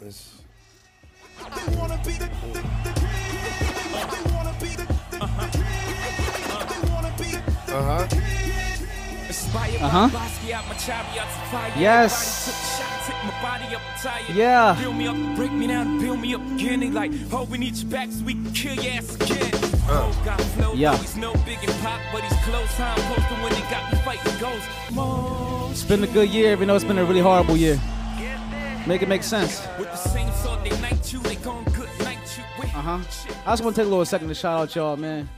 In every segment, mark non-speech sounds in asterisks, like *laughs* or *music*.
It's, They wanna be the, the, the king. They wanna be the, the, the king. They wanna be the, the, Uh-huh. the king. Uh-huh. Yes. Yeah. Build me up, break me down, build me up again. They like, oh, we need you back so we can kill your ass again. Oh, got flow, Yeah. though he's no big and pop, but he's close. How I'm posting when they got me fighting ghosts. Most It's been a good year, even though it's been a really horrible year. Make it make sense. with the same sort, they night you, they gon' good night you. Wait, Uh-huh. shit. I just want to take a little second to shout out y'all, man.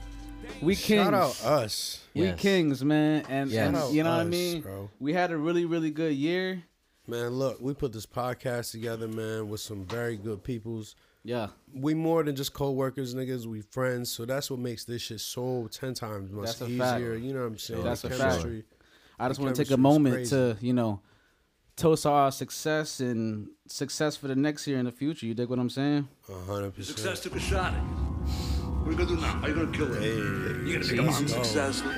We kings. shout out us. We Yes. kings, man. And, Yes. and Shout out you know what I us, mean? bro. We had a really, really good year. Man, look, we put this podcast together, man, with some very good peoples. Yeah. We more than just co-workers, niggas. We friends, so that's what makes this shit so ten times much That's a easier. fact. You know what I'm saying? That's The a fact. chemistry. I just The want to take chemistry a was moment crazy. to, you know, toast our success and success for the next year and the future. You dig what I'm saying? A hundred percent. Success took a shot at you. What are you gonna do now? Are you gonna kill it? You're gonna become unsuccessful.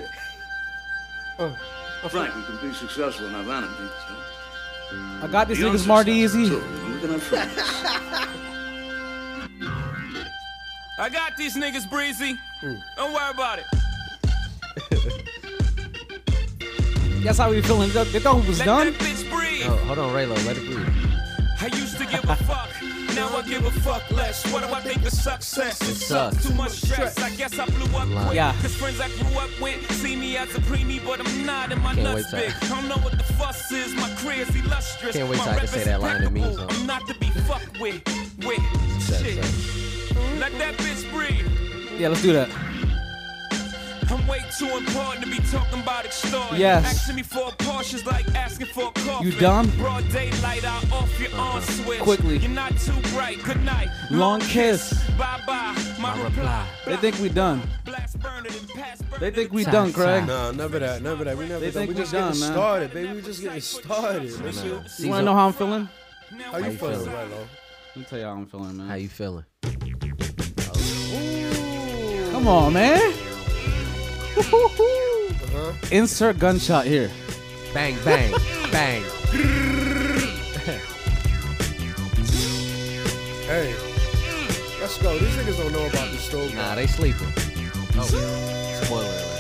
Frank, we can be successful and have enemies. huh? I got these Be niggas Marty unsuccessful, Easy. too, and we can have friends. I got these niggas breezy. Mm. Don't worry about it. That's how we feeling. They they thought we was Let done. that bitch breathe. Oh, hold on, Raylo. Let it breathe. I used to give a fuck. Now I give a fuck less. What do I think of success? It sucks. Too much stress. I guess I blew up quick. Yeah. Cause friends I grew up with see me as a preemie, but I'm not. And my Can't nuts wait big. to- Don't know what the fuss is. My career's illustrious. Can't wait my till I can rep say is that line to me, impeccable. so. I'm not to be fucked with. With shit. Let that bitch breathe. Yeah, let's do that. I'm way too important to be talking about extortion. Yes. Asking me for a Porsche is like asking for a coffin. You dumb? Broad daylight, I off your on switch. Quickly. You're not too bright. Good night. Long kiss. Bye bye. My, reply. They think we done. Blast burner and pass burner They think than we pass done, Craig. Nah, never that. Never that. We never. They done. think We we just done, getting man. started, baby. We just getting started. nigga. You want to know how I'm feeling? Now How you you feeling, feeling? right, Lo? Let me tell you how I'm feeling, man. How you feeling? Come on, man. Uh-huh. Insert gunshot here. Bang, bang, bang. Hey, let's go. These niggas don't know about the story. Nah, they sleeping. Oh, spoiler alert.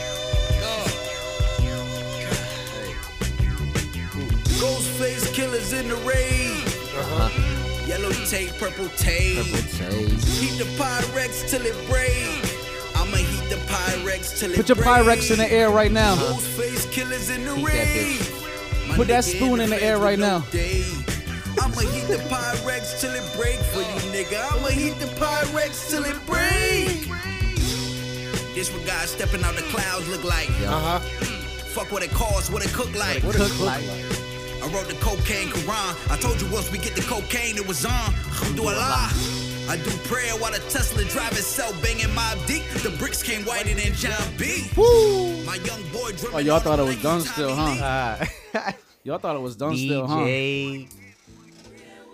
Ghostface killers in the raid. Yellow tape, purple tape. Uh-huh. Purple tape. Heat the Pyrex till it break. I'ma heat the Pyrex till it Put your Pyrex in the air right now. Ghostface killers in the Heat that raid. My Put that nigga spoon in the air feds right with no now. day. I'ma heat the Pyrex till it break for you, nigga. I'ma heat the Pyrex till it break. This what God stepping out the clouds look like. Uh huh. Fuck what it costs, what it cook like. What cook like? I wrote the cocaine Quran. I told you once we get the cocaine, it was on. Alhamdulillah. I do prayer while the Tesla driving cell banging mob deep. The bricks came whiter than John B. Woo! My young boy drumming Oh, y'all on thought the it was mic, done Tommy still, huh? Ah, Y'all thought it was done still, huh? DJ.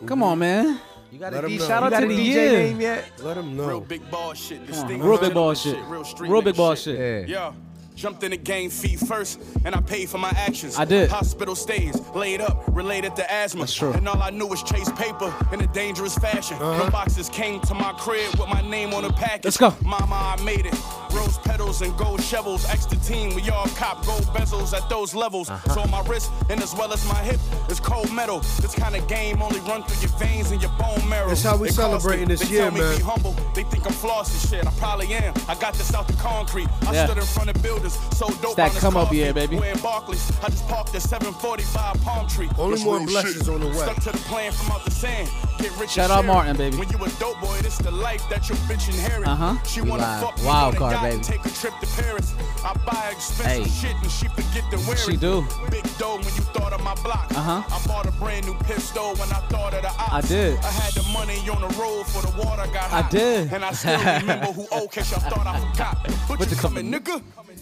Come on, man. You got Let a 'em D know. shout You out got to a the DJ DJ name name yet? Let them Real know. big ball shit. Come Distinct on. Real big gentleman ball shit. street Real big nigga ball shit. Yeah. Yo, jumped in the game feet first, and I paid for my actions. I did. Hospital stays, laid up, related to asthma. That's true. Uh-huh. And all I knew was chase paper in a dangerous fashion. The boxes came to my crib with my name on the package. Let's go. Mama, I made it. Rose petals and gold shovels. Extra team, we all cop gold bezels at those levels. Uh-huh. So my wrist and as well as my hip is cold metal. This kind of game only run through your veins and your bone marrow. That's how we It cost me. celebrating this They year, tell me man. be humble. They think I'm flossing shit. I probably am. I got this out the concrete. I Yeah. stood in front of builders. So dope. that on this come up coffee. year, baby. We're in Barclays. I just parked at 745 Palm Tree. Only Let's more real blessings shit. on the way. Stuck to the plan from out the sand. Get rich Shout and out share it. Martin, baby. When you a dope boy, this the life that your bitch inherit. Uh-huh. She We wanna live. fuck me Wild on a card, yacht and baby. Take a trip to Paris. I buy expensive Hey. shit and she forget to wear She it. do. Big dough when you thought of my block. Uh-huh. I bought a brand new pistol when I thought of the ops. I did. I had the money on the road for the water got I hot. did. And I still remember *laughs* who old cash I thought I forgot. But, But you the coming, company- nigga?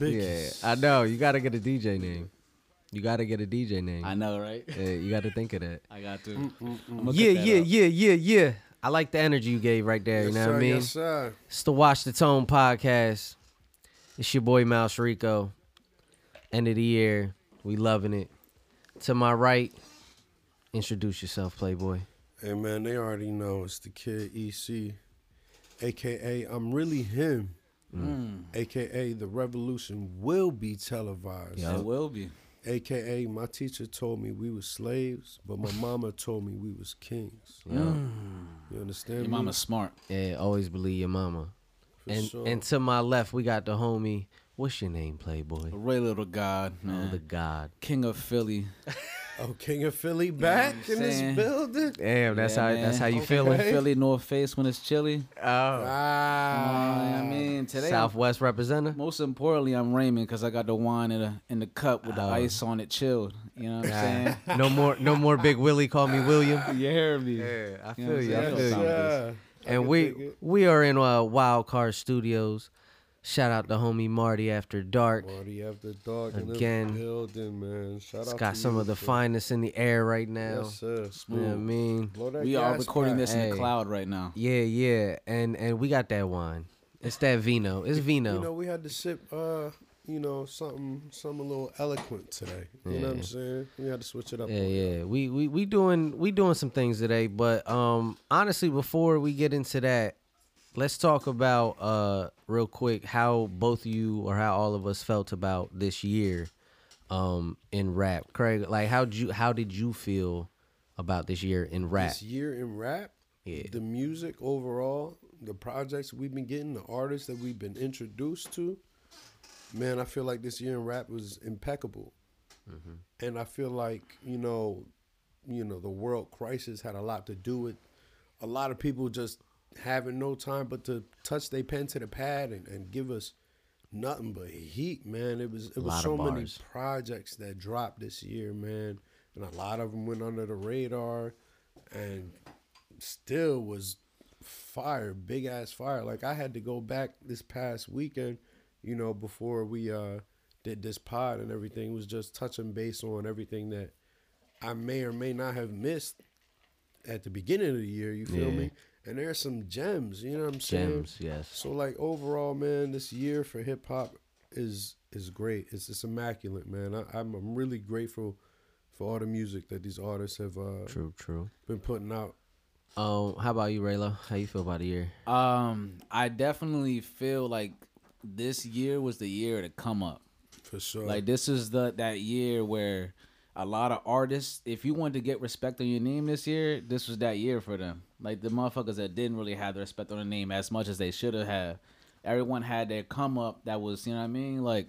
Yeah, I know. You got to get a DJ name. You got to get a DJ name. I know, right? Mm, Yeah, you got to think of that. I got to. I'ma Yeah, cook that yeah, up. yeah, yeah, yeah. I like the energy you gave right there. Yes, You know sir, what I mean? Yes, sir. It's the Watch the Tone podcast. It's your boy Mouse Rico. End of the year. We loving it. To my right, Introduce yourself, Playboy. Hey man, they already know it's the kid E EC, aka I'm really him, Mm. aka the revolution will be televised. It will be. AKA, my teacher told me we was slaves, but my mama told me we was kings. Mm. You understand? Your me? mama's smart. Yeah, always believe your mama. For and sure. and to my left, we got the homie. What's your name, Playboy? Oh, A Ray Little God, man. The God. King of Philly. oh, King of Philly back I'm in this saying? building. Damn, that's Yeah, how man. that's how you Okay. feeling. *laughs* Philly North Face when it's chilly. Oh, Uh, I mean, today, Southwest *laughs* representative. most importantly, I'm Raymond because I got the wine in the in the cup with the ice on it, chilled. You know what I'm saying? No more, no more. Big Willie, call me William. *laughs* You hear me? Yeah, I You know what feel you. I'm I saying? feel you. Yeah. And we we are in uh, Wild Card Studios. Shout out to homie Marty after dark. Party after dark in Again. the building, man. Shout It's out got to some you, of the bro. finest in the air right now. Yes, sir. You know what I mean? Blow that We are gas recording back. this in the Hey. cloud right now. Yeah, yeah. And and we got that wine. It's that vino. It's vino. You know, we had to sip, uh, you know, something, something a little eloquent today. You know what I'm saying? We had to switch it up. Yeah, yeah. We, we we doing we doing some things today, but um honestly before we get into that, let's talk about uh real quick how both you or how all of us felt about this year um in rap. Craig, like how you how did you feel about this year in rap? This year in rap, Yeah. the music overall, the projects we've been getting, the artists that we've been introduced to, man, I feel like this year in rap was impeccable. Mm-hmm. And I feel like you know, you know, the world crisis had a lot to do with a lot of people just having no time but to touch their pen to the pad and, and give us nothing but heat, man. It was it was Lot so of many bars. projects that dropped this year, man, and a lot of them went under the radar, and still was fire, big ass fire. Like I had to go back this past weekend, you know, before we uh did this pod and everything was just touching base on everything that I may or may not have missed at the beginning of the year, you feel me? And there's some gems, you know what I'm saying? Gems, yes. So like overall, man, this year for hip hop is is great. It's it's immaculate, man. I, I'm I'm really grateful for all the music that these artists have uh, True, true. been putting out. Um how about you, Raylo? How you feel about the year? Um, I definitely feel like this year was the year to come up. For sure. Like this is the that year where a lot of artists, if you wanted to get respect on your name this year, this was that year for them. Like the motherfuckers that didn't really have the respect on their name as much as they should have had. Everyone had their come up that was, you know what I mean? Like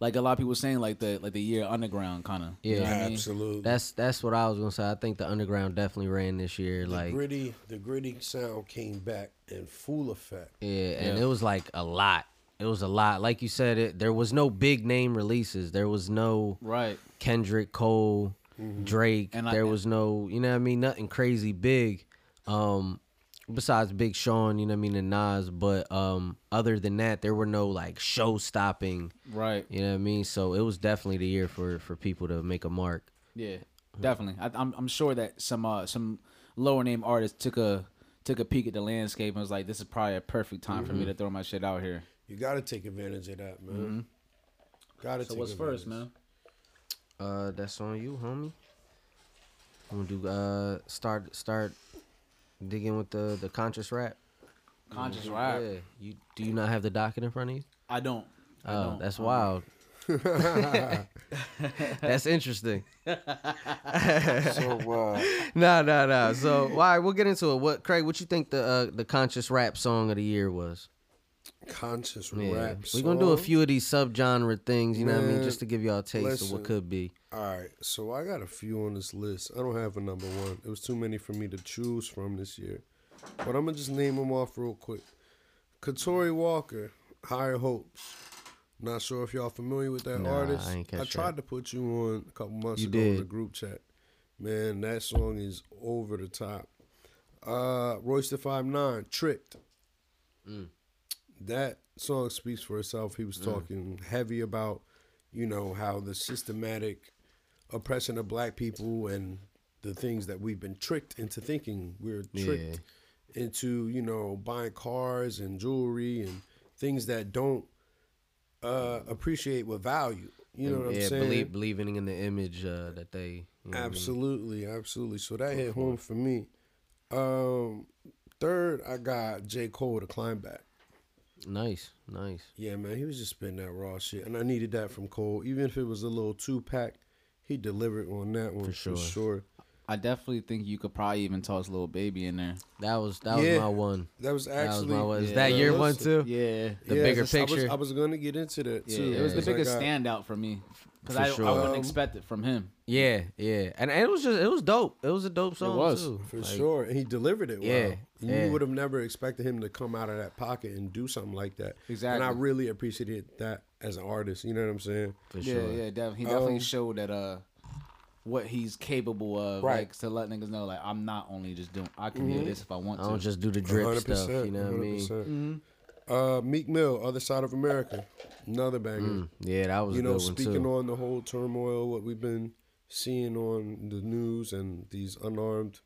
like a lot of people saying like the like the year underground kinda. You know Yeah. what I mean? Absolutely. That's that's what I was gonna say. I think the underground definitely ran this year. Like gritty the gritty sound came back in full effect. Yeah, and it was like a lot. It was a lot. Like you said, it, there was no big name releases. There was no Right. Mm-hmm. Kendrick Cole, Drake. And I- there was no, you know what I mean, nothing crazy big. Um, besides Big Sean, you know what I mean, and Nas. But um, other than that, there were no like show stopping. Right. You know what I mean? So it was definitely the year for for people to make a mark. Yeah, Uh-huh. definitely. I, I'm I'm sure that some uh some lower name artists took a took a peek at the landscape and was like, this is probably a perfect time for me Mm-hmm. to throw my shit out here. You gotta take advantage of that, man. Gotta So take what's advantage. first, man? Uh, that's on you, homie. I'm gonna do uh start start digging with the the conscious rap. Conscious rap. Mm-hmm. Yeah. You do you not have the docket in front of you? I don't. I Oh, don't. that's wild. *laughs* that's interesting. uh, *laughs* No, no, no. So, all right, we'll get into it. What, Craig? What you think the uh, the conscious rap song of the year was? Conscious Yeah, rap. we're gonna do a song. few of these subgenre things. You know what I mean? Man, Just to give y'all a taste of listen. what could be. All right, so I got a few on this list. I don't have a number one. It was too many for me to choose from this year. But I'm going to just name them off real quick. Katori Walker, Higher Hopes. Not sure if y'all familiar with that Nah, artist. I ain't catch tried to that. put you on a couple months You ago in the did. group chat. Man, that song is over the top. Uh, Royce the Five Nine, Tricked. That song speaks for itself. He was Mm. talking heavy about, you know, how the systematic oppression of black people and the things that we've been tricked into thinking. We're tricked into, you know, buying cars and jewelry and things that don't uh, appreciate with value. You know what I'm Mm, yeah, saying? believe, believing in the image uh, that they. Absolutely, absolutely. So that hit home for me. Um, third, I got J. Cole to climb back. Nice, nice. Yeah, man, he was just spitting that raw shit, and I needed that from Cole. Even if it was a little two pack, he delivered on that one for sure. sure. For sure. I definitely think you could probably even toss little baby *laughs* in there. That was that Yeah. was my one. That was That was actually my one. Is that your one too? Yeah, The Yeah, bigger that's- I was- picture. I was, going to get into that too. it was the because I biggest got- standout for me because For I, sure. I wouldn't Um, expect it from him. Yeah, yeah. And, and it was just it was dope. It was a dope song. was, too. For Like, sure, and he delivered it Yeah, well. You yeah. would have never expected him to come out of that pocket and do something like that. And I Exactly. really appreciated that as an artist. You know what I'm saying? For sure. Yeah, yeah, definitely. He definitely Um, showed that uh, what he's capable of. Right. Like, to let niggas know, like, I'm not only just doing, I can do this if I want Mm-hmm. I to. don't just do the drip stuff. You know what I mean? Mm-hmm. 100%. Uh, Meek Mill, Other Side of America, another banger. Mm, Yeah, that was you a know, good one speaking too. on the whole turmoil, what we've been seeing on the news and these unarmed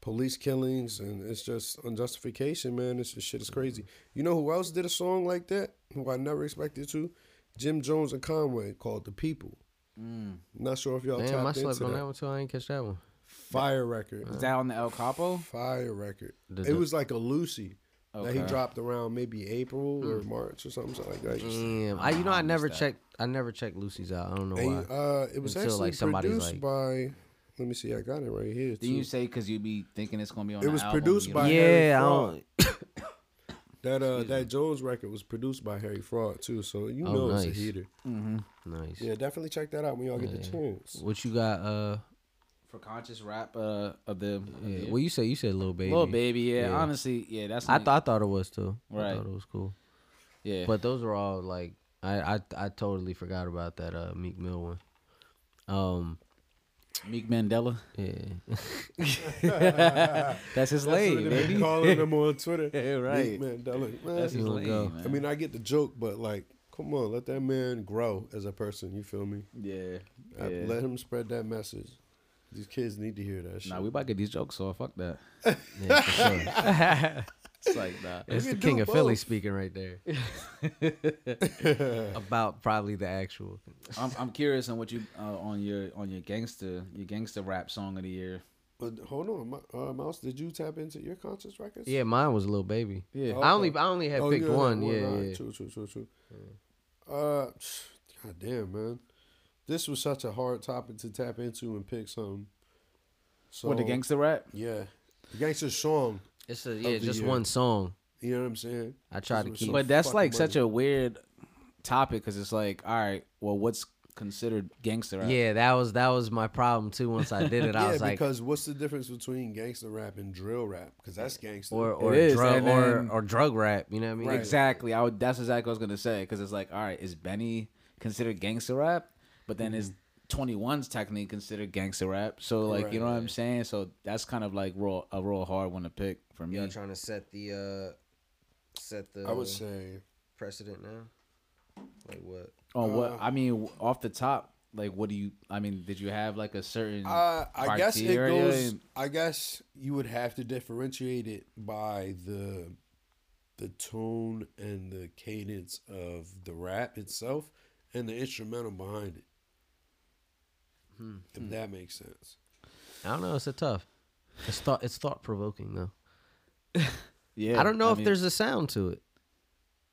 police killings, and it's just unjustification, man. This shit is crazy. Mm-hmm. You know who else did a song like that? Who I never expected to? Jim Jones and Conway called "The People." Not sure if y'all Mm. Damn, I tapped slept into on that. that one too. I ain't catch that one. Fire record, Is that on the El Capo? fire record. Does it it- was like a Lucy that he Okay. dropped around maybe April or Mm. March or something, something like that. Damn, I you know I never checked. I never checked Lucy's out. I don't know And why. you- uh, it was Until, actually like, somebody's produced like- by. Let me see. I got it right here. Did you too. say because you be thinking it's gonna be on? It the was album, produced you by- know? Harry yeah, I Fraud. don't, that uh, that Jones record was produced by Harry Fraud too, so you Oh, know nice. it's a heater. nice. Yeah, definitely check that out when y'all get the chance. What you got? Uh, for conscious rap uh, of the yeah. well, you say you said little baby. little baby. Yeah, honestly, yeah, that's I like- thought I thought it was too. I Right. thought it was cool. Yeah, But those were all like I I, I totally forgot about that uh Meek Mill one. Um, Meek Mandela. yeah, *laughs* That's his lane, *laughs* baby. calling him on Twitter. *laughs* Yeah, right. Man, That's his Here we go. lane. I mean, I get the joke, but like, come on, let that man grow as a person. You feel me? yeah, I- yeah. let him spread that message. These kids need to hear that shit. Nah, we about to get these jokes off. Fuck that. yeah for *laughs* sure. It's like that. it's the can king do of Philly both. speaking right *laughs* there. *laughs* about probably the actual. I'm I'm curious on what you uh, on your on your gangster your gangster rap song of the year. but hold on, Mo- uh, Mouse. Did you tap into your conscious records? Yeah, mine was a little baby. Yeah. I only I only had Oh, picked you only one. had Yeah, Alright, yeah. True, true, true, true. Uh, God damn, man, this was such a hard topic to tap into and pick some. So What the gangster rap? Yeah, the gangster song. It's a yeah, the just year. one song. You know what I'm saying? I tried This to was keep- so But that's fucking like such money. a weird topic because it's like, all right, well, what's considered gangster rap? Yeah, that was that was my problem too. Once I did it, *laughs* I yeah, was like, because what's the difference between gangster rap and drill rap? Because that's gangster. or or is, drug and or, then- or drug rap. You know what I mean? Right. Exactly. I would. That's exactly what I was gonna say. Because it's like, all right, is Benny considered gangster rap? But then Mm-hmm. is 21's technically considered gangster rap? So like, you know what I'm saying? So that's kind of like real, a real hard one to pick for me. Y'all trying to set the uh set the I would say precedent now. Like what? On uh, what? I mean, w- off the top, like, what do you? I mean, did you have like a certain? Uh, I guess it criteria? goes. I guess you would have to differentiate it by the the tone and the cadence of the rap itself and the instrumental behind it. Hmm. If that makes sense. I don't know. It's a tough. It's thought. It's thought provoking though. Yeah. I don't know if mean, there's a sound to it.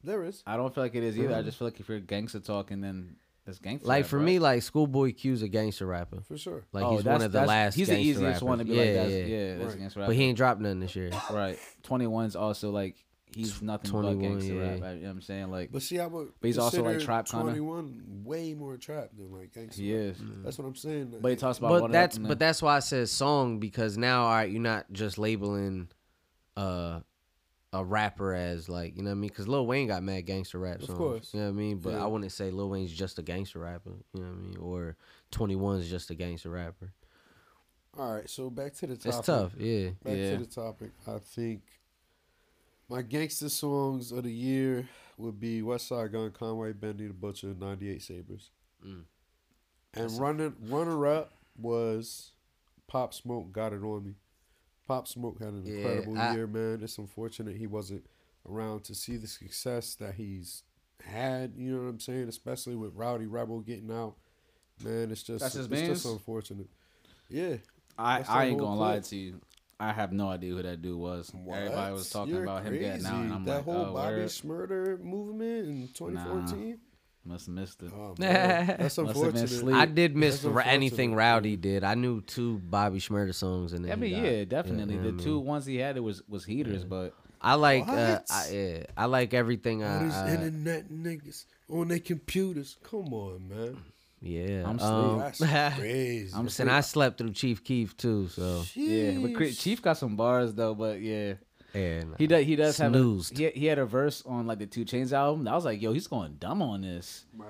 There is. I don't feel like it is Mm-hmm. either. I just feel like if you're gangster talking, then that's gangster. Like rap, for right? me, like Schoolboy Q's a gangster rapper. For sure. Like Oh, he's one that's- of the that's- last. He's the gangster easiest one to rappers. be like, that's, yeah, yeah. that's Right. gangster rap. But he ain't dropped nothing this year. Right. 21's also like he's nothing but 21, gangster yeah. rap. You know what I'm saying? Like But see, I would. But he's also, like, consider trap kinda. Twenty one way more trap than like gangster. he rap. is. That's what I'm saying. But he talks about But one that's up and but then- that's why I said song because now all right, you're not just labeling uh a rapper as like you know what I mean because Lil Wayne got mad gangster rap songs. course. you know what I mean. But I wouldn't say Lil Wayne's just a gangster rapper. You know what I mean, or 21's just a gangster rapper. All right, so back to the topic. It's tough, yeah. Back Yeah. to the topic. I think my gangster songs of the year would be West Side Gun, Conway, Bendy the Butcher, and 98 Sabres. Mm. And running, runner up was Pop Smoke Got It On Me. Pop Smoke had an Yeah, incredible I- year, man. It's unfortunate he wasn't around to see the success that he's had, you know what I'm saying? Especially with Rowdy Rebel getting out. Man, it's just That's his it's just mans? unfortunate. Yeah. I, That's the I ain't whole gonna lie clip. to you. I have no idea who that dude was. Everybody was What? talking You're about him getting out, and crazy. I'm that like, whole oh, Bobby word. Schmurder movement in 2014. must have missed it. *laughs* Oh, man. That's Must've been unfortunate. sleep. I did miss That's ra- anything unfortunate. Rowdy did. I knew two Bobby Schmurda songs and then I mean, he died. yeah, definitely. Yeah, I the mean, two ones he had it was was heaters, but I like. Uh, What? I, yeah, I like everything. All I, uh, these I- internet niggas on their computers. Come on, man. yeah, *laughs* I'm um, That's *laughs* crazy. I'm Listen, I slept through Chief Keef too, so yeah. But Cre- Chief got some bars though, but yeah, yeah, he does. He does have. A, Snoozed. he he had a verse on like the Two Chains album. I was like, yo, he's going dumb on this, Right.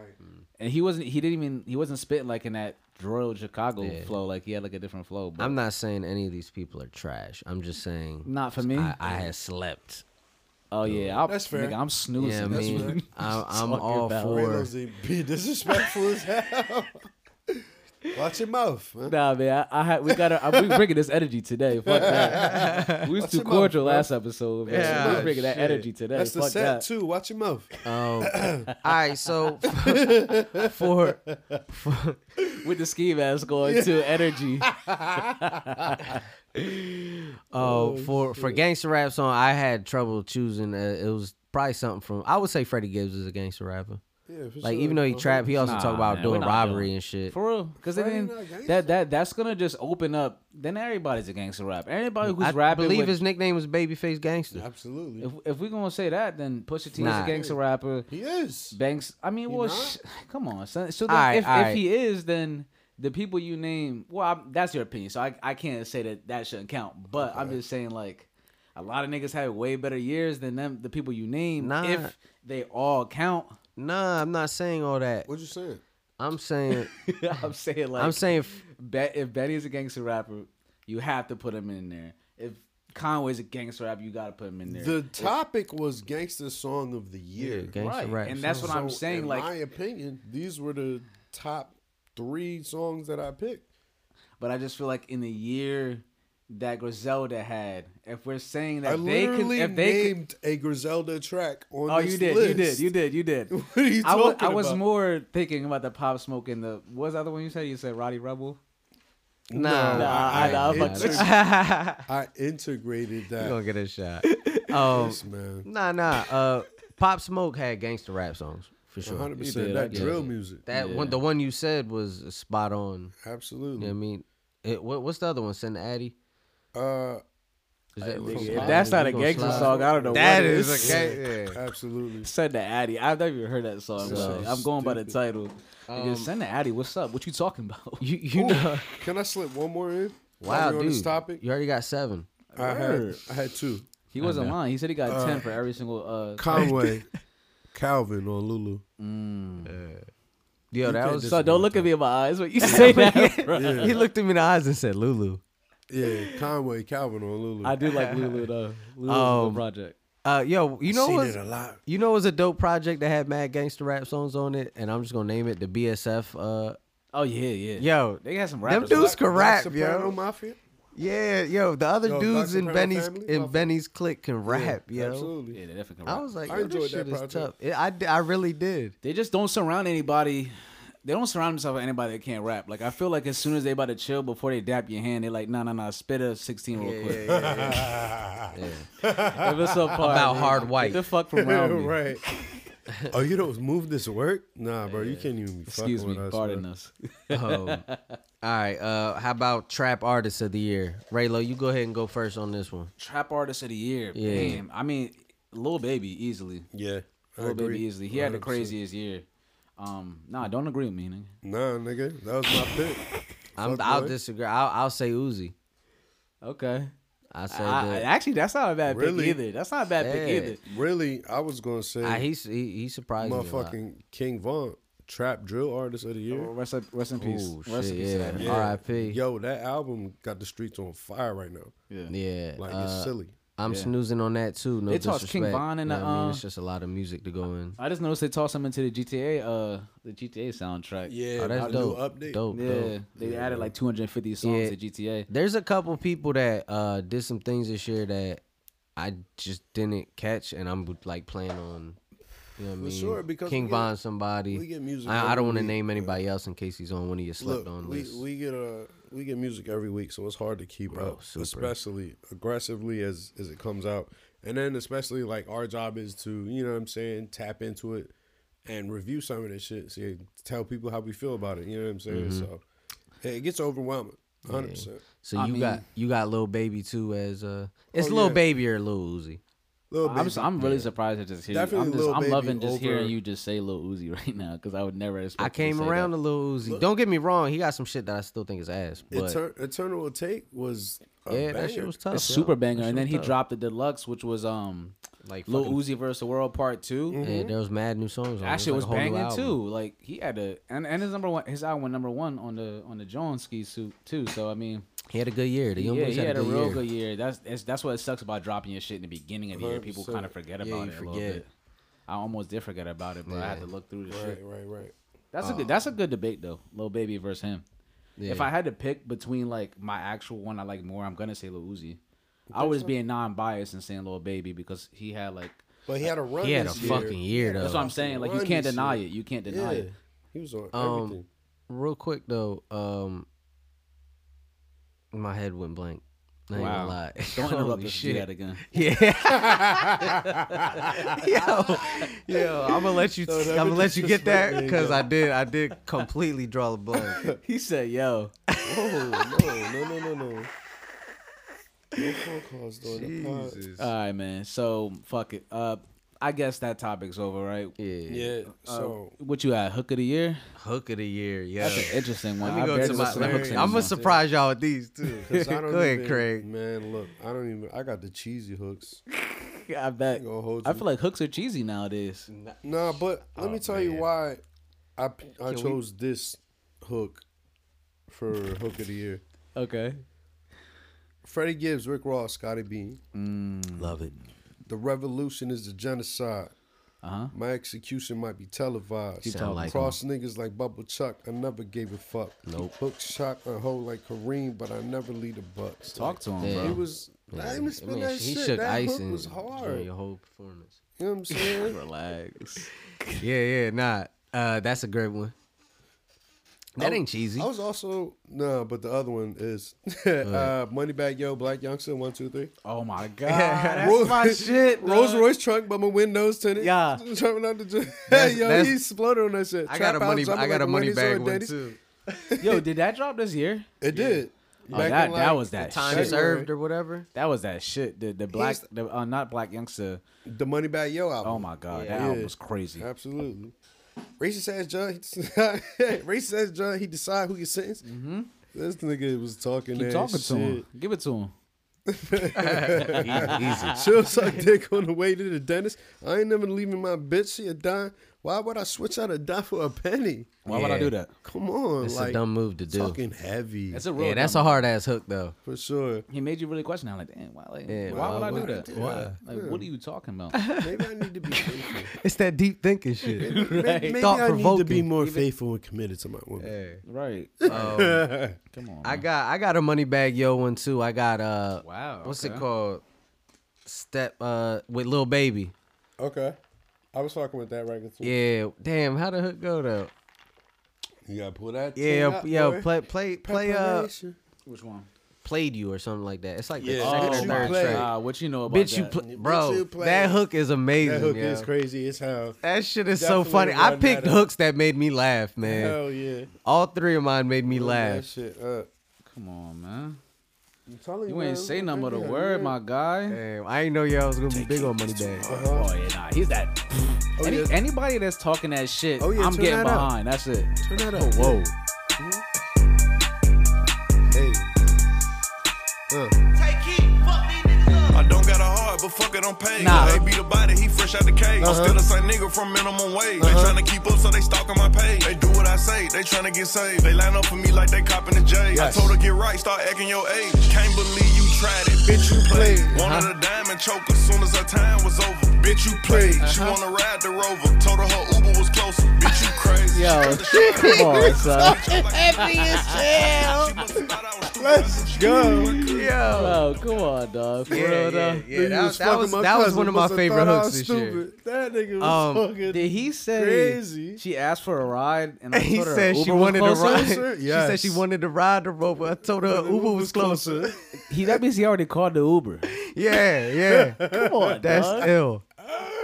and he wasn't. He didn't even. He wasn't spitting like in that droid Chicago Yeah. flow. Like he had like a different flow. But uh, I'm not saying any of these people are trash. I'm just saying Not for me. I, I had slept. oh yeah, I'll, That's fair. Nigga, I'm snoozing. Yeah, I That's mean, what- *laughs* I, I'm Talking all about- for. Kratos ain't be *laughs* disrespectful as hell. *laughs* Watch your mouth, man. Nah, man, I, I had we got we bringing this energy today. *laughs* Fuck that. We was too your mouth, cordial bro. last episode. Man. Yeah, we bringing that Shit. energy today. That's Fuck the set that. too. Watch your *laughs* mouth. Oh. Um, all right, so for uh, with the ski mask going too. Energy. *laughs* Oh, for for gangster rap song, I had trouble choosing. Uh, it was probably something from. I would say Freddie Gibbs is a gangster rapper. Yeah, for Like sure. even though he Uh-huh. trap, he also Nah, talk about man, we're doing not robbery doing- and shit. For real, because Freddie then not gangsta. that that that's gonna just open up. Then everybody's a gangster rap. Anybody who's I rapping, believe with- his nickname was Babyface Gangster. Absolutely. if if we gonna say that, then Pusha T is Nah. a gangster rapper. he is. Banks, I mean, well, not? sh- *sighs* come on. Son. So then Alright, if, alright. if he is, then the people you name, well, I, that's your opinion. So I, I can't say that that shouldn't count. But I'm just saying, like, a lot of niggas had way better years than them. The people you name, Nah. if they all count, *laughs* Nah, I'm not saying all that. What you saying? I'm saying I'm saying *laughs* like I'm saying f- Bet if Betty's a gangster rapper, you have to put him in there. If Conway's a gangster rapper, you gotta put him in there. The topic was gangsta song of the year. gangster right, rap. and that's song. what I'm So, saying. in Like, my opinion, these were the top three songs that I picked. But I just feel like in the year that Griselda had, if we're saying that I they can, literally if they can, named a Griselda track on oh, this you did, list. *laughs* you did, you did, you did. What are you I was, talking I was about? more thinking about the pop smoke and the what was the other one you said? You said Roddy Rebel. Nah, Nah, I, I, I, was like, integ- I integrated *laughs* you gonna that. get a shot. Um, Yes, man. nah, nah. Uh, Pop Smoke had gangster rap songs for sure. 100% did, I that did. drill music. That one, the one you said was spot on. Absolutely. You know what I mean, it, what, what's the other one? Send Addy. Uh, Is that nigga, from if Slide? that's not We a gonna gangster slide. song, I don't know. That what it is a gang. *laughs* yeah. absolutely. *laughs* Send the Addy. I've never even heard that song. but I'm going by the title. Um, Nigga, Send the Addy. What's up? What you talking about? *laughs* You you know. Can I slip one more in? While Wow, you're dude. On this topic, You already got seven. I had I had *laughs* two. He wasn't lying. He said he got ten for every single. Uh, Conway, *laughs* Calvin on Lulu. Yo, that was. so don't look at me in my eyes when you *laughs* say that. bro. *laughs* He looked at me in the eyes and said, "Lulu." Yeah, Conway, Calvin on Lulu. I do like Lulu though. Lulu's a Um, good project. Uh, yo, you know seen what? it a lot. You know, it was a dope project that had mad gangster rap songs on it, and I'm just gonna name it the BSF. Uh, Oh yeah, yeah. yo, they got some them rappers. dudes can Black rap, Soprano yo. Mafia. Yeah, yo, the other Yo, dudes Black in Soprano Benny's Family, in motherfucker. Benny's clique can rap, yo. Absolutely. yeah, they definitely can I rap. was like, I yo, this enjoyed that shit is project. tough. It, I d- I really did. they just don't surround anybody. They don't surround themselves with anybody that can't rap. Like I feel like as soon as they about to chill, before they dap your hand, they like, nah, nah, nah, spit a sixteen real quick. *laughs* *laughs* If it's a part, About nigga, hard get white. the fuck from around me. *laughs* *laughs* right. oh, you don't move this work? Nah, bro, you can't even be Excuse fucking me, with us. pardon bro. us. *laughs* Um, all right, uh, how about trap artist of the year? Raylo, you go ahead and go first on this one. *laughs* Trap artist of the year. Yeah. Damn. I mean, Lil Baby easily. Yeah, I Lil Oh, Baby agree. easily. He had the 100%. craziest year. Um, nah, don't agree with me, nigga. Nah, nigga, that was my pick. I'm, Fuck I'll boy. disagree. I'll, I'll say Uzi. Okay. I say I, I- that. actually, that's not a bad Really? pick either. That's not a bad Yeah. pick either. Really, I was gonna say I, he, he he surprised me. motherfucking King Von, trap drill artist of the year. Rest, in- rest in a peace. lot. Oh rest shit! in peace. to Yeah. that man. R.I.P. Yo, that album got the streets on fire right now. Yeah. Like uh, it's silly. I'm snoozing on that too. No They tossed disrespect. King Von in You know the, what I mean, uh, it's just a lot of music to go in. I just noticed they tossed him into the GTA, uh, the GTA soundtrack. Yeah, Oh, that's the dope. new update. Dope. yeah. Dope. They added like 250 songs Yeah. to GTA. There's a couple people that uh did some things this year that I just didn't catch, and I'm like playing on. You know what I For mean? sure, because King we get- Von, somebody. we get music I, I every don't want to week, name man. anybody else in case he's on one of your slept Look, on we, lists. we get a we get music every week, so it's hard to keep up, especially aggressively as as it comes out. And then especially like our job is to, you know what I'm saying, tap into it and review some of this shit. See, tell people how we feel about it, you know what I'm saying? Mm-hmm. So it gets overwhelming. 100%. So I you got mean- you got little baby too as uh it's Oh, little yeah. baby or little Uzi. Little I'm, baby. I'm really surprised at this. Here. Definitely I'm, just, Lil I'm Baby loving just hearing over- you just say Lil Uzi *laughs* right now because I would never. Expect I you came to say around that. to Lil Uzi. Don't get me wrong, he got some shit that I still think is ass. But Eter- Eternal Will Take was a yeah, banger. that shit was tough. It's yo. super That banger, shit and then was he tough. dropped the deluxe, which was um like Lil fucking- Uzi versus the World Part 2 Mm-hmm. Yeah, there was mad new songs. On. it. That It's shit like was a whole new banging album. too. Like he had a and, and his number one his album went number one on the on the Jones ski suit too. So I mean, He had a good year. The young yeah, boys he had a good real year. good year. That's it's, that's what sucks about dropping your shit in the beginning of the year. People 100%. kind of forget Yeah, about you it a little forget. bit. I almost did forget about it, but I had Yeah. Oh. to look through the Right, shit. right, right. That's a good that's a good debate though. Lil Baby versus him. If Yeah. I had to pick between like my actual one I like more, I'm gonna say Lil Uzi. I was being non-biased and saying Lil Baby because he had like But he had a run. He had a this year. Oh, fucking year though. that's what I'm saying. Like you Run can't this deny year. it. You can't deny Yeah, it. he was on Um, everything. real quick though, um, my head went blank. I ain't Wow. gonna lie. *laughs* Don't Holy interrupt us. shit. Do that again. *laughs* Yeah. yo, yo, I'm gonna let you. *laughs* So that I'm gonna was let you disrespect. get that There you because go. I did. I did completely draw a blank. *laughs* He said, "Yo, Oh no, no, no, no, no. No phone calls during the pod. Uh, all right, man. So fuck it. Uh, I guess that topic's over, right? Yeah. uh, Yeah. So What you at? Hook of the year? Hook of the year. Yeah. That's an interesting one. Let me I go barely to my. listen to hooks Let me, anymore. I'm gonna anymore. surprise y'all with these too. *laughs* go *laughs* 'cause I don't ahead, even- Craig. Man, look, I don't even. I got the cheesy hooks. I bet. gonna hold I you. feel like hooks are cheesy nowadays. Nah, but let me tell you why I I chose this hook for hook of the year. Okay. Freddie Gibbs, Rick Ross, Scotty Bean. Love it. The revolution is the genocide. Uh-huh. My execution might be televised. Sound talking. like Cross niggas like Bubble Chuck. I never gave a fuck. Nope. Hook shot a hoe like Kareem, but I never lead a bucks. Talk to him, Yeah. He bro. was. I didn't spin I mean, that he shit. shook that ice hook and was during hard. your whole performance. You know what I'm saying? Relax. Yeah, yeah, nah. Uh, that's a great one. That ain't cheesy. I was also no, but the other one is *laughs* uh, Moneybag Yo, Black Youngster, one two three. Oh my god, that's Ro- my *laughs* shit. Rolls dog. Royce truck, but my windows tinted. *laughs* Yeah. driving out the jail. *laughs* That's- yo, that's- he exploded on that shit. I Trap got a out, money. jumping I got like a money money's bag on one daddy. *laughs* too. Yo, did that drop this year? It did. Oh, Back that in, that like, was that Time Shit. shit. served or whatever. That was that shit. The the black, the, uh, not black youngster. the Moneybag Yo album. Oh my god, that Yeah. album was crazy. Absolutely. Racist ass judge. *laughs* Racist ass judge. He decide who gets sentenced. Mm-hmm. This nigga was talking. Keep that talking shit. to him. Give it to him. *laughs* She'll suck dick on the way to the dentist. I ain't never leaving my bitch. She a dime. Why would I switch out a dime for a penny? Why would I Yeah. do that? Come on, It's like a dumb move to do. talking heavy That's a real. yeah, that's a dumb- hard ass hook *laughs* though. for sure. He made you really question. that. like, damn, why? Like, Yeah, why, why would I do would I that? do that? Like, what are you talking about? Maybe I need to *laughs* be *laughs* faithful. It's that deep thinking shit. Maybe, maybe I need to Thought-provoking. be more faithful and committed to my woman. right. Um, Come on. *laughs* I got I got a money bag yo one too. I got uh Wow, what's okay. it called? Step uh with little baby. Okay, I was talking with that record too. Yeah, damn. How the hook go though? You gotta pull that. Yeah, thing up, yo, boy. play play play uh Preparation. Which one? played you or something like that. It's like Yeah. Bitch, the second or you third Oh, play. track. Ah, Oh, what you know about Bitch, you that? play, Bitch, bro. you play. That hook is amazing. That hook yo. is crazy. It's how. That shit is so funny. Definitely I run picked that up. hooks that made me laugh, man. Hell yeah. All three of mine made me Pull That laugh. shit up. Come on, man. I'm telling You ain't man, say nothing but a yeah, word, yeah. my guy. Damn, I ain't know y'all was gonna be big on money bag. Oh yeah, nah, he's that. Any, yeah. Anybody that's talking that shit, Oh, yeah, I'm turn getting that up. behind. That's it. Turn that up. Whoa. Hey. I don't got a heart, but fuck it, I'm paid. Nah. They beat the body, he fresh out the cage. I'm still the same nigga from minimum wage. They tryna keep up, so they stalking my page. They do what I say, they tryna get saved. They line up for me like they copping the J. I Yes. told her get right, start acting your age. Can't believe you tried it, bitch. You played. Wanted a diamond choke as soon as her time was over. Bitch, you played. She wanna ride the rover. Told her her Uber was closer. bitch, you crazy. Yo, *laughs* She got the shot. come on, son. She must have thought I was through. Let's go. Yo. Oh, come on, dog. For Yeah, real, yeah, dog. yeah. That, that was that was one of my favorite hooks this year. That nigga Um, was fucking. Did he say Crazy. she asked for a ride and I And *laughs* he told her said Uber she was wanted to closer? ride. Closer? She said she Yes. wanted to ride the rope. I told her Uber was closer. *laughs* He that means he already called the Uber. *laughs* Yeah, yeah. *laughs* Come on, that's ill.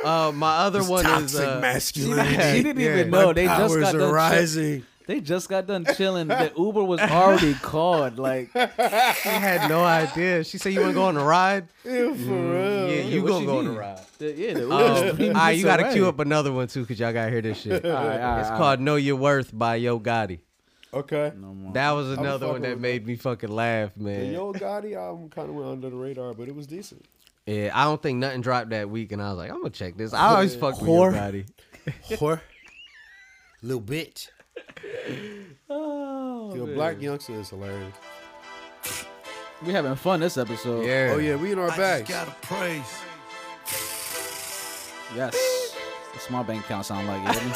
Uh, my other one is Toxic uh, masculinity. *laughs* She didn't yeah. even know. My They just powers got are done. Rising. rising. they just got *laughs* done chilling. The Uber was already called. Like she had no idea. She said you want to go on a ride. Mm. Yeah, for real. Yeah, you what gonna she go on a need? *laughs* ride. the, yeah, the Uber. Um, was all right, you got to already. queue up another one too, cause y'all got to hear this shit. All right, all right, It's all right. called "Know Your Worth" by Yo Gotti. Okay. That was fucking another one that with made me fucking laugh, The man. Yo Gotti album kind of went under the radar, but it was decent. Yeah, I don't think nothing dropped that week, and I was like, I'm gonna check this. I always fuck with Yo Whore. Gotti. Whore. Little bitch. Oh, Yo, man. Black Youngster is hilarious. We having fun this episode. Yeah. Oh, yeah, we in our I just bags. gotta praise. Yes. That's my bank account sound like. You hear me?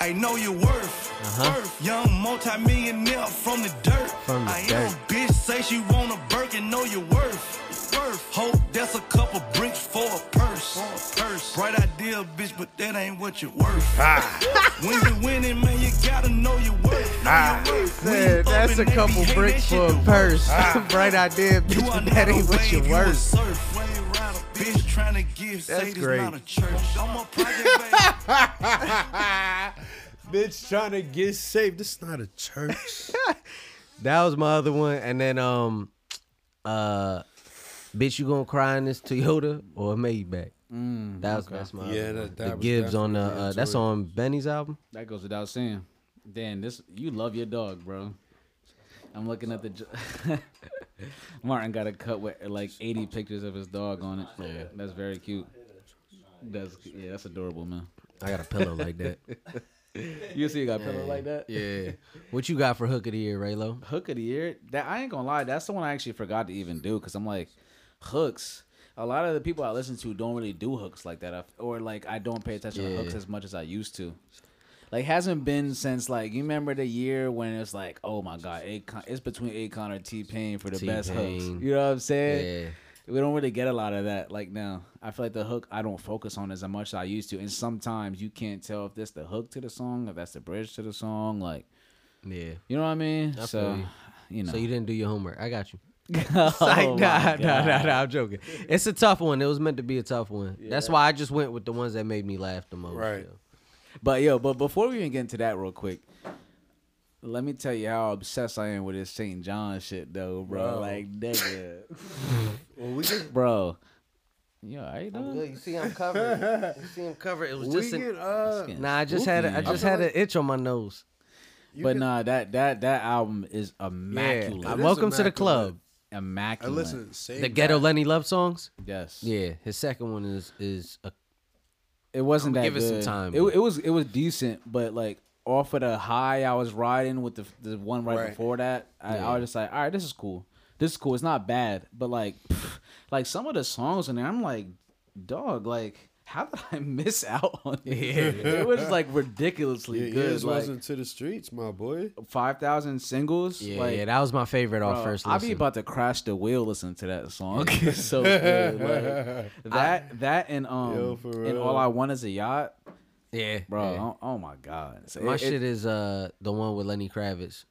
I know your worth. Worth. Young multimillionaire from the dirt. Uh-huh. From the I dirt. am bitch, say she want a Birkin, and know your worth. Worth. Hope that's a couple bricks for a purse. purse. Bright idea, bitch, but that ain't what you're worth. *laughs* when you winning, man, you gotta know your worth. Know your worth. When you Man, that's up a and they couple be hating, bricks that for a shit the purse. worst. *laughs* Bright idea, You bitch, are but not that a ain't what wave, you you a worth. surf. Wave rider, Bitch trying to give That's Satan's great. not a church. I'm a project *laughs* baby. Bitch trying to get saved. This is not a church. That was my other one, and then um, uh, bitch, you gonna cry in this Toyota or a Maybach? that was that's my *laughs* Yeah, other that- one. that the was Gibbs on the definitely uh, into that's it. on Benny's album. That goes without saying. Dan, this you love your dog, bro. I'm looking at the jo- *laughs* Martin got a cut with like 80 pictures of his dog on it. Yeah, that's very cute. That's yeah, that's adorable, man. I got *laughs* a pillow like that. You see, you got a pillow like that. Yeah. What you got for hook of the year, Raylo? Hook of the year. That I ain't gonna lie. That's the one I actually forgot to even do because I'm like, hooks. A lot of the people I listen to don't really do hooks like that, I- or like I don't pay attention to Yeah. hooks as much as I used to. Like hasn't been since like you remember the year when it's like, oh my god, Akon, it's between Akon or T Pain for the best hooks. T-Pain. You know what I'm saying? Yeah. We don't really get a lot of that like now. I feel like the hook I don't focus on as much as I used to, and sometimes you can't tell if that's the hook to the song, if that's the bridge to the song, like. Yeah. You know what I mean? I so, feel you. you know. So you didn't do your homework. I *laughs* got you. oh Like, my nah, God. nah, nah, nah, I'm joking. It's a tough one. It was meant to be a tough one. That's why I just went with the ones that made me laugh the most. Right. yo. But yo, but before we even get into that real quick, let me tell you how obsessed I am with this St. John shit though, bro. Like nigga. *laughs* bro. You alright though? Look, you see, I'm covered. You see, I'm covered. It was we just can, an, uh, nah. I just had a, I Spooky. just had an itch on my nose. But nah, that that that album is immaculate. Yeah. is Welcome to the immaculate. club. I Immaculate. listen, save The ghetto that. Lenny love songs. Yes. Yeah, his second one is is a, It wasn't I'ma that give it some good. time, It, but- it was it was decent, but like off of the high I was riding with the the one right, Right. before that, I, I was just like, all right, this is cool. This is cool. It's not bad, but like, *laughs* pff, like some of the songs in there, I'm like, dog, like. How did I *laughs* miss out on it? *laughs* It was like ridiculously Your good. ears Like wasn't to the streets, my boy. five thousand singles. yeah, like, yeah. That was my favorite off Bro, first. I'd be listen. about to crash the wheel listening to that song. It's *laughs* so good. *laughs* Like, that that and um Yo, for and real. all I want is a yacht, yeah, bro. yeah. Oh, oh my god, So My it- it- shit is uh the one with Lenny Kravitz.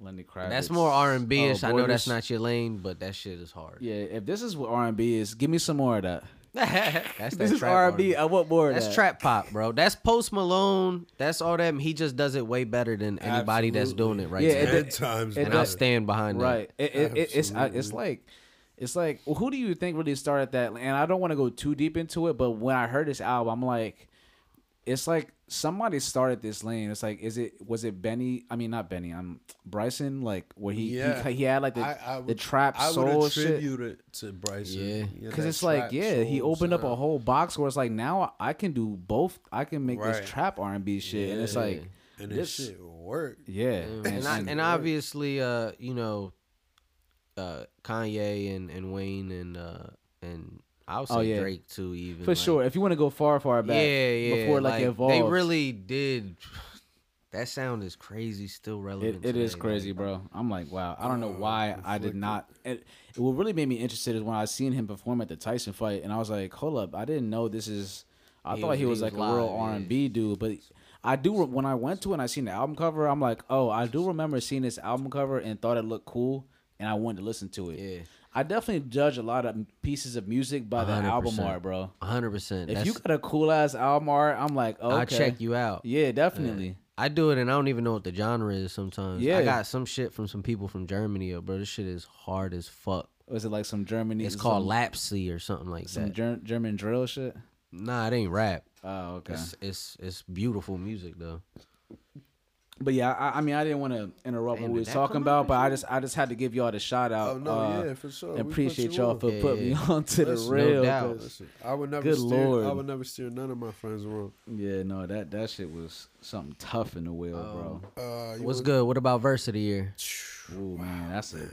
Lenny Kravitz. That's more R and B ish. Oh, I know that's Borders. not your lane, but that shit is hard. Yeah, if this is what R and B is, give me some more of that. *laughs* *laughs* that's This that is trap R and B. R&B. I want more of That's that. trap pop, bro. That's Post Malone. That's all that. He just does it way better than anybody that's doing it right Yeah, now. it- Ten times, it- and better. I'll stand behind that. Right. It, it, it, it's I, it's like it's like well, who do you think really started that? And I don't want to go too deep into it, but when I heard this album, I'm like, it's like somebody started this lane. It's like, is it was it Benny? I mean, not Benny. I'm Bryson. Like where he Yeah. he, he had like the I, I the would- trap I soul would shit. attribute it to Bryson. Yeah. Cause that it's like, trap yeah, he soul opened up a sound. whole box where it's like now I can do both. I can make Right. this trap R and B shit, and it's like, and this- this shit worked. yeah, Mm. And, I, and obviously, uh, you know, uh, Kanye and, and Wayne and uh, and I would say Oh, yeah. Drake too. Even for like- sure. If you want to go far, far back, Yeah, yeah. before like, it evolved, They really did. *sighs* That sound is crazy. Still It, relevant. it is today, crazy, bro. I'm like, wow. I don't know uh, why I did not. It, it- what really made me interested is when I seen him perform at the Tyson fight, and I was like, hold up, I didn't know this is. I He thought was- he he was was like a live, real yeah. R and B dude, but I do. re- When I went to it and I seen the album cover, I'm like, oh, I do remember seeing this album cover and thought it looked cool, and I wanted to listen to it. Yeah. I definitely judge a lot of pieces of music by the album 100%. art, bro. Like, 100%. If That's, you got a cool ass album art, I'm like, okay. I'll check you out. Yeah, definitely. I do it and I don't even know what the genre is sometimes. I Yeah. got some shit from some people from Germany, yo, bro. This shit is hard as fuck. Was it like some Germany? It's called some, Lapsy or something like some that. Ger- German drill shit. nah, it ain't rap. Oh, okay. It's, it's it's beautiful music though. But yeah, I, I mean, I didn't want to interrupt Damn, what we did was that talking come about, out but this I year? just I just had to give y'all the shout out. Oh, no, uh, yeah, for sure. We and put appreciate you y'all on. for Yeah, putting yeah. me *laughs* on to the Listen, no real. doubt. 'cause- Listen, I would never Good steer Lord. I would never steer none of my friends wrong. yeah, no, that that shit was something tough in the wheel, Oh, Uh, you What's wanna- good? What about versity here? bro. Ooh man, that's a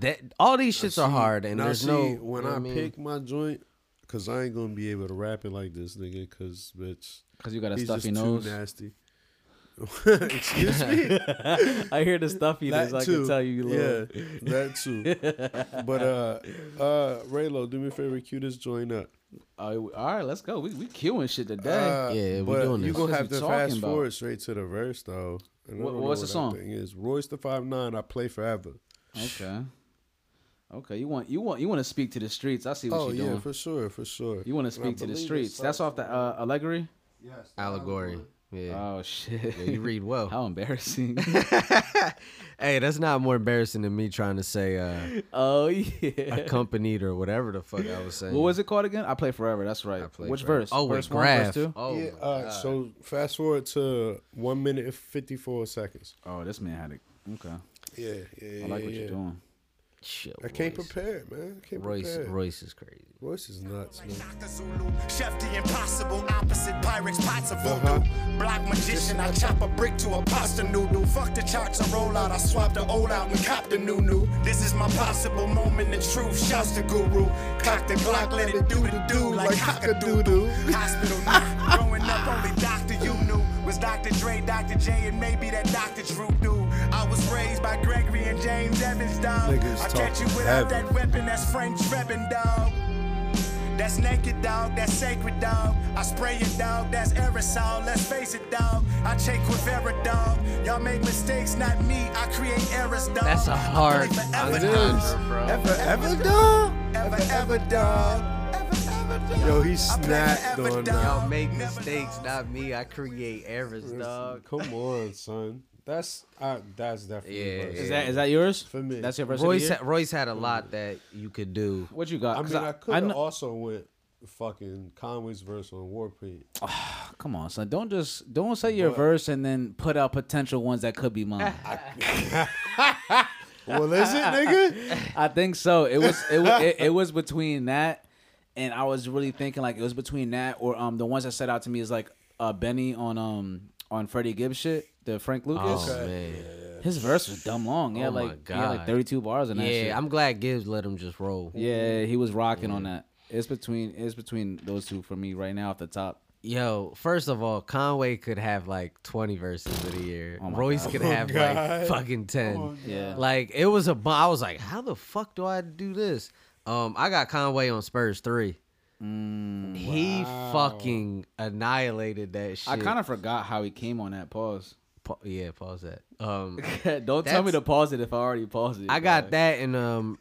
That all these shits are hard and now there's see, no when you know I, what mean? pick my joint, cause I ain't gonna be able to rap it like this nigga, cause bitch, because you got a he's just stuffy too nose. *laughs* nasty. *laughs* Excuse me. I hear the stuffiness. I can tell you, little. yeah, that *laughs* too. but uh, uh, Raylo, do me a favor, cue this joint up. Oh, all right, let's go. We we queuing shit today. Uh, Yeah, we but doing You this. gonna What have is we to talking fast about? forward straight to the verse though. And I What- don't know what's the that song? Thing is Royce the Five Nine. I play forever. okay, okay. You want you want you want to speak to the streets? I see what Oh you're yeah, doing. for sure, for sure. you want to And I speak to the believe it streets? starts That's off the uh, Allegory. allegory. Yeah. Oh shit! Yeah, you read well. How *laughs* embarrassing! hey, that's not more embarrassing than me trying to say uh, oh yeah. accompanied or whatever the fuck I was saying. What was it called again? I play forever. That's right. I played Which Graph. verse? Oh, verse with Graph. verse two? Oh. Oh, Yeah, my uh, God. so fast forward to one minute and fifty four seconds. Oh, this man had it. Okay, Yeah, yeah, yeah. I like what yeah. you're doing. Shit, I can't Royce. prepare, man. I can't Royce, prepare. Royce is crazy. Royce is nuts, man. Shaka Zulu, chef the impossible, opposite pirates, pots of voodoo. Black magician, I chop a brick to a pasta noodle. Fuck the charts, I roll out, I swap the old out and cop the new new. This is my possible moment in truth. Shouts to guru, cock the Glock, let it *laughs* do the do like cock-a-doodle. Hospital night, growing up, only doctor you knew was Dr. Dre, Dr. J, and maybe that Dr. Drew dude. I was raised by Gregory and James Evans, dog. Niggas I catch you talking without heavy. that weapon, that's Frank Trebin, dog. That's naked dog, that's sacred dog. I spray it dog, that's aerosol. Let's face it dog. I take Quivera dog. Y'all make mistakes, not me. I create errors dog. That's a hard- I play forever, It dog. is. Ever, ever done? Ever, ever dog. Ever, ever dog. Yo, he I play snapped forever, on that. dog. Y'all make Never mistakes, dog. not me. I create errors, dog. Come on, son. That's uh, that's definitely Royce. Yeah, yeah. Is that is that yours? For me. that's your verse. Royce. Royce, had, Royce had a lot that you could do. what you got? I 'Cause mean, I could have kn- also went fucking Conway's verse on Warpaint. Oh. Come on, son. Don't just don't say your verse and then put out potential ones that could be *laughs* mine. well, is *laughs* it, nigga? I think so. It was it, wa- it it was between that and I was really thinking like it was between that or um the ones that set out to me is like uh Benny on um on Freddie Gibbs shit, the Frank Lucas. Oh man, His verse was dumb long. Yeah, Oh, my like he had God. like 32 bars in that shit. yeah. I'm glad Gibbs let him just roll. Yeah, he was rocking on that. It's between it's between those two for me right now at the top. Yo, first of all, Conway could have like 20 verses of the year. Royce could have like God. fucking 10. Yeah. Like it was a bu- I was like, how the fuck do I do this? Um, I got Conway on Spurs 3. he fucking annihilated that shit. Mm. I kind of forgot how he came on that pause. *laughs* Pa- yeah, pause that. Um, Don't tell me That's- to pause it if I already paused it. I dog. got that and um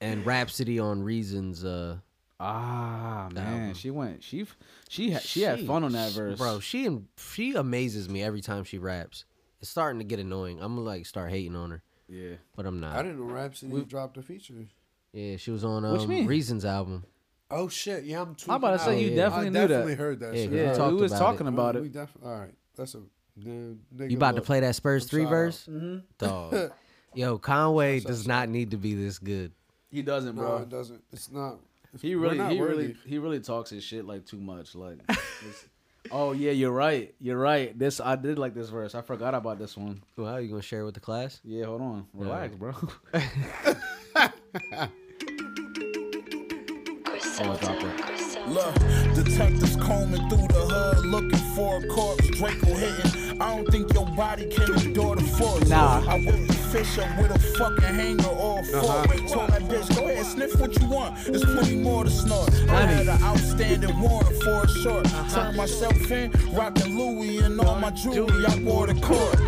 and Rhapsody on Reasons uh Ah man, she went. She f- she ha- she, had She- fun on that she- verse, Bro, she am- she amazes me every time she raps. It's starting to get annoying. I'm gonna like start hating on her, Yeah. but I'm not. I didn't know Rhapsody dropped a feature. Yeah, she was on What you um, mean? Reasons album. Oh shit! Yeah, I'm. Tweaking I'm about to say out. you Yeah. definitely I knew definitely that. heard that. Yeah, shit. we Yeah, talked we was about it. talking about we, it. def- all right, that's a. Dude, nigga, You about to look. play that Spurs three shout out. verse? *laughs* Dog. Yo, Conway does not need to be this good. He doesn't, No, bro. it doesn't. It's not. it's- He we're really, not he worthy. really, he really talks his shit like too much. *laughs* Like, it's- oh yeah, you're right, you're right. This I did like this verse. I forgot about this one. Wow, you gonna share it with the class? Yeah, hold on, relax, bro. Griselda, drop it. Griselda, Look, detectives combing through the hood looking for a corpse. Draco hitting. I don't think your body can endure the force. Nah. I whip the fish up with a fucking hanger or a fork. Told that bitch, go ahead, sniff what you want. There's plenty more to snort. I had an outstanding warrant for a short. Turned myself in, rocking Louis and all my jewelry. I wore to court.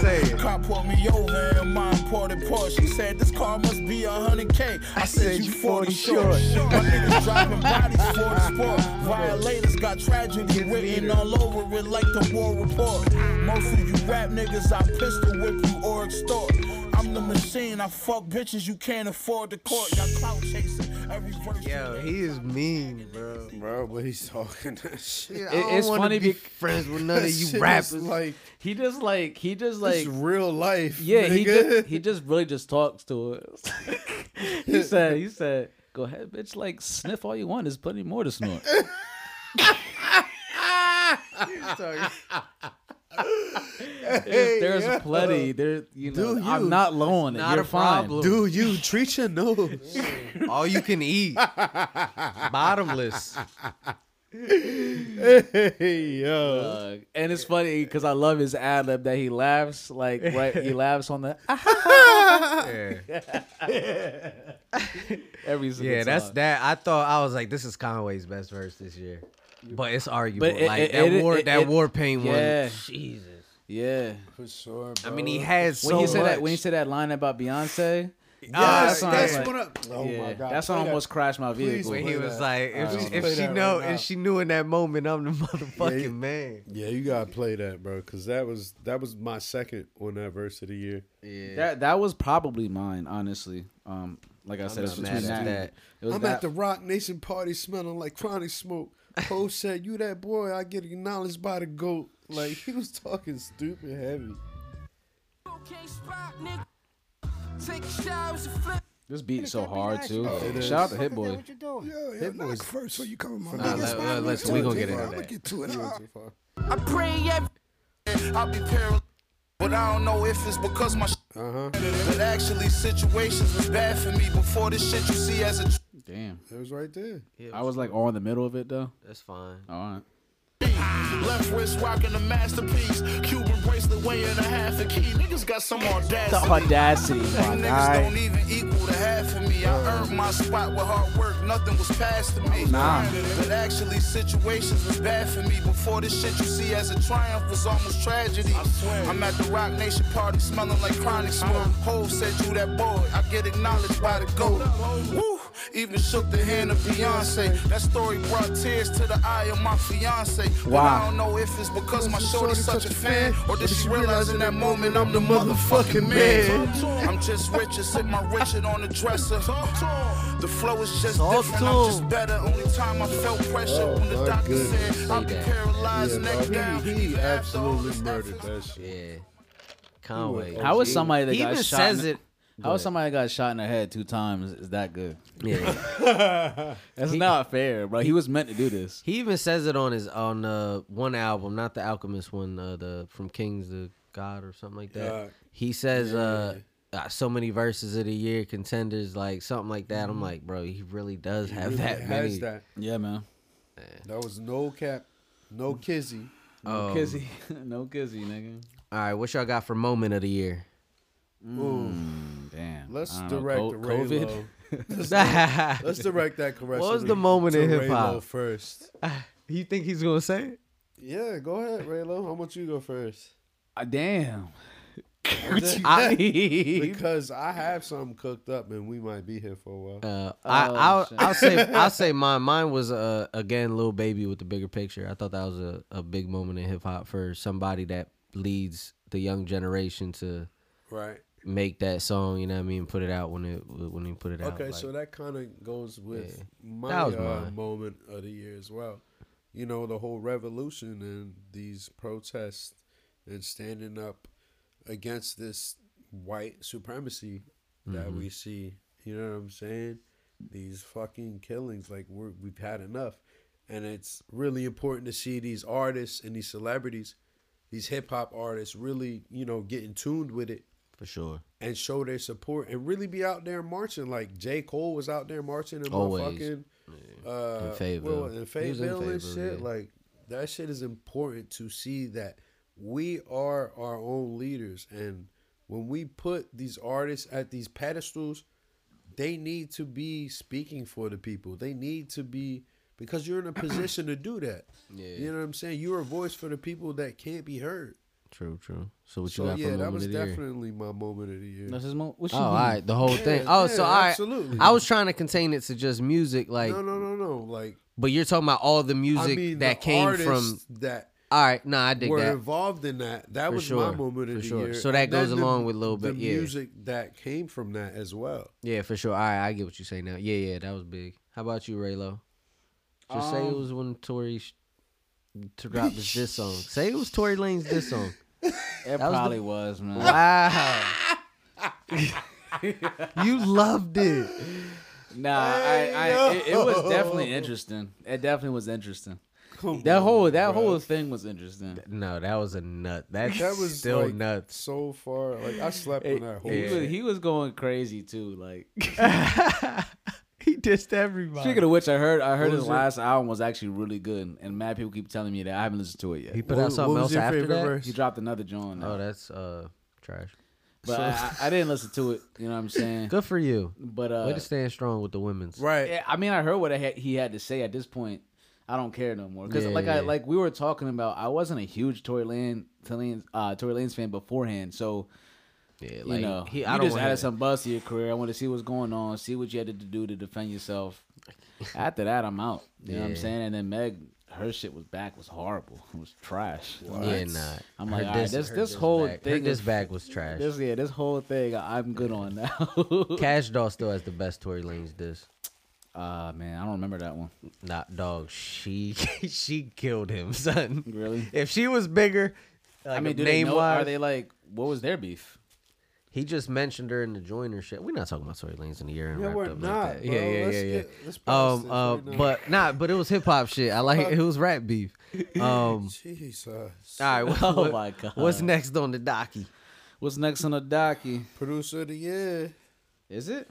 Say it. Cop pulled me over in my imported Porsche. She said this car must be a hundred K. I said you 40 short. My niggas driving bodies for the sport. Violators got tragedy written all over it like the war report. Most of you rap niggas, I pistol whip you or extort. I'm the machine. I fuck bitches you can't afford to court. Y'all clout chasing every verse. you *laughs* Yo, make. he is mean, *laughs* bro. bro. But he's talking that *laughs* shit. I It- don't it's wanna funny be bec- friends *laughs* with none That of shit you is rappers. like He just like he just like like real life. yeah. He nigga. just, *laughs* he just really just talks to us. *laughs* he said he said go ahead, bitch. Like sniff all you want. There's plenty more to snort. There's yo. plenty. There you know. Dude, you- I'm not low on it. not You're a fine. problem. do you treat your *laughs* nose? All you can eat, *laughs* bottomless. hey yo, Uh, and it's funny because I love his ad lib that he laughs like right. He laughs on the ah, Yeah, every single yeah, that's time. that. I thought I was like, this is Conway's best verse this year, but it's arguable. But it- like it- that it- war, it- that it- war paint yeah. one. Jesus. Yeah. for sure. I mean, he has so when he said much. that when he said that line about Beyonce, Ah, Yes, that's what I that's was like. what. I, oh yeah, my god, that's what play that. almost crashed my Please vehicle. play when he that. was like, if, Alright, if play she that know, right now. if she knew in that moment, I'm the *laughs* motherfucking man. Yeah, you gotta play that, bro, because that was that was my second on that verse of the year. That that was probably mine, honestly. Um, like I said, it's not mad between at that. that. It was I'm that. at the Rock Nation party smelling like chronic smoke. *laughs* Poe said, "You that boy, I get acknowledged by the goat." Like he was talking stupid heavy. this beat so hard too. It is. Shout out to Hit Boy. Yo, yeah, knock first, so you coming my nigga. Nah, let- It's let- fine, listen, too. we gonna get into I'ma that. get to it. I- I pray every I'll be parallel. But I don't know if it's because my shit. Uh huh. But actually, situations was bad for me before this shit you see as a. Damn, It was right there. I was like all in the middle of it though. That's fine. All right. Left wrist rocking a masterpiece. Cuban bracelet weighing a half a key. Niggas got some audacity. *laughs* audacity. Niggas don't even equal the half of me. I earned my spot with hard work. Nothing was passed to me. Nah. But actually, situations was bad for me. Before this shit you see as a triumph was almost tragedy. I swear. I'm at the Rock Nation party smelling like chronic smoke. Hove said you that boy. I get acknowledged by the GOAT. Woo! Even shook the hand of Beyonce. That story brought tears to the eye of my fiance. But Wow. I don't know if it's because my shorty's such a fan, or did she realize in that moment I'm the motherfucking man? I'm just richer, sit my Richard on the dresser. The flow is just different, I'm just better. Only time I felt pressure when the Oh, my doctor goodness. said I'll be that. paralyzed Yeah, neck bro. down. He, he even after all absolutely this murdered effort. that shit. Yeah. Conway. How is somebody that He got even shot says in, *laughs* it. How is somebody that got shot in the head two times is that good? Yeah. That's not fair, bro. He was meant to do this. He even says it on his on uh one album, not the Alchemist one, uh, the from Kings to God or something like that. Yeah. He says uh, uh, so many verses of the year contenders, like something like that. I'm like, bro, he really does Mm-hmm. have He that has many. that. Yeah, man. That was no cap, no Mm. kizzy. Um, No kizzy, *laughs* no kizzy, nigga. All right, what y'all got for moment of the year? Mm. Damn. Let's I don't know, direct co- the Ray *laughs* Lo. you Let's *laughs* direct that correction. was the moment to in Ray hip-hop? Lo first? think he's gonna say it? Yeah, go ahead, Raylo. How much you go first? Ah, damn. I- *laughs* Because I have something cooked up and we might be here for a while. Uh, Oh, I, I'll, I'll *laughs* say I'll say mine. Mine was uh, again Lil Baby with the bigger picture. I thought that was a, a big moment in hip hop for somebody that leads the young generation to Right. make that song. You know what I mean? Put it out when it when he put it out. Okay, like- so that kind of goes with Yeah. my That was uh, mine. moment of the year as well. You know, the whole revolution and these protests and standing up against this white supremacy that Mm-hmm. we see. You know what I'm saying? These fucking killings, like we're, we've had enough. And it's really important to see these artists and these celebrities, these hip hop artists, really, you know, getting tuned with it for sure. and show their support and really be out there marching. Like J. Cole was out there marching and Always. motherfucking uh, In Fayetteville. what was it, in He was in Fayetteville and Fayetteville, shit. yeah. Like that shit is important to see that we are our own leaders, and when we put these artists at these pedestals, they need to be speaking for the people. They need to be because you're in a position to do that. *clears throat* Yeah. You know what I'm saying? You're a voice for the people that can't be heard. True, true. So what you So got yeah, for that moment was of the year? definitely my moment of the year. That's his mo- what Oh, you all mean? right, the whole Yeah, thing. Oh, so yeah, all right. absolutely. I was trying to contain it to just music, like, no, no, no, no. Like but you're talking about all the music I mean, that the came from. artists that All right, no, I dig were that. involved in that. That For was sure, my moment for of the sure. year. So that And then goes the- along with Lil the Bit, yeah. music that came from that as well. Yeah, for sure. All right, I get what you say now. Yeah, yeah, that was big. How about you, Raylo? Just Um, say it was when Tory sh- to drop his diss song. Say it was Tory Lane's diss song. It was probably was, man. Wow. you loved it. Nah, I, I it, it *laughs* was definitely interesting. It definitely was interesting. that whole that whole thing was interesting. No, that was a nut. That's *laughs* That was still like, nuts. So far, like I slept on that whole. He was, shit. he was going crazy too. *laughs* Like He dissed everybody. speaking of which, I heard I heard his was your- last album was actually really good, and mad people keep telling me that I haven't listened to it He yet. put What- out something what was else your after favorite that. verse? He dropped another joint, Oh, that's uh trash. but I, I I didn't listen to it. You *laughs* know what I'm saying? Good for you. But uh, Way to stand strong with the women's. right. Yeah, Eh, I mean, I heard what I had, he had to say at this point. I don't care no more because, Yeah, like, yeah, I yeah. like we were talking about. I wasn't a huge Tory Lane, Tory Lanez, uh, Tory Lanez fan beforehand, so Yeah, you know, he, you I don't just want added to. some buzz to your career. I want to see what's going on, see what you had to do to defend *laughs* yourself. After that, I'm out. You know what I'm Yeah. saying? And then Meg, her shit was back was horrible. It was trash. Yeah, nah. I'm Her like, all right, diss- this her this diss whole back- her thing diss is- back was trash. This yeah, this whole thing I'm good *laughs* on now. *laughs* Cash Doll still has the best Tory Lane's diss. Ah man, I don't remember that one. Not dog. She *laughs* she killed him, son. Really? If she was bigger, like I mean, do they name know, wise, are they like what was their beef? he just mentioned her in the joiner shit. We're not talking about Tory Lane's in the year and Yeah, wrapped we're up not, like that. bro. Yeah, yeah, Let's yeah, yeah. get- let's pause um, this uh, right now. but nah, but it was hip hop shit. I like it was rap *laughs* beef. *laughs* Um, Jesus. *laughs* all right. Well, Oh my God. What's next on the docky? What's next on the docky? Producer of the year. Is it?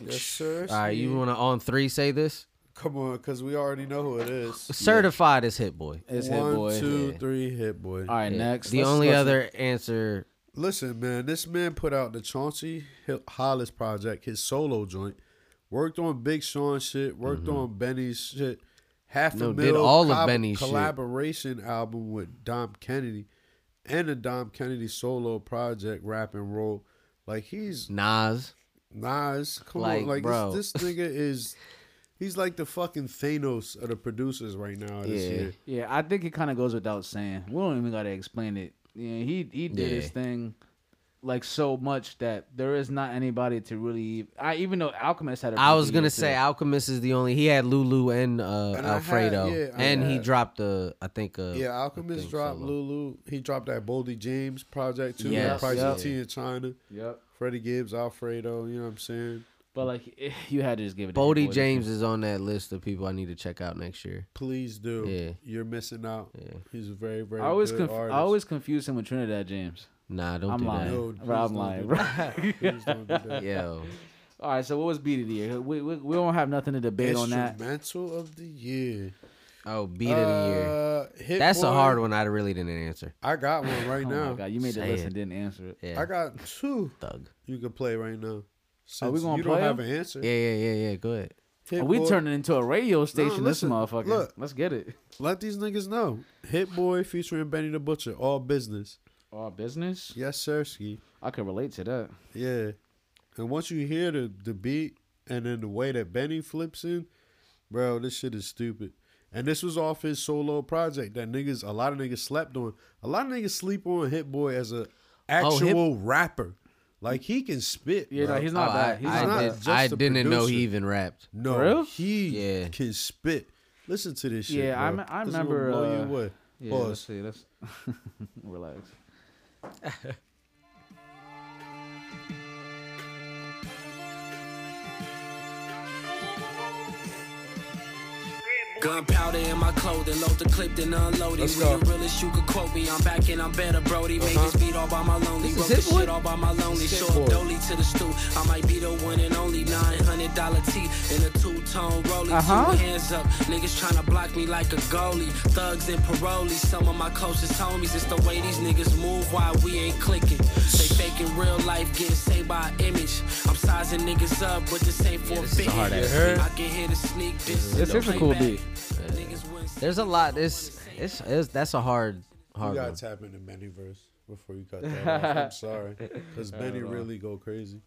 Yes, sir. All right, you want to on three say this? Come on, because we already know who it is. Certified as *laughs* hit boy. It's Hit One, Boy. two, Yeah. three, hit boy. All right, next. The Let's- only let's- other answer. Listen, man, this man put out the Chauncey Hill- Hollis project, his solo joint. Worked on Big Sean shit. Worked on Benny's shit. Half Mm-hmm. No, a did Mill all of Benny's shit. collaboration album with Dom Kennedy, and a Dom Kennedy solo project, rap and roll. Like he's Nas. Nas. Come Like, on, like bro. This, this *laughs* nigga is. He's like the fucking Thanos of the producers right now this Yeah. year. Yeah, I think it kind of goes without saying. We don't even gotta explain it. Yeah, he he did his Yeah. thing like so much that there is not anybody to really. e, I even though Alchemist had. a I pretty was good gonna year, say too. Alchemist is the only. He had Lulu and uh, And I had- Alfredo, yeah, I and he had- dropped the. I think. Uh, Yeah, I Alchemist think dropped solo. Lulu. He dropped that Boldy James project too. Yes, Yes, Price yeah. of Tea in China. Yep. Freddie Gibbs, Alfredo. You know what I'm saying? But like, eh, *laughs* you had to just give it. to Hit Bodie Boy. James is on that list of people I need to check out next year. Please do. Yeah. You're missing out. Yeah. He's a very, very. I always good conf- artist. I always confuse him with Trinidad James. Nah, don't I'm do lying. No, Bro, I'm please lying. don't do *laughs* Please don't do *laughs* that. that. Yo, All right, so what was beat of the year? We we, we don't have nothing to debate on that. Instrumental of the year. oh, beat of the year. Uh, Hit That's Boy, a hard one. I really didn't answer. I got one right Oh now. my god, you made the Say list it. and didn't answer it. Yeah, I got two. thug. You can play right now. Since we gonna you play don't have 'em? an answer. Yeah, yeah, yeah, yeah. Go ahead. Hit Oh, we Boy- turning into a radio station. listen, this motherfucker. look. Let's get it. Let these niggas know. Hit Boy featuring Benny the Butcher. All business. Our business. Yes, sir. Ski. I can relate to that. Yeah. And once you hear the, the beat and then the way that Benny flips in, bro, this shit is stupid. And this was off his solo project that niggas, a lot of niggas slept on. A lot of niggas sleep on Hit Boy as a Oh, Hit- actual rapper. Like he can spit. Yeah, bro. no, he's not Oh, bad. I, He's I not. did- bad. did, just I a didn't know he producer. even rapped. no, For real? he Yeah. can spit. Listen to this shit. Yeah, I bro. me- I This is gonna remember, Blow uh, you away. Yeah, let's Pause. see. Let's *laughs* relax. Gunpowder in my clothing, load the clip then unload it. Let's We go. the realest you could quote me. I'm back and I'm better, Brody. Make Uh-huh. this beat all by my lonely. This is Wrote Hit this Boy? shit all by my lonely. Show up Boy. dolly to the stoop. I might be the one and only nine hundred dollar tee and a two tone rolling, Uh-huh. two hands up. Niggas tryna block me like a goalie. Thugs and parolees, some of my closest homies. It's the way these niggas move while we ain't clicking. They faking real life, getting saved by an image. I'm sizing niggas up, but this ain't for a hard ass big. beat. I can hear the sneak this. This is a cool beat. There's a lot. It's, it's it's that's a hard You hard gotta one. tap into Manyverse before you cut that *laughs* off. I'm sorry, because Not at Benny all. really go crazy.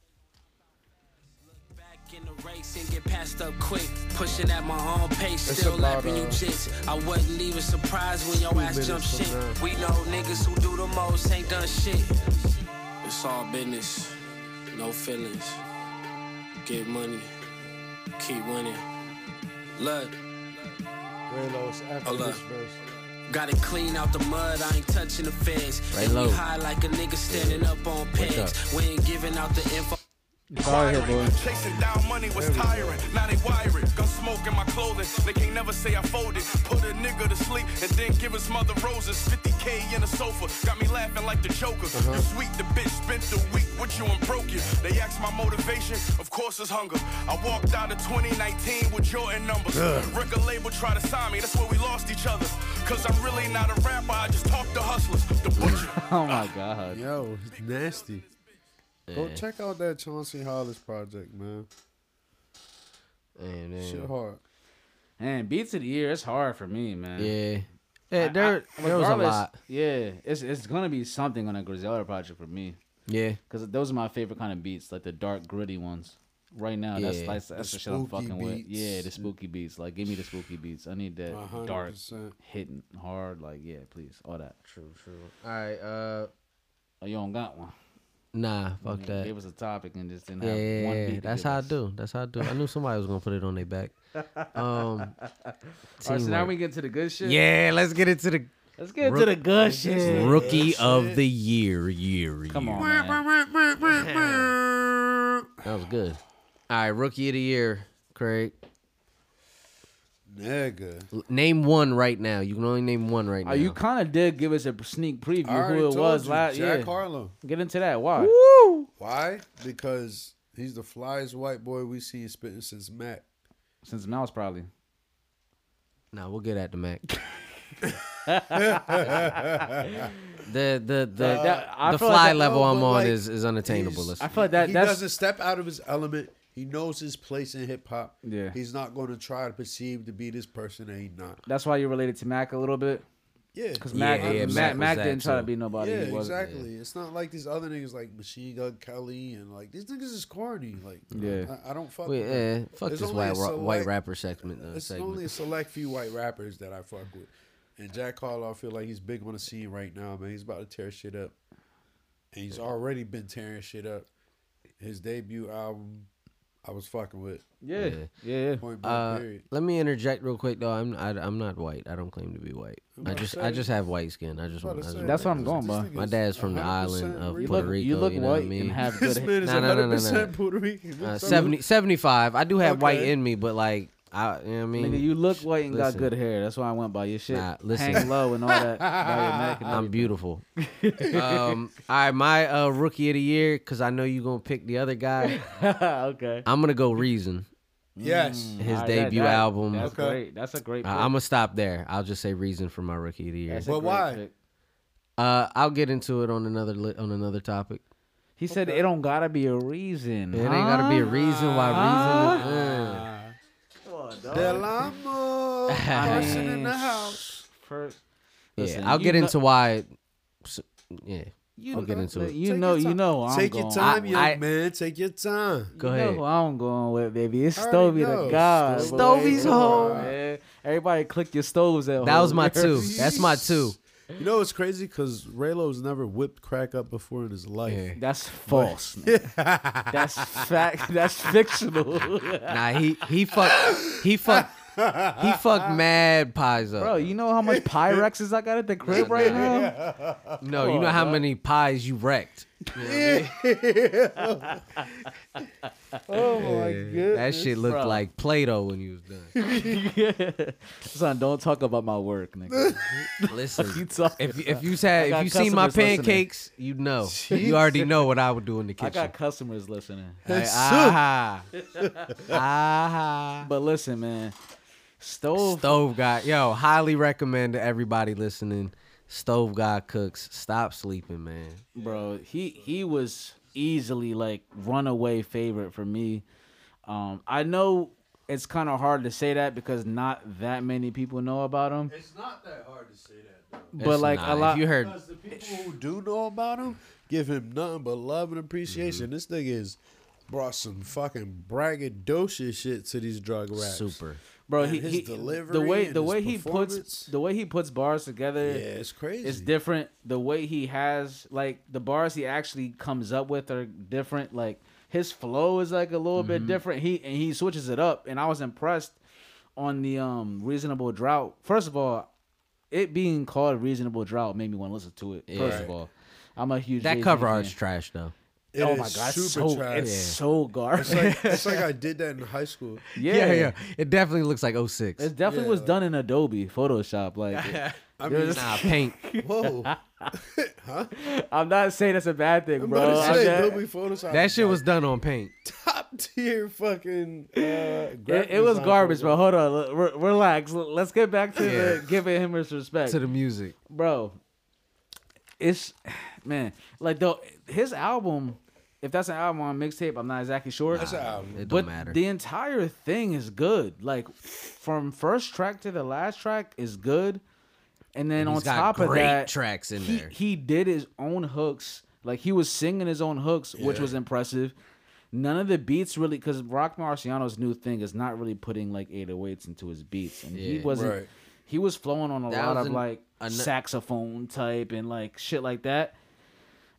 in the race and get passed up quick. Pushing at my own pace, It's still about, lapping you uh, chicks. I wasn't even surprised when your two ass jump minutes from shit. We know niggas who do the most ain't done shit. It's all business, no feelings. Get money, keep winning. Look. Hold up. Gotta clean out the mud, I ain't touching the feds. Right And low. we high like a nigga standing up on What's pegs. We ain't giving out the info. Chasing down money was tiring. Now they wire it. Gun smoke in my clothing. They can't never say I folded. Put a nigga to sleep and then give his mother roses. 50k in a sofa. Got me laughing like the Joker. You sweet, the bitch spent the week with you and broke you. They asked my motivation. Of course it's hunger. I walked out of 2019 with Jordan numbers. Ugh. Record label try to sign me. That's where we lost each other. Cause I'm really not a rapper. I just talk to hustlers. The butcher. Oh my god. Yo, it's nasty. Go Yeah. check out that Chauncey Hollis project, man. Damn, damn. Shit hard. *laughs* Man, beats of the year, it's hard for me, man. Yeah. Yeah, there- there was a regardless, lot. Yeah, it's it's gonna be something on a Griselda project for me. Yeah. because those are my favorite kind of beats, like the dark gritty ones. Right now, that's Yeah. like, that's The the, shit I'm spooky fucking with. Yeah, the beats. spooky beats. Like, give me the spooky beats. I need that A hundred dark, percent. hitting hard. Like, yeah, please, all that. True, true. All right. Uh, oh, you don't got one. Nah, fuck You that. Gave us a topic and just didn't Yeah, have yeah, one yeah. beat. to That's give how us. I do. That's how I do. I knew somebody was gonna put it on their *laughs* back. Um, All right, so now teamwork. we get to the good shit. Yeah, let's get into the. Let's get to the good shit. Rookie Good of shit. the year, year, year. Come on, That was good. All right, rookie of the year, Craig. Nigga. L- Name one right now. You can only name one right now. Oh, you kind of did give us a sneak preview I already who it told was you, last Jack yeah. Harlow. Get into that. Why? Why? Because he's the flyest white boy we seen spitting since Matt. Since Mouse probably. Nah, we'll get at the Mac. the the the, Uh, the I feel fly like- level no, I'm but on like, is, is unattainable. Let's- he's- he doesn't step out of his element. He knows his place in hip hop. Yeah. he's not going to try to perceive to be this person that he's not. That's why you're related to Mac a little bit. Yeah. because Yeah, Mac, yeah, Mac, Mac Mac, was that didn't try to too. be nobody. yeah, he wasn't. exactly. It's not like these other niggas like Machine Gun Kelly and like these niggas is corny. Like, Yeah. I, I don't fuck. Wait, with eh, them. fuck There's this only a white ra- select- white rapper segment. Uh, It's segment. only a select few white rappers that I fuck with, and Jack Harlow I feel like he's big on the scene right now, man. He's about to tear shit up, and he's already been tearing shit up. His debut album, I was fucking with. yeah. Point blank, Uh, period. let me interject real quick though. I'm I, I'm not white. I don't claim to be white. I about just to I say- just have white skin. I just about want. to I just say, want That's what to I'm know. going by. My dad's from the island of You Puerto look- Rico. you look know what I white mean? and have This good man is 100% Puerto Rican. Uh, Salute. 70, 75. I do have white Okay. in me, but like I, you know what I mean, Nigga, you look white and Listen. got good hair. That's why I went by your shit. Nah, listen. Hang low and *laughs* all that. by your neck and I'm everything. *laughs* beautiful. um, all right, my uh, rookie of the year, because I know you're gonna pick the other *laughs* guy. okay. I'm gonna go Reason. Yes. his All right, that- debut that- album. That's great. That's a great. I'm gonna stop there. I'll just say Reason for my rookie of the year. That's a But great why? pick. Uh, I'll get into it on another li- on another topic. He said it don't gotta be a reason. It ain't gotta be a huh? reason why Huh? reason. Ah. uh. Del Amo, *laughs* person in the house. First, Yeah, Listen, I'll you get know- into why. s- Yeah, I'll get into it. You know, you know. I'm Take your going- time, I- young I- man. Take your time. Go you ahead. Know who I'm going with, baby. It's I already Stovey the know. God. Stovey. boy. Stovey's Come on, home. man. Everybody click your stoves at That was home. *laughs* my two. That's my two. You know it's crazy because Raylo's never whipped crack up before in his life. *laughs* That's false. nigga. that's fact. *laughs* That's fictional. *laughs* Nah, he he fucked he fucked he *laughs* fucked mad pies up. Bro, you know how much Pyrexes I got at the crib right now? no, you know how many pies you wrecked. Yeah. oh my goodness. That shit looked Bro. like Play-Doh when you was done. *laughs* Son, don't talk about my work, *laughs* nigga. Listen, You talking if you, if about? you I had got if you seen my customers listening. pancakes, you know, Jeez. you already know what I would do in the I kitchen. got customers listening. Hey, Soup. aha. Aha. But listen, man, stove Stove guy, yo, highly recommend to everybody listening. Stove guy cooks. Stop sleeping, man. bro. He he was easily like runaway favorite for me. Um, I know it's kind of hard to say that because not that many people know about him. It's not that hard to say that though. But It's like not. a If lot, you heard- Because the people who do know about him give him nothing but love and appreciation. Mm-hmm. This nigga has brought some fucking braggadocious shit to these drug raps. Super. bro. And He, his he delivery the way and the his way he puts performance. the way he puts bars together. Yeah, it's crazy. It's different. The way he has like the bars he actually comes up with are different. Like his flow is like a little Mm-hmm. bit different. He and he switches it up. And I was impressed on the um reasonable drought. First of all, it being called reasonable drought made me want to listen to it. First of all, I'm a huge That Jay-Z cover fan. art's trash though. It oh is my god, it's super so trash. it's so garbage. It's like, it's like I did that in high school. *laughs* yeah, yeah, yeah. It definitely looks like 06. It definitely Yeah, was like- done in Adobe Photoshop. Like, *laughs* I mean, nah, *laughs* paint. whoa. I'm not saying that's a bad thing, I'm bro. about to I'm say, not- Adobe Photoshop. That is shit like was done on paint. top tier fucking. Uh, It, graphic it was design garbage, bro. program. Hold on, l- re- relax. L- Let's get back to the Yeah. giving him his respect, to the music. bro. It's man, like though his album, if that's an album on mixtape, I'm not exactly sure. That's an album. It but don't matter. the entire thing is good. Like from first track to the last track is good, and then He's on got top of great that, tracks in he, there. He did his own hooks. Like he was singing his own hooks, which Yeah. was impressive. None of the beats really, because Rock Marciano's new thing is not really putting like 808s into his beats, and he Yeah. wasn't. Right. He was flowing on a That lot was of an- like ano- saxophone type and like shit like that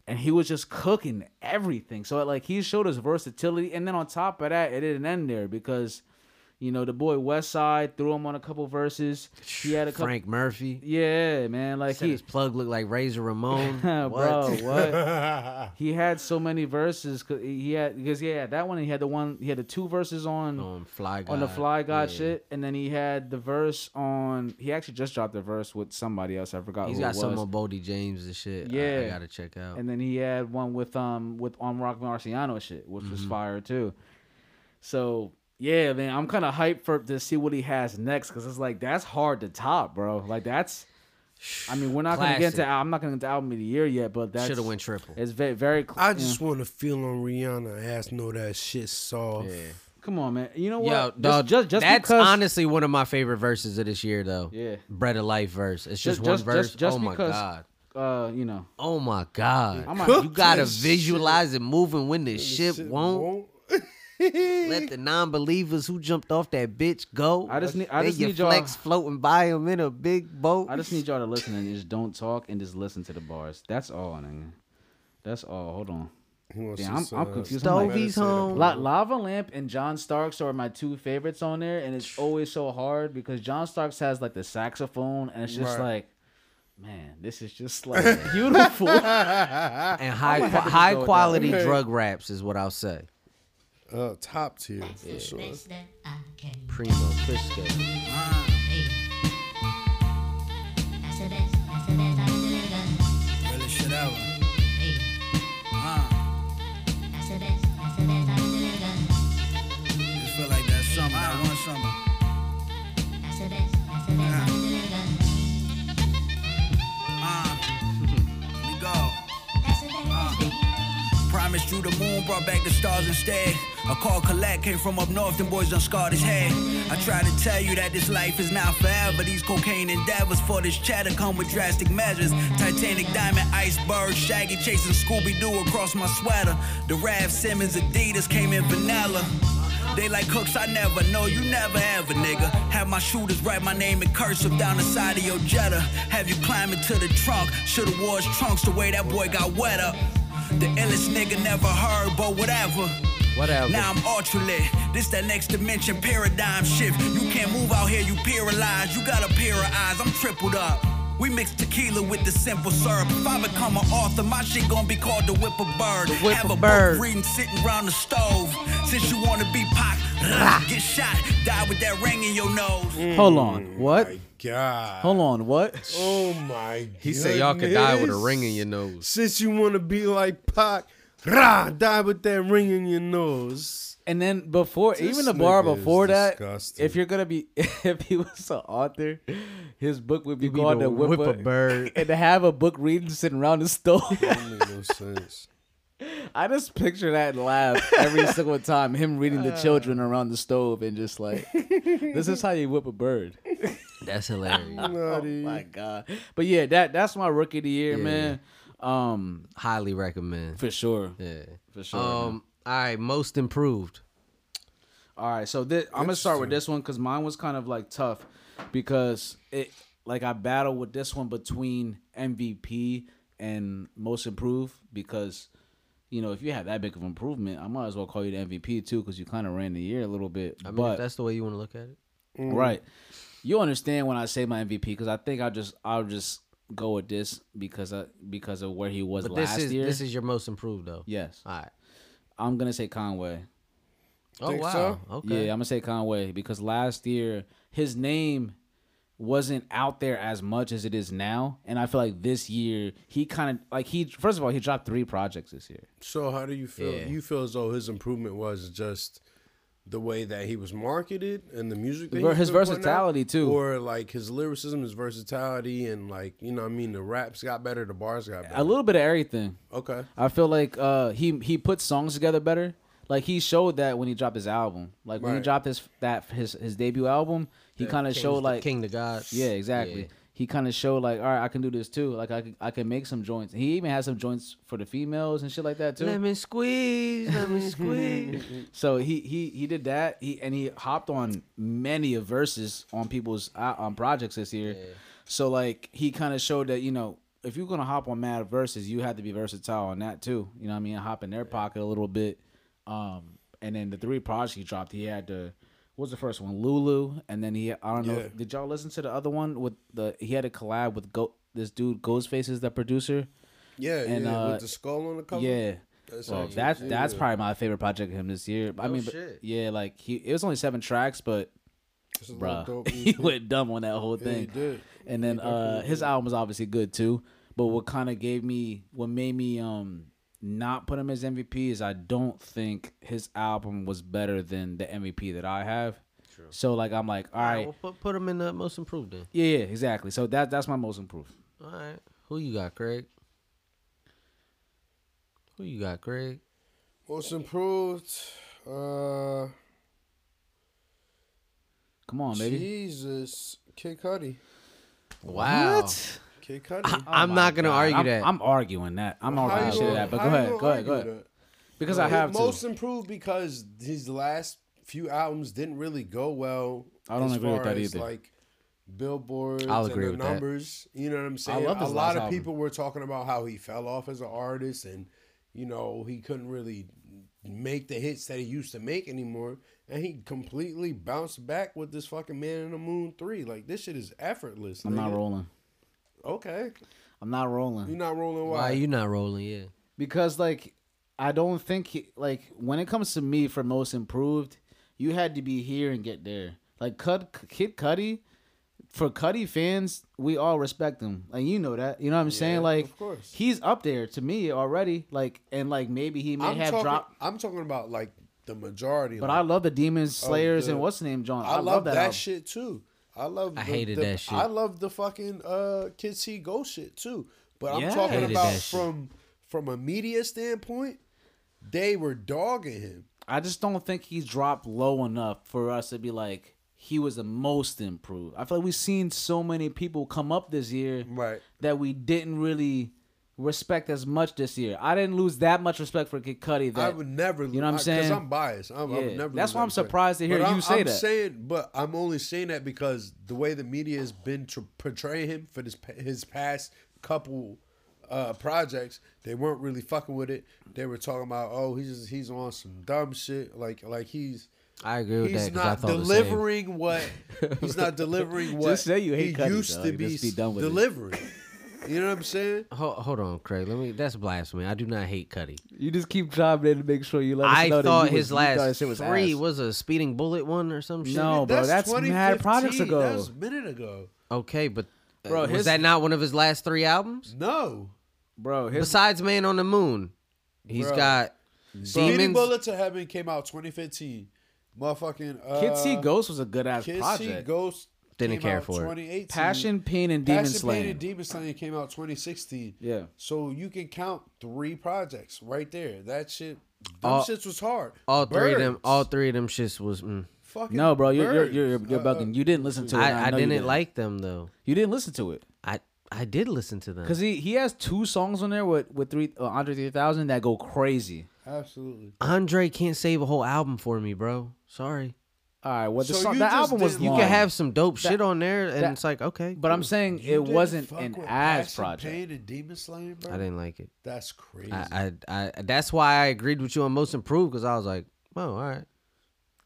and he was just cooking everything. So like he showed his versatility, and then on top of that, it didn't end there because, you know, the boy Westside threw him on a couple verses. He had a couple, Frank Murphy. yeah, man, like Said he, *laughs* his plug looked like Razor Ramon. what? *laughs* bro, what? he had so many verses. 'cause He had because yeah, that one he had the one he had the two verses on On Fly Oh God. on the Fly God Yeah. shit, and then he had the verse on. He actually just dropped the verse with somebody else. I forgot. He's who got it was. some on Bodie James and shit. Yeah, I, Yeah. gotta check out. And then he had one with um with on Rock Marciano shit, which Mm-hmm. was fire too. So yeah, man, I'm kind of hyped for to see what he has next because it's like that's hard to top, bro. Like that's, I mean, we're not gonna get into Classic. I'm not gonna get into album of the year yet, but that's Should have went triple. It's very very. Cl- I just want to feel on Rihanna ass know that shit soft. come on, man. You know what? Yo, Just- dog, just just that's because honestly one of my favorite verses of this year, though. Yeah. bread of life verse. It's just, Just- one just- verse. just- just oh my because- god. uh you know Oh my god. I'm a- you *laughs* gotta visualize it moving when the ship Shit won't. Let the non-believers who jumped off that bitch go. I just need- I They just your need y'all- flex floating by them in a big boat. I just need y'all to listen and just don't talk and just listen to the bars. That's all, nigga. That's all. Hold on. He wants Yeah, to I'm- sell I'm confused. some I'm like- medicine. Dovey's home. La- Lava Lamp and John Starks are my two favorites on there, and it's always so hard because John Starks has like the saxophone, and it's just Right. like, man, this is *laughs* just like beautiful. yeah, and high have to just high go with that. quality drug raps is what I'll say. Uh, top tier for sure. Primo Frisco. *laughs* Really shit out. Just feel like that summer, that one summer. Uh, let me go. Promised you the moon, brought back the stars instead. A call collect came from up north, them boys done scarred his head. I try to tell you that this life is not forever. These cocaine endeavors for this chatter come with drastic measures. Titanic, diamond, iceberg, shaggy chasing Scooby Doo across my sweater. The Rav Simmons Adidas came in vanilla. They like cooks I never know, you never ever, nigga. Have my shooters write my name in cursive down the side of your Jetta. Have you climbing to the trunk? Should've wore his trunks the way that boy got wet up. The illest nigga never heard, but whatever. Whatever. Now I'm ultra lit. This that next dimension paradigm shift. You can't move out here, you paralyzed. You got a pair of eyes. I'm tripled up. We mix tequila with the simple syrup. If I become an author, my shit gonna be called the Whipper Bird. Whip Have a a Bird. book reading sitting round the stove. Since you wanna be Pac, rah, *laughs* get shot, die with that ring in your *laughs* nose. Hold on. What? God. Hold on. What? Oh my god. He said y'all could die with a ring in your nose. Since you want to be like Pac, rah, die with that ring in your nose. And then before, This even the bar nigga is before that, disgusting. if you're gonna be, *laughs* if he was an author, his book would be He'd be called the the Whip, Whip a Bird. and to have a book reading sitting around the *laughs* stove. Don't make no sense. I just picture that and laugh *laughs* every single time. Him reading the children Uh. around the stove and *laughs* just like, this is how you whip a bird. *laughs* That's hilarious. Oh my god! But yeah, that that's my rookie of the year, Yeah. man. Um, Highly recommend. for sure, Yeah. for sure. man. Um. All right. Most improved. All right, so thi- I'm gonna start with this one because mine was kind of like tough because it like I battled with this one between MVP and most improved because you know if you have that big of improvement, I might as well call you the MVP too because you kind of ran the year a little bit. I mean, but if that's the way you want to look at it. Mm-hmm. right, you understand when I say my MVP because I think I'll just I'll just go with this because I because of where he was But last this is year. this is your most improved though. yes, All right. I'm gonna say Conway. Oh Think wow. so? Okay. Yeah, I'm gonna say Conway because last year his name wasn't out there as much as it is now, and I feel like this year he kind of like he first of all he dropped three projects this year. So how do you feel? Yeah. You feel as though his improvement was just the way that he was marketed and the music. That he Ver- was his putting out? versatility, too. or like his lyricism, his versatility, and like you know, what I mean, the raps got better, the bars got better. A little bit of everything. okay, I feel like uh, he he put songs together better. Like he showed that when he dropped his album. Like when he Right. dropped his that his his debut album, he kind of King's showed the- like King to God. Yeah, exactly. He kind of showed like, all right, I can do this too. Like I can, I can make some joints. He even had some joints for the females and shit like that too. Let me squeeze. Let *laughs* me squeeze. So he he he did that. He and he hopped on many of verses on people's uh, on projects this year. So like he kind of showed that you know if you're gonna hop on mad verses, you have to be versatile on that too. You know what I mean? Hop in their pocket a little bit. Um, and then the three projects he dropped, he had the what was the first one? Lulu, and then he I don't know. Yeah. Did y'all listen to the other one with the? He had a collab with Go. This dude Ghostface is the producer. yeah, And, yeah, uh, with the skull on the cover. Yeah. That's well, actually- that's that's yeah. probably my favorite project of him this year. I No mean, but- shit. yeah, like he it was only seven tracks, but It's a little bruh, dope *laughs* he EP. went dumb on that whole Yeah, thing. he did. And then uh his album was obviously good too. But what kind of gave me what made me um not put him as MVP is I don't think his album was better than the MVP that I have. True. So like I'm like, all All right. right, Well, put put him in the most improved then. yeah, yeah, exactly. So that that's my most improved. All right. Who you got, Craig? Who you got, Craig? Most improved. Uh, Come on, baby. Jesus, Kid Cudi, Oh Wow. Kid Cudi. I'm not gonna argue I'm, that. I'm arguing that. I'm How arguing you the shit gonna- of that. But how go you ahead, gonna go ahead, argue go ahead. that? Because I Well, have to. most improved because his last few albums didn't really go well. I don't as agree with far that as, either. Like billboards I'll agree and with the that. numbers. You know what I'm saying? love his a last lot of album. people were talking about how he fell off as an artist and you know he couldn't really make the hits that he used to make anymore. And he completely bounced back with this fucking Man in the Moon three. Like this shit is effortless. I'm not nigga. rolling. Okay, I'm not rolling you're not rolling. Why? Why you not rolling? Yeah. because like I don't think he, like when it comes to me for most improved, you had to be here and get there. Like Cud, Kid Cudi, for Cudi fans, we all respect him. Like you know that. You know what I'm saying? Like of course. he's up there to me already. Like and like maybe he may I'm have talking. dropped. I'm talking about like the majority. But like, I love the Demons Slayers the- and what's the name John. Oh, I, love, that, album. shit too. I love. I the- hated the- that shit. I love the fucking uh, Kid See Go shit too. But I'm Yeah. talking Hated about that shit. from from a media standpoint, they were dogging him. I just don't think he dropped low enough for us to be like he was the most improved. I feel like we've seen so many people come up this year Right. that we didn't really respect as much this year. I didn't lose that much respect for Kid Cudi. That I would never. You know what I'm Because saying? I'm biased. I'm, I would Yeah. never. That's lose why that I'm respect. surprised to hear But you I'm, say I'm that. Saying, but I'm only saying that because the way the media has been tr- portraying him for this, pa- his past couple uh, projects, they weren't really fucking with it. They were talking about, oh, he's he's on some dumb shit, like like he's I agree with he's that. 'cause I not thought the same. delivering what *laughs* he's not delivering what Just say you hate he Cudi, used dog. to be, Just be done with it. delivering. *laughs* You know what I'm saying? Hold, hold on, Craig. Let me. That's blasphemy. I do not hate Cuddy. You just keep driving in to make sure you let us I know that thought you was- his you last thought shit was three ass. was a speeding bullet one or some shit. No, bro, that's, mad products 2015. ago. That was a minute ago. Okay, but uh, Bro, was his- that not one of his last three albums? No, bro. His, Besides Man on the Moon, he's Bro. got Speeding Demons. Bullet to Heaven came out 2015. Motherfucking uh, Kid See Ghost was a good ass Kids See project. Ghost Didn't came care out for it. 2018. Passion, Pain, and Demon Passion, Slayer. Pain, and Demon Slayer came out 2016. Yeah. So you can count three projects right there. That shit, them All- shits was hard. All three of them. Birds. All three of them shits was. Mm. Fucking No, bro, you're you're birds. you're, you're, Uh, bugging. You didn't listen to it. and I, I know you didn't like them though. You didn't listen to it I I did listen to them. because he, he has two songs on there with with three uh, Andre 3000 that go crazy. Absolutely. Andre can't save a whole album for me, bro. Sorry. All right, well the So song you that just album was didn't- You long. can have some dope shit on there, and that- it's like okay. but I'm cool. saying You it didn't wasn't fuck an with ass Passion, project. Pain and Demon Slayer, bro. I didn't like it. That's crazy. I, I, I that's why I agreed with you on most improved because I was like, well, all right.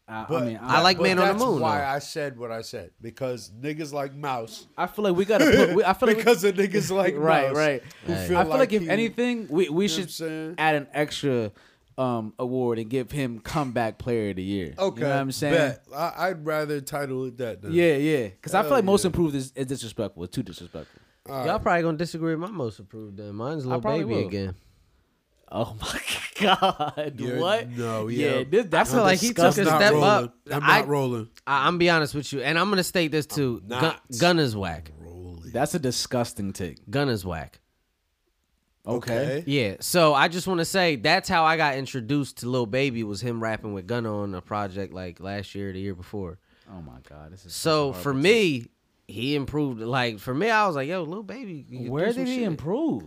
I, But- I mean, I like but Man on the that's Moon, Why *laughs* though. I said what I said because niggas like Mouse. I feel like we gotta. Put, we, I *laughs* feel like we- because *laughs* of niggas like right, Mouse right. who I feel like, if he- anything, You we we know what I'm should saying? add an extra um award and give him comeback player of the year. Okay, you know what I'm saying. bet. I, I'd rather title it that. Then. Yeah, yeah. Because I feel Hell like most yeah. improved is, is disrespectful. It's too disrespectful. Y'all probably gonna disagree with my most improved. Then mine's little probably baby will. again. Oh *laughs* my god! Yeah, what? no, yeah. yeah. this, that's I feel like he took a I'm not step rolling. up. I'm I- not rolling. I, I'm be honest with you, and I'm gonna state this too. Gun, not. Gunna's whack. That's a disgusting take. Gunna's whack. Okay. Yeah. So I just want to say that's how I got introduced to Lil Baby was him rapping with Gunna on a project like last year, or the year before. Oh my god! This is such a So hard for one. me, he improved. Like for me, I was like, yo, Lil Baby. you can do where some did he shit. improve?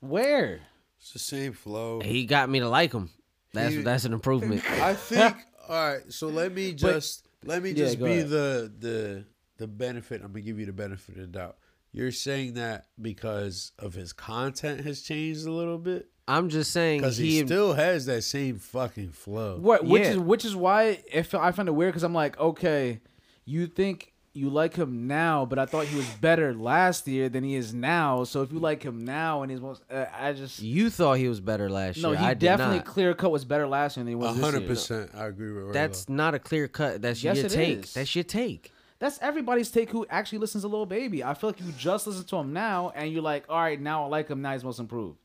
Where? It's the same flow. He got me to like him. That's He- that's an *laughs* improvement. I think. all right, so let me just let me Yeah, just go be ahead. the the the benefit. I'm gonna give you the benefit of the doubt. You're saying that because of his content has changed a little bit, I'm just saying because he, still has that same fucking flow. What? Which Yeah. is which is why if I find it weird because I'm like, okay, you think you like him now, but I thought he was better last year than he is now. So if you like him now and he's most, uh, I just you thought he was better last no, year. he I did definitely not. clear cut was better last year than he was this hundred year. percent, I agree with Raylo. That's not a clear cut. That's Yes, your it take. is. That's your take. That's everybody's take who actually listens to Lil Baby. I feel like you just listen to him now and you're like, all right, now I like him. Now he's most improved.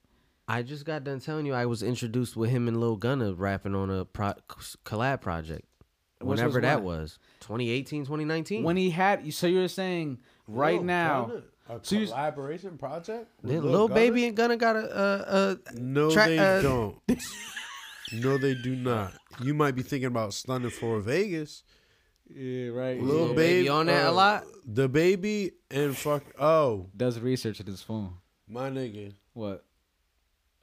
I just got done telling you I was introduced with him and Lil Gunna rapping on a pro- collab project. Which Whenever was that when? was, 2018, 2019. When he had, so you're saying right Lil now, Gunna, a so you- collaboration project. with Yeah, Lil, Gunna? Baby and Gunna got a, a, a No, tra- they uh, don't. *laughs* no, they do not. You might be thinking about stunning for Vegas. yeah, right. Lil Lil Baby Baby uh, on that a lot? The baby and fuck. Oh, does research at his phone. my nigga. What?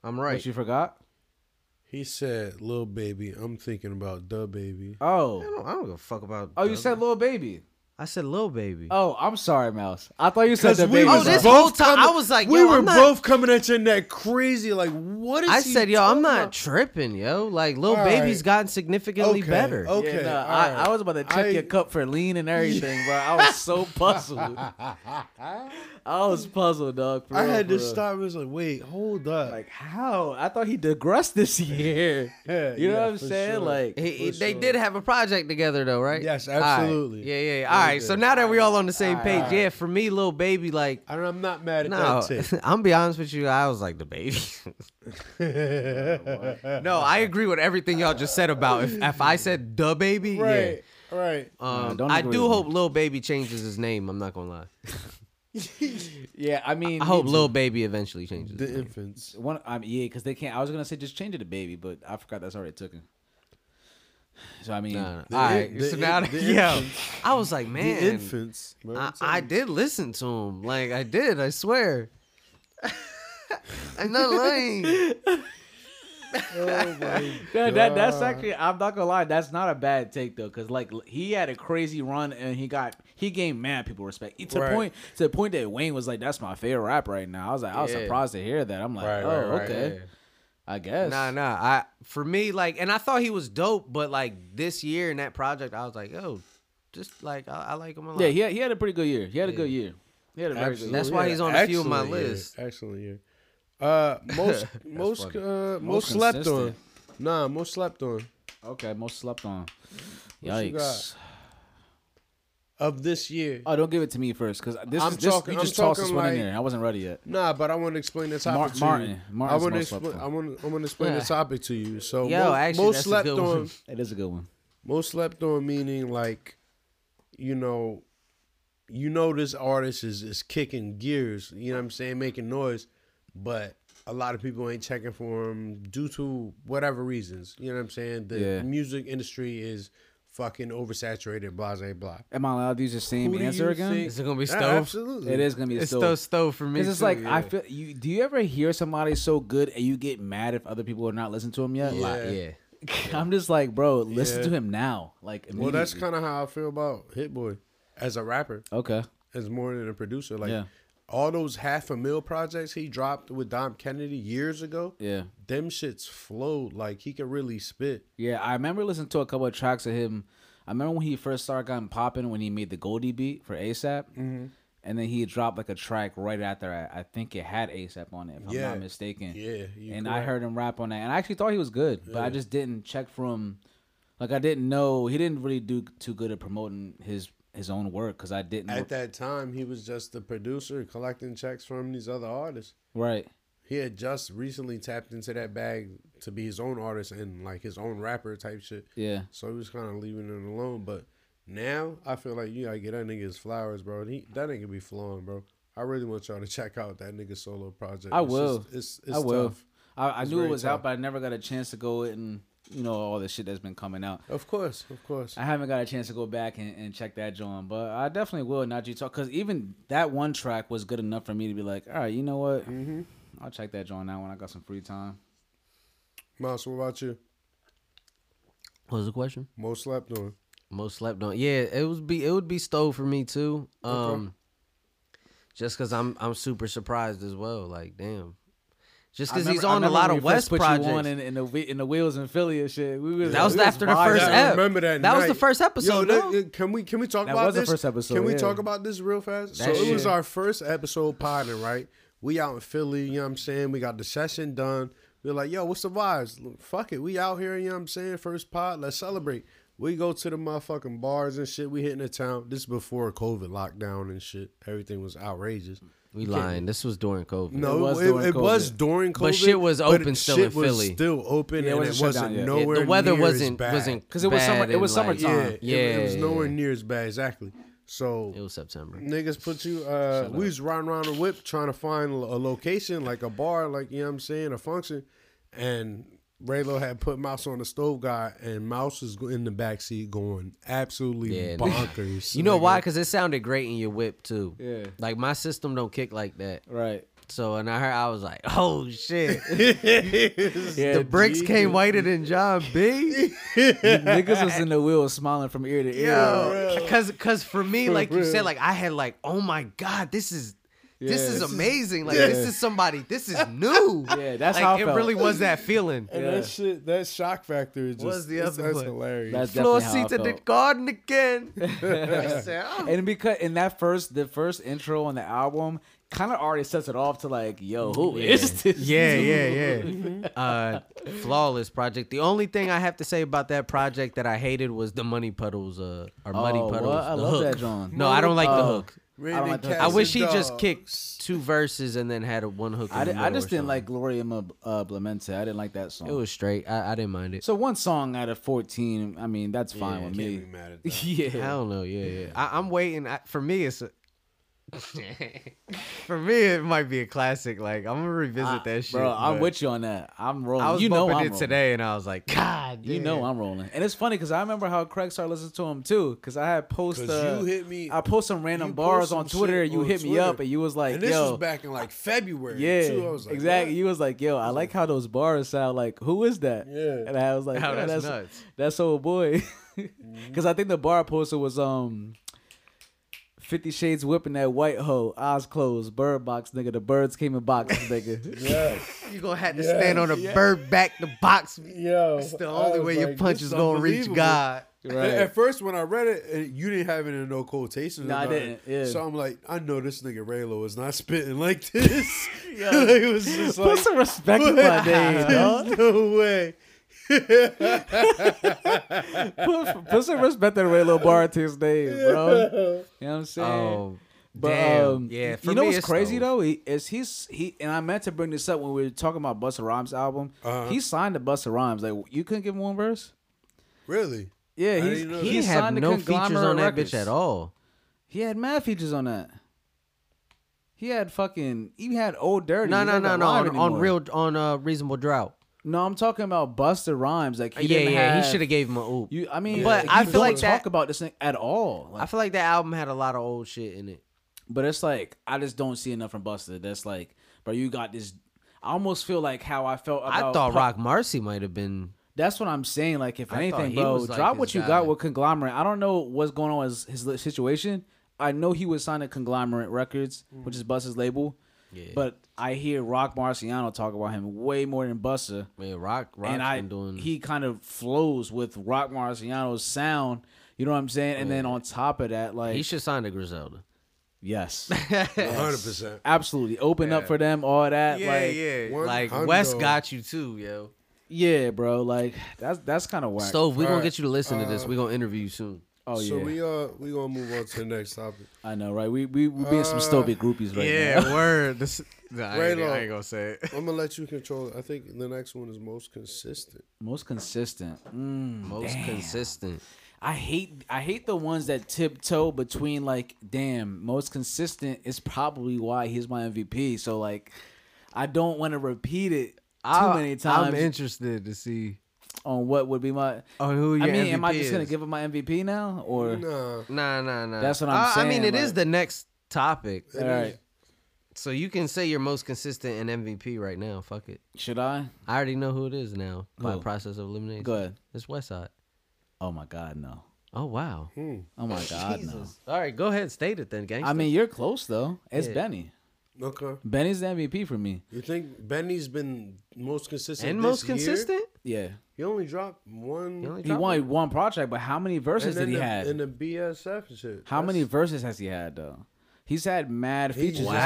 I'm right. What you forgot? He said, "Lil baby." I'm thinking about the baby. I, Oh, don't, I don't give a fuck about. oh, you Gunna. said Lil Baby. I said Lil Baby. Oh, I'm sorry, Mouse. I thought you said 'Cause the we baby. was Oh, this both whole time I coming- was like, we yo, were I'm not- both coming at you in that crazy. Like, what is I he said, yo, I'm talking not about? tripping, yo. Like Lil All Baby's right. gotten significantly Okay, better. okay. Yeah, nah, all I, right. I was about to check I- your cup for lean and everything, bro. I *laughs* was so puzzled. I was puzzled, dog. for I real, had for to real. stop. and was like, wait, hold up. Like how? I thought he *laughs* digressed this year. Yeah, you know yeah, what I'm for saying? sure. Like He, he- For they sure. did have a project together though, right? Yes, All right. absolutely. Yeah, yeah. yeah. All right. So did. now that we all on the same page, yeah. For me, little baby, like, and I'm not mad at no, that *laughs* tip. I'm gonna be honest with you, I was like the baby. *laughs* no, I agree with everything y'all just said about if, if I said the baby, Right, right. yeah. Um, don't I agree do with hope Lil Baby changes his name. I'm not gonna lie. yeah, I mean, I hope me Lil Baby eventually changes. his the name. infants. too. one. I mean, yeah, because they can't. I was gonna say just change it to baby, but I forgot that's already taken. So I mean, Nah, all right. the so in- now, *laughs* the yeah, infants. I was like, The man, infants. man, I, I'm telling I did listen to him. Like I did, I swear. *laughs* I'm not lying. that, that- that's actually. I'm not gonna lie. That's not a bad take though, because like he had a crazy run and he got he gained mad people respect to the Right. point to the point that Wayne was like, "That's my favorite rap right now." I was like, I was Yeah. surprised to hear that. I'm like, Right, oh, right, right, okay. yeah. I guess. Nah, nah. I for me like, and I thought he was dope, but like this year in that project, I was like, oh, just like I, I like him a lot. Yeah, he had, he had a pretty good year. He had a good year. He had a very Absolutely. good year. That's why he's on a few of my list. Excellent year. Uh, *laughs* most That's most funny. uh, most, Most slept on. consistent. Nah, most slept on. Okay, most slept on. What you Yikes. Of this year. Oh, don't give it to me first, because this I'm is this, talking- you I'm just tossed this talking one in like- there. I wasn't ready yet. Nah, but I want to explain the Mar- topic to Martin. you. Martin's I want to most slept explain. on. I want. I want to explain the Yeah. topic to you. So Yo, most, actually, most that's a slept good one. on. That is a good one. *laughs* Most slept on meaning like, you know, you know this artist is is kicking gears. You know what I'm saying, making noise, but a lot of people ain't checking for him due to whatever reasons. You know what I'm saying. The Yeah. music industry is fucking oversaturated. Blah blah blah. Am I allowed to use the same Who do answer you again? think- Is it gonna be Yeah, Stove? absolutely. It is gonna be a It's stove. still stove for me, Because it's too, like I yeah. feel you. Do you ever hear somebody so good and you get mad if other people are not listening to him yet? Yeah. Like, Yeah. *laughs* I'm just like, bro, listen Yeah. to him now. Like, Well, that's immediately. kind of how I feel about Hit Boy as a rapper. okay. as more than a producer. Like Yeah. all those half a mil projects he dropped with Dom Kennedy years ago, Yeah, them shits flowed. Like he could really spit. yeah. I remember listening to a couple of tracks of him. I remember when he first started getting popping when he made the Goldie beat for ASAP, Mm-hmm. and then he dropped like a track right after. I, I think it had ASAP on it, if I'm Yeah. not mistaken. Yeah, you and I correct. heard him rap on that, and I actually thought he was good, but I just didn't check from, like I didn't know he didn't really do too good at promoting his his own work because I didn't At that time, he was just the producer collecting checks from these other artists. right. He had just recently tapped into that bag to be his own artist and like his own rapper type shit. Yeah, So he was kind of leaving it alone. But now I feel like you gotta get that nigga his flowers, bro. He, that nigga be flowing, bro. I really want y'all to check out that nigga solo project. I It's will. just- it's, it's I will. tough. I, I It's knew it very was tough. out, but I never got a chance to go and you know all the shit that's been coming out. Of course, of course. I haven't got a chance to go back and, and check that John, but I definitely will. Not you talk because even that one track was good enough for me to be like, all right, you know what? Mm-hmm. I'll check that John out when I got some free time. Mouse, what about you? What was the question? Most slept on. Most slept on. Yeah, it was be it would be stove for me too. Um just cuz I'm I'm super surprised as well. Like, damn. Just I cuz he's remember- I on a remember lot when of we first West put you projects. on in, in the whe- in the wheels and Philly and shit. We was, That was we after the vibing. first I ep. remember that. That was night. the first episode, Yo, no? that, uh, can we can we talk That about was the this? first episode, Can we yeah. talk about this real fast? That so it was shit- our first episode podding, right? We out in Philly, you know what I'm saying? We got the session done. We're like, yo, what's the vibes? Look, Fuck it. We out here, you know what I'm saying? First pod, let's celebrate. We go to the motherfucking bars and shit. We hitting the town. This is before COVID lockdown and shit. Everything was outrageous. we lying. This was during COVID. No, it was was, it, during it was COVID. during COVID. But shit was open it- still shit in was Philly. still open Yeah, it and wasn't it shut wasn't down yet. Yeah, the nowhere the weather near as wasn't bad. wasn't 'Cause it was bad summer- it and, was like- summertime. Yeah, it- it, was Yeah, nowhere yeah. near as bad. Exactly. So It was September. niggas put you. Uh, we was riding around a whip trying to find a location like a bar, like you know what I'm saying, a function, and Raylo had put Mouse on the stove guy, and Mouse is in the back seat going absolutely *laughs* Yeah, bonkers. You know nigga. why? Cuz it sounded great in your whip too. Yeah. Like my system don't kick like that. right. So and I heard I was like, *laughs* "Oh *laughs* shit. Yeah, the bricks came whiter than John *laughs* B." *laughs* niggas was in the wheels smiling from ear to ear. Yo, cause, cause for me, like you said, like I had like, oh my god, this is, this is Yeah. This is- amazing. Like this is somebody, this is *laughs* new. Yeah, that's like, how I it felt. really was that feeling. And Yeah. that shit, that shock factor is just What's the it's- other that's one? hilarious. That's Floor definitely how I seats at the felt. garden *laughs* again. I said, oh. And because in that first the first intro on the album kind of already sets it off to like, yo, who is this? Yeah, yeah, Mm-hmm. yeah. Uh, flawless project. The only thing I have to say about that project that I hated was the money puddles, uh, or muddy Oh, what? puddles. I the love hook. that, John. No, I don't like the Oh. hook. I don't like that. I As wish he just kicked two verses and then had a one hook. in I, the di- I middle just or didn't something. like Gloria Mab- uh, Blamente. I didn't like that song. It was straight. I, I didn't mind it. so one song out of fourteen. I mean, that's fine with me. *laughs* I don't know. Yeah, yeah. I, I'm waiting. I, for me, it's *laughs* a, *laughs* for me it might be a classic. Like I'm gonna revisit that shit, Bro, I'm but with you on that. I'm rolling. I was you know bumping I'm it rolling. today, and I was like, God, You know damn. I'm rolling, and it's funny because I remember how Craig started listening to him too. Because I had post, 'Cause uh, you hit me- I post some random you post bars some on Twitter. shit You on hit me up, Twitter. and you was like, And this "Yo, was back in like February. yeah, too. I was like, exactly." what? You was like, "Yo, I like how those bars sound. Like, who is that?" Yeah. and I was like, Oh, "Yeah, that's "That's nuts." *laughs* Mm-hmm. that's old boy," because I think the bar poster was um. Fifty Shades whipping that white hoe, eyes closed, bird box, nigga. The birds came in *laughs* boxes, nigga. You're gonna have to Yes, stand on a yes. bird back to box. Yo, it's the I only was way your like, punch this is gonna reach unbelievable. *laughs* God. At- At first, when I read it, it- you didn't have it in no quotations. or No, I nothing. didn't, yeah. So I'm like, I know this nigga Raylo is not spitting like *laughs* this. *laughs* Yo. it was just *laughs* Put like, some respect *laughs* in my name, dog. There's no way. put, put some respect and Raylo Bar to his *laughs* name, bro. You know what I'm saying? Oh, damn. Yeah, for um, you know me, what's it's crazy though? He, is he's he and I meant to bring this up when we were talking about Busta Rhymes album. Uh-huh. He signed the Busta Rhymes. Like you couldn't give him one verse. Really? Yeah, I he didn't know he, that. He had signed to no features Conglomerate on that Records. bitch at all. He had mad features on that. He had fucking. He had old dirty. No, He no, wasn't no, no. alive On, on anymore. real, on uh, reasonable drought. No, I'm talking about Buster Rhymes. Like he yeah, didn't yeah. Have, he should have gave him a oop. You, I mean, but you I feel don't like talk that. about this thing at all. Like, I feel like that album had a lot of old shit in it. But it's like I just don't see enough from Buster. That's like, bro, you got this. I almost feel like how I felt. About I thought Puff- Rock Marcy might have been. That's what I'm saying. Like, if I thought anything, he bro, was, like, drop his what you guy. got with Conglomerate. I don't know what's going on with his, his situation. I know he was signed to Conglomerate Records, Mm-hmm. which is Buster's label. Yeah. But I hear Rock Marciano talk about him way more than Buster. Yeah, Rock, Rock's and I, been doing. he kind of flows with Rock Marciano's sound. You know what I'm saying? And then on top of that, like he should sign to Griselda. yes, *laughs* hundred percent. absolutely open up Yeah. for them, all that. like, One Like hundo. Wes got you too, yo. yeah, bro. Like that's that's kind of whack. Stove, we gonna Alright, get you to listen to this. uh, We gonna interview you soon. oh so yeah, we uh we gonna move on to the next topic. I know, right? We we we being some Uh, Stovey groupies right now. *laughs* word. This, Raylo. ain't gonna say it. I'm gonna let you control. it. I think the next one is most consistent. Most consistent. Mm, Most damn. consistent. I hate I hate the ones that tiptoe between like, damn, most consistent is probably why he's my MVP. So like, I don't want to repeat it too many times I'm interested to see on what would be my. on who your I mean, MVP am I just is. gonna give him my MVP now or? Nah, Nah, nah, nah. That's what I'm I- I mean, saying, it is like- the next topic. All right, So you can say you're most consistent in MVP right now. Fuck it. should I? I already know who it is now by Who? process of elimination. Go ahead. It's Westside. Oh my God, no! Oh wow. Oh my God, no! Jesus. All right, go ahead. State it then, gangster. I mean, you're close though. It's Yeah. Benny. okay. Benny's the MVP for me. You think Benny's been most consistent? and this most year? consistent. Yeah, He only dropped one. You only he dropped won one. one project, but how many verses and did he the, have? And the BSF shit. How many That's- verses has he had though? He's had mad He features. just Wow.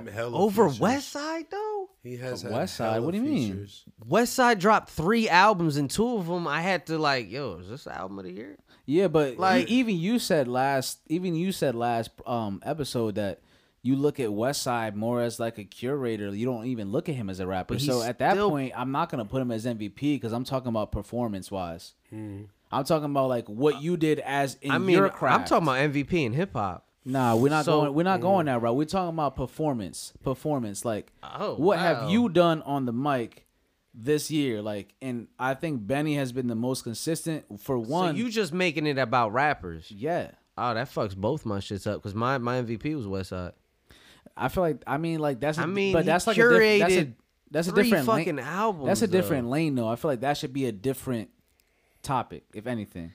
had hella Over features. Westside though. He has had West Side, hella what do you mean? features. Westside dropped three albums, and two of them I had to like, yo, is this the album of the year? Yeah, but like Like- even you said last, even you said last um episode that you look at Westside more as like a curator. You don't even look at him as a rapper. But So he's at that still- point, I'm not gonna put him as MVP because I'm talking about performance wise. I'm talking about like what you did as in Hmm. I mean, your craft. I'm talking about MVP in hip hop. Nah, we're not So- Mm. going. We're not going that route. We're talking about performance. Performance, like Oh, what wow. have you done on the mic this year? Like, and I think Benny has been the most consistent for So one. you just making it about rappers? yeah, Oh, that fucks both my shits up because my my MVP was Westside. I feel like I mean, like that's. A, I mean, but he that's like a diff- that's a curated that's a three different lane- fucking albums, That's a though. different lane, though. I feel like that should be a different topic, if anything.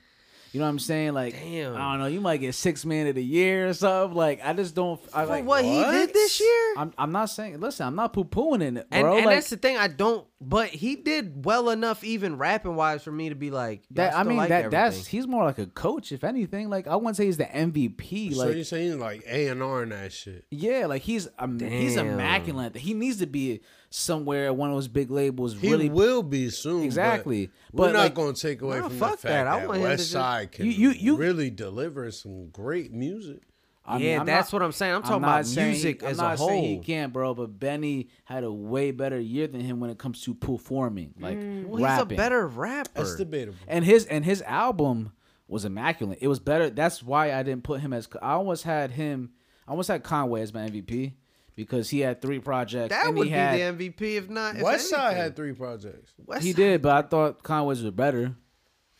You know what I'm saying? Like, Damn. I don't know. You might get six man of the year or something. Like, I just don't. I For like what he did this year? I'm, I'm not saying. Listen, I'm not poo pooing in it, bro. And, and like, that's the thing. I don't. But he did well enough, even rapping wise, for me to be like. yo, That I, still mean like that that's everything. he's more like a coach if anything. Like I wouldn't say he's the MVP. So Like you're saying like A and R and that shit. yeah, like he's um, he's Damn. immaculate. He needs to be somewhere at one of those big labels. He really, will be soon. but Exactly. we're But, not like- going to take away Nah, from fuck the fact that. that, I want him to West just- Side can You- you- you- really deliver some great music. I mean, yeah, I'm that's not- what I'm saying. I'm talking not about saying- music I'm as not a whole. saying He can't, bro. But Benny had a way better year than him when it comes to performing, like Mm. well, he's rapping. a better rapper. That's debatable. and his and his album was immaculate. It was better. That's why I didn't put him as. I almost had him. I almost had Conway as my MVP because he had three projects. that and would he be had, the MVP if not. if West Side anything. had three projects. West He Side- did, but I thought Conway's was better.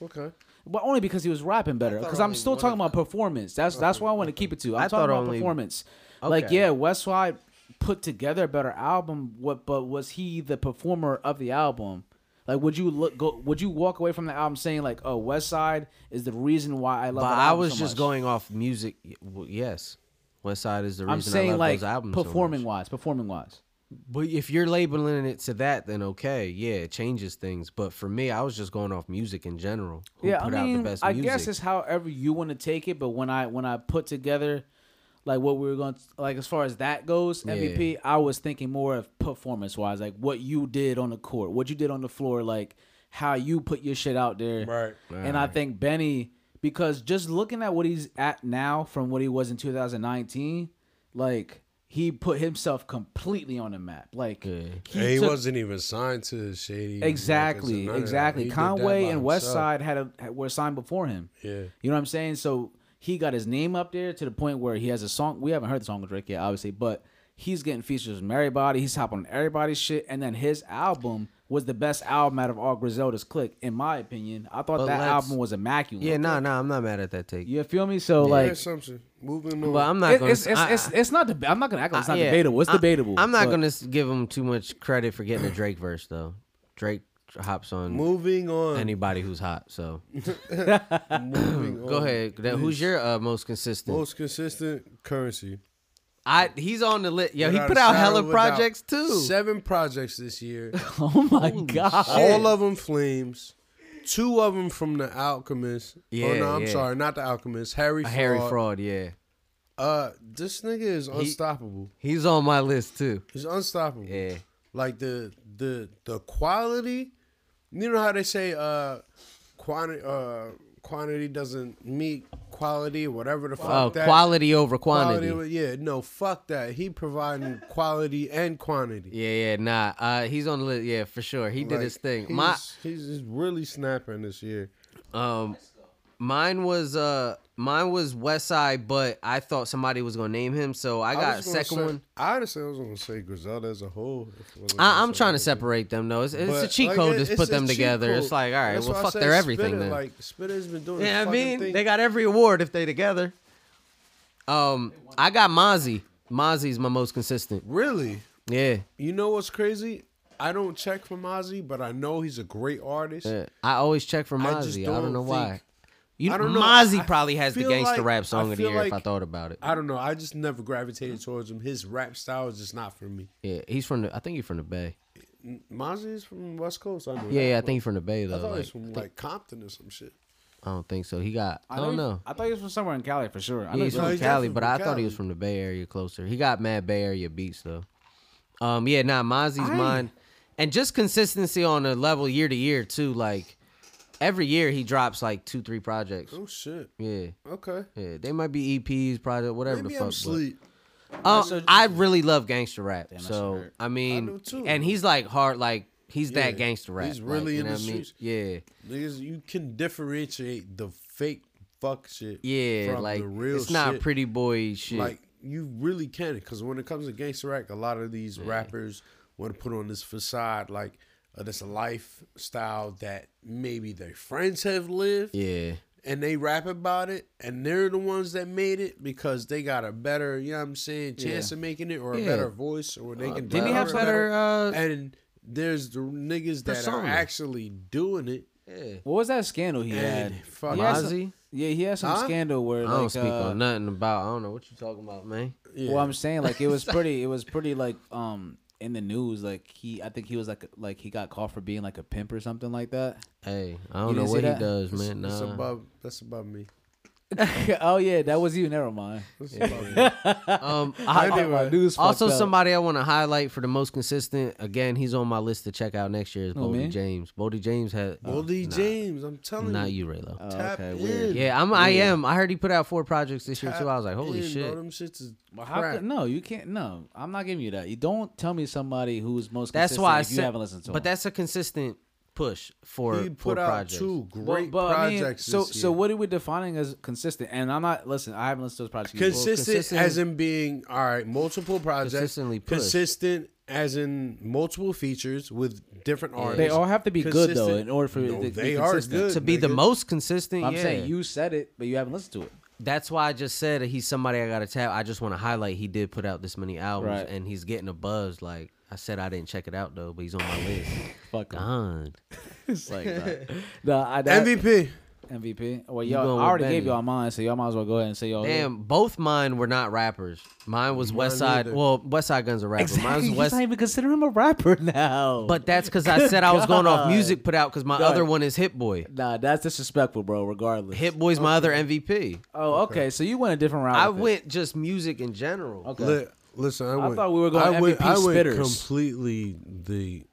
Okay. But only because he was rapping better. Because I'm only still one talking about performance. That's that's why I want to keep it to. I'm I talking thought about only- performance. Like Okay. yeah, Westside put together a better album. What but was he the performer of the album? Like would you look go? Would you walk away from the album saying like, oh, Westside is the reason why I love. But that I album was so just much? going off music. y- well, Yes. West Side is the reason I'm saying I love like those albums. so much. performing wise, performing wise. But if you're labeling it to that, then okay, yeah, it changes things. But for me, I was just going off music in general. Who yeah, put I out mean, the best I music. guess it's however you want to take it. But when I when I put together like what we were going to, like as far as that goes, Yeah. MVP, I was thinking more of performance wise, like what you did on the court, what you did on the floor, like how you put your shit out there. Right. And I Alright. think Benny, because just looking at what he's at now from what he was in 2019, like he put himself completely on the map. Like And he took- wasn't even signed to the Shady. Records or Exactly, none of that. He exactly. did that Conway by and Westside himself. had a were signed before him. Yeah. You know what I'm saying? So he got his name up there to the point where he has a song. We haven't heard the song with Drake yet, obviously, but he's getting features from everybody. He's hopping on everybody's shit, and then his album was the best album out of all Griselda's clique, in my opinion. I thought But that let's- album was immaculate. Yeah, nah, nah, I'm not mad at that take. You feel me? So Yeah. Fair like, assumption. Moving on. But I'm not It- gonna. it's- it's- I- it's- it's not deb- I'm not gonna act like it's I- not debatable. It's I- debatable, I'm not but- gonna s- give him too much credit for getting a Drake verse though. Drake hops on. Moving on. Anybody who's hot. *laughs* So Moving *laughs* go on, ahead. That- Who's please. your uh, most consistent? most consistent currency? I he's on the list. Yo, he Without put a out shadow hella of a doubt. projects too. Seven projects this year. oh *laughs* my god, All of them flames. Two of them from The Alchemist. Yeah, oh, no, I'm yeah. sorry. Not The Alchemist. Harry Fraud. Harry Fraud, yeah. Uh, this nigga is unstoppable. He's on my list too. He's unstoppable. Yeah. Like the the the quality, you know how they say uh quantity uh quantity doesn't meet quality, whatever the fuck Oh, that quality over quantity. Quality, yeah, no, fuck that. He providing quality and quantity. Yeah, yeah, nah. Uh, he's on the list. Yeah, for sure. He did Like, his thing. He's, My he's just really snapping this year. um, mine was uh, mine was West Side, but I thought somebody was gonna name him, so I got was gonna second say- one. I honestly was gonna say Griselda as a whole. if it wasn't I, I'm Griselda. trying to separate them though. It's, it's a But, cheat like, code it- to put a them cheat together. It's code. like, all right, That's why well, I fuck, said they're everything Spitter, then. Like Spitter's been doing. Yeah, this I fucking mean, thing. they got every award if they together. Um, I got Mozzie. Mozzie's my most consistent. really. Yeah, You know what's crazy? I don't check for Mozzie, but I know he's a great artist. yeah. I always check for I just Mozzie. I, don't don't know why. think- You, I don't know. Mozzie I probably has the feel gangster like- rap song I of the feel year if I like- thought about it. I don't know. I just never gravitated towards him. His rap style is just not for me. Yeah, he's from the. I think he's from the Bay. Mozzie is from West Coast. I know. Yeah, that, yeah, I but think he's from the Bay I though. thought he Like, was from like Compton or some shit. I don't think so. He got. I, thought don't he- know. I thought he was from somewhere in Cali for sure. I know Yeah, he's No, from he's Cali, definitely but from I thought he Cali. was from the Bay Area closer. He got mad Bay Area beats though. Um, yeah, nah, Mozzie's I- mine, and just consistency on a level year to year too. Like every year he drops like two, three projects. Oh shit. Yeah, Okay. yeah, they might be EPs, project, whatever Maybe the fuck. I'm sleep. But, Um, I really love gangster rap, that shit so hurt. I mean, do, too. and he's like hard, like he's Yeah, that gangster rap. he's like, really you in know the what I mean? streets. Yeah. Niggas, you can differentiate the fake fuck shit. Yeah, from like the real it's not shit. pretty boy shit. Like you really can, because when it comes to gangster rap, a lot of these rappers want to put on this facade like uh, this lifestyle that maybe their friends have lived, yeah, and they rap about it, and they're the ones that made it because they got a better, you know what I'm saying, chance of making it or Yeah. a better voice, or they can. didn't he have deliver better, uh, and there's the niggas that persona? are actually doing it. What was that scandal he And had? fuck He had some- Mozzie? yeah, he had some Huh? scandal where I like, don't speak uh, on nothing about. I don't know what you talking about, man. Yeah. Well, I'm saying like it *laughs* was pretty. It was pretty like um in the news. Like he, I think he was like like he got caught for being like a pimp or something like that. *laughs* Hey, I don't You know didn't see what he that? does, man. That's Nah. above. That's above me. oh yeah, that was you. Never mind. That's above me. um, *laughs* I- I- my news fucked also, up. somebody I want to highlight for the most consistent. Again, he's on my list to check out next year. Is Who, Bodie me? James? Bodie James had. Well, D. nah, James, I'm telling Not you. you, Raylo. Oh, Tap okay, in. weird. yeah, I'm. I am. I heard he put out four projects this year too. I was like, holy in, shit. Bro, them shits is Well, how crap. could, no, you can't. No, I'm not giving you that. You don't tell me somebody who's most. That's consistent why I if said. you haven't listened to. but him. that's a consistent push for he for put out projects. two But- great but, I mean, projects. so this year. so what are we defining as consistent? And I'm not. Listen, I haven't listened to those projects. either. Consistent, consistent- as in being all right, multiple projects. Consistently pushed. Consistent as in multiple features with different artists. They all have to be good though, Consistent- in order for No, it to they be are consistent. good To be the nigga. most consistent, I'm yeah. saying you said it, but you haven't listened to it. that's why I just said that he's somebody I gotta tap. I just want to highlight he did put out this many albums Right. and he's getting a buzz. Like I said, I didn't check it out *laughs* though, but he's on my list. Fuck. Done. *laughs* It's like, nah, Nah, I, that, MVP. MVP. Well, You y'all, going I with already Benny. gave y'all mine, so y'all might as well go ahead and say y'all. Damn, both mine were not rappers. Mine was West Side. neither. Well, West Side Guns a rapper. Exactly. Mine *laughs* You was West. not even consider him a rapper now. But that's because I said I *laughs* was going off music put out because my God. other one is Hit Boy. Nah, that's disrespectful, bro. Regardless, Hit Boy's my other MVP. Oh, okay. So you went a different route. I with it. went just music in general. Okay. Li- listen, I, I went, thought we were going I went, MVP I went spitters. completely the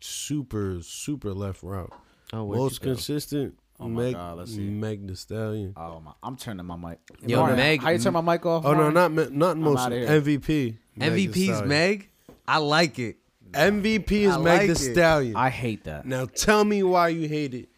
super super left route. Oh, where'd most you go? consistent. Oh my Meg, God, let's see. Meg the Stallion. Oh my! I'm turning my mic. Yo, Lauren, Meg- how you turn my mic off? Oh no, Lauren? not Me- not I'm most outta here. MVP. Meg Thee MVP's Stallion. Meg. I like it. MVP is I Meg like the it. Stallion. I hate that. Now tell me why you hate it.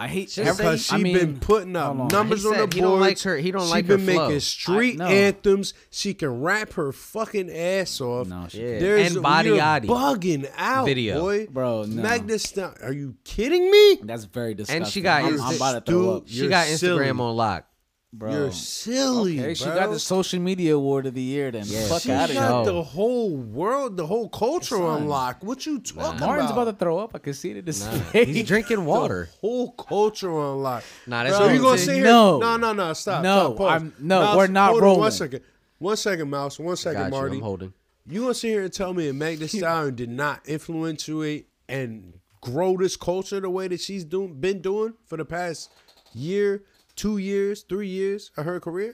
I hate Because every- she I mean, been putting up hold on. numbers He on the said boards. he don't like her- he don't she like her been flow. making street I- no. anthems. She can rap her fucking ass off. No, she Yeah. There's And Body you're Adi. bugging out, Video. boy. Bro, no. Magna Stallion. Are you kidding me? That's very disgusting. And she got I'm, Insta- I'm about to throw up, Dude, She You're got Instagram silly. on lock. bro. You're silly, Okay, she bro. got the social media award of the year. Then fuck She out of here. got here. the whole world, the whole culture Son. on lock. What you talking Martin's about? about to throw up. I can see it in his face. He's *laughs* drinking water. whole culture on lock. Nah, that's so what you I'm gonna saying. sit here? No. no, no, no. Stop. No, stop, pause. I'm- no, Mouse, we're not hold On rolling. one second. One second, Mouse. One second, Got you. Marty. I'm holding. You gonna sit here and tell me that *laughs* Meg Thee Stallion did not influence it and grow this culture the way that she's doing been doing for the past year, two years, three years of her career?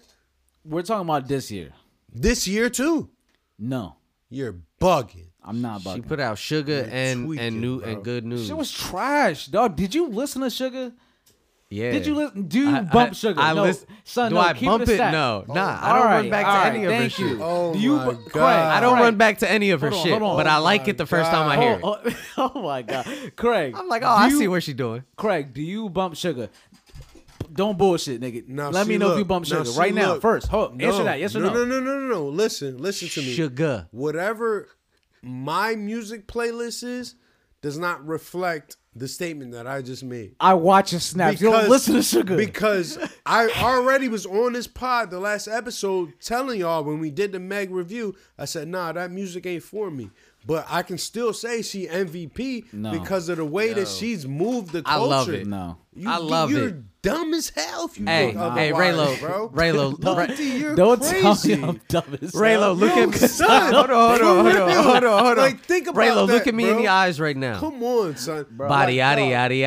We're talking about this year. This year too. No, You're bugging. I'm not about. She put out sugar and tweaking, and new bro. and good news. She was trash, dog. Did you listen to Sugar? yeah. Did you listen? Do you I- bump I- Sugar? I no, listen- son. do no, I keep bump it a it? stack. Oh, No, nah, I All don't run right, back to all right, any of her thank shit. You. Oh do you my bu- God. Craig, I don't Craig, run back to any of her Hold on, shit, hold on. but I Oh like it the first time I hear it. Oh, *laughs* oh, oh my god, Craig! I'm like, oh, do I you- see what she's doing. Craig, do you bump sugar? Don't bullshit, nigga. Now, Let me see, know if look. you bump Now, sugar see, right now. look. First, hold, No, answer that. Yes or no? No, no, no, no, no. Listen, listen to me. Sugar. Whatever my music playlist is does not reflect the statement that I just made. I watch your snaps. you don't listen to sugar. Because I already was on this pod the last episode telling y'all when we did the Meg review, I said, nah, that music ain't for me. But I can still say she MVP No. because of the way that she's moved the I culture. love it. no. You, I love you're it. dumb as hell if you Hey, think hey, otherwise, Raylo, bro. Raylo, Monty, you're Don't crazy. tell me I'm dumb as hell. Raylo, look at me. son. *laughs* hold on, hold on, hold on, hold on, hold on. Like, think about Raylo, look that, at me in bro. the eyes right now. Come on, son. Body, Like, yaddy, yaddy,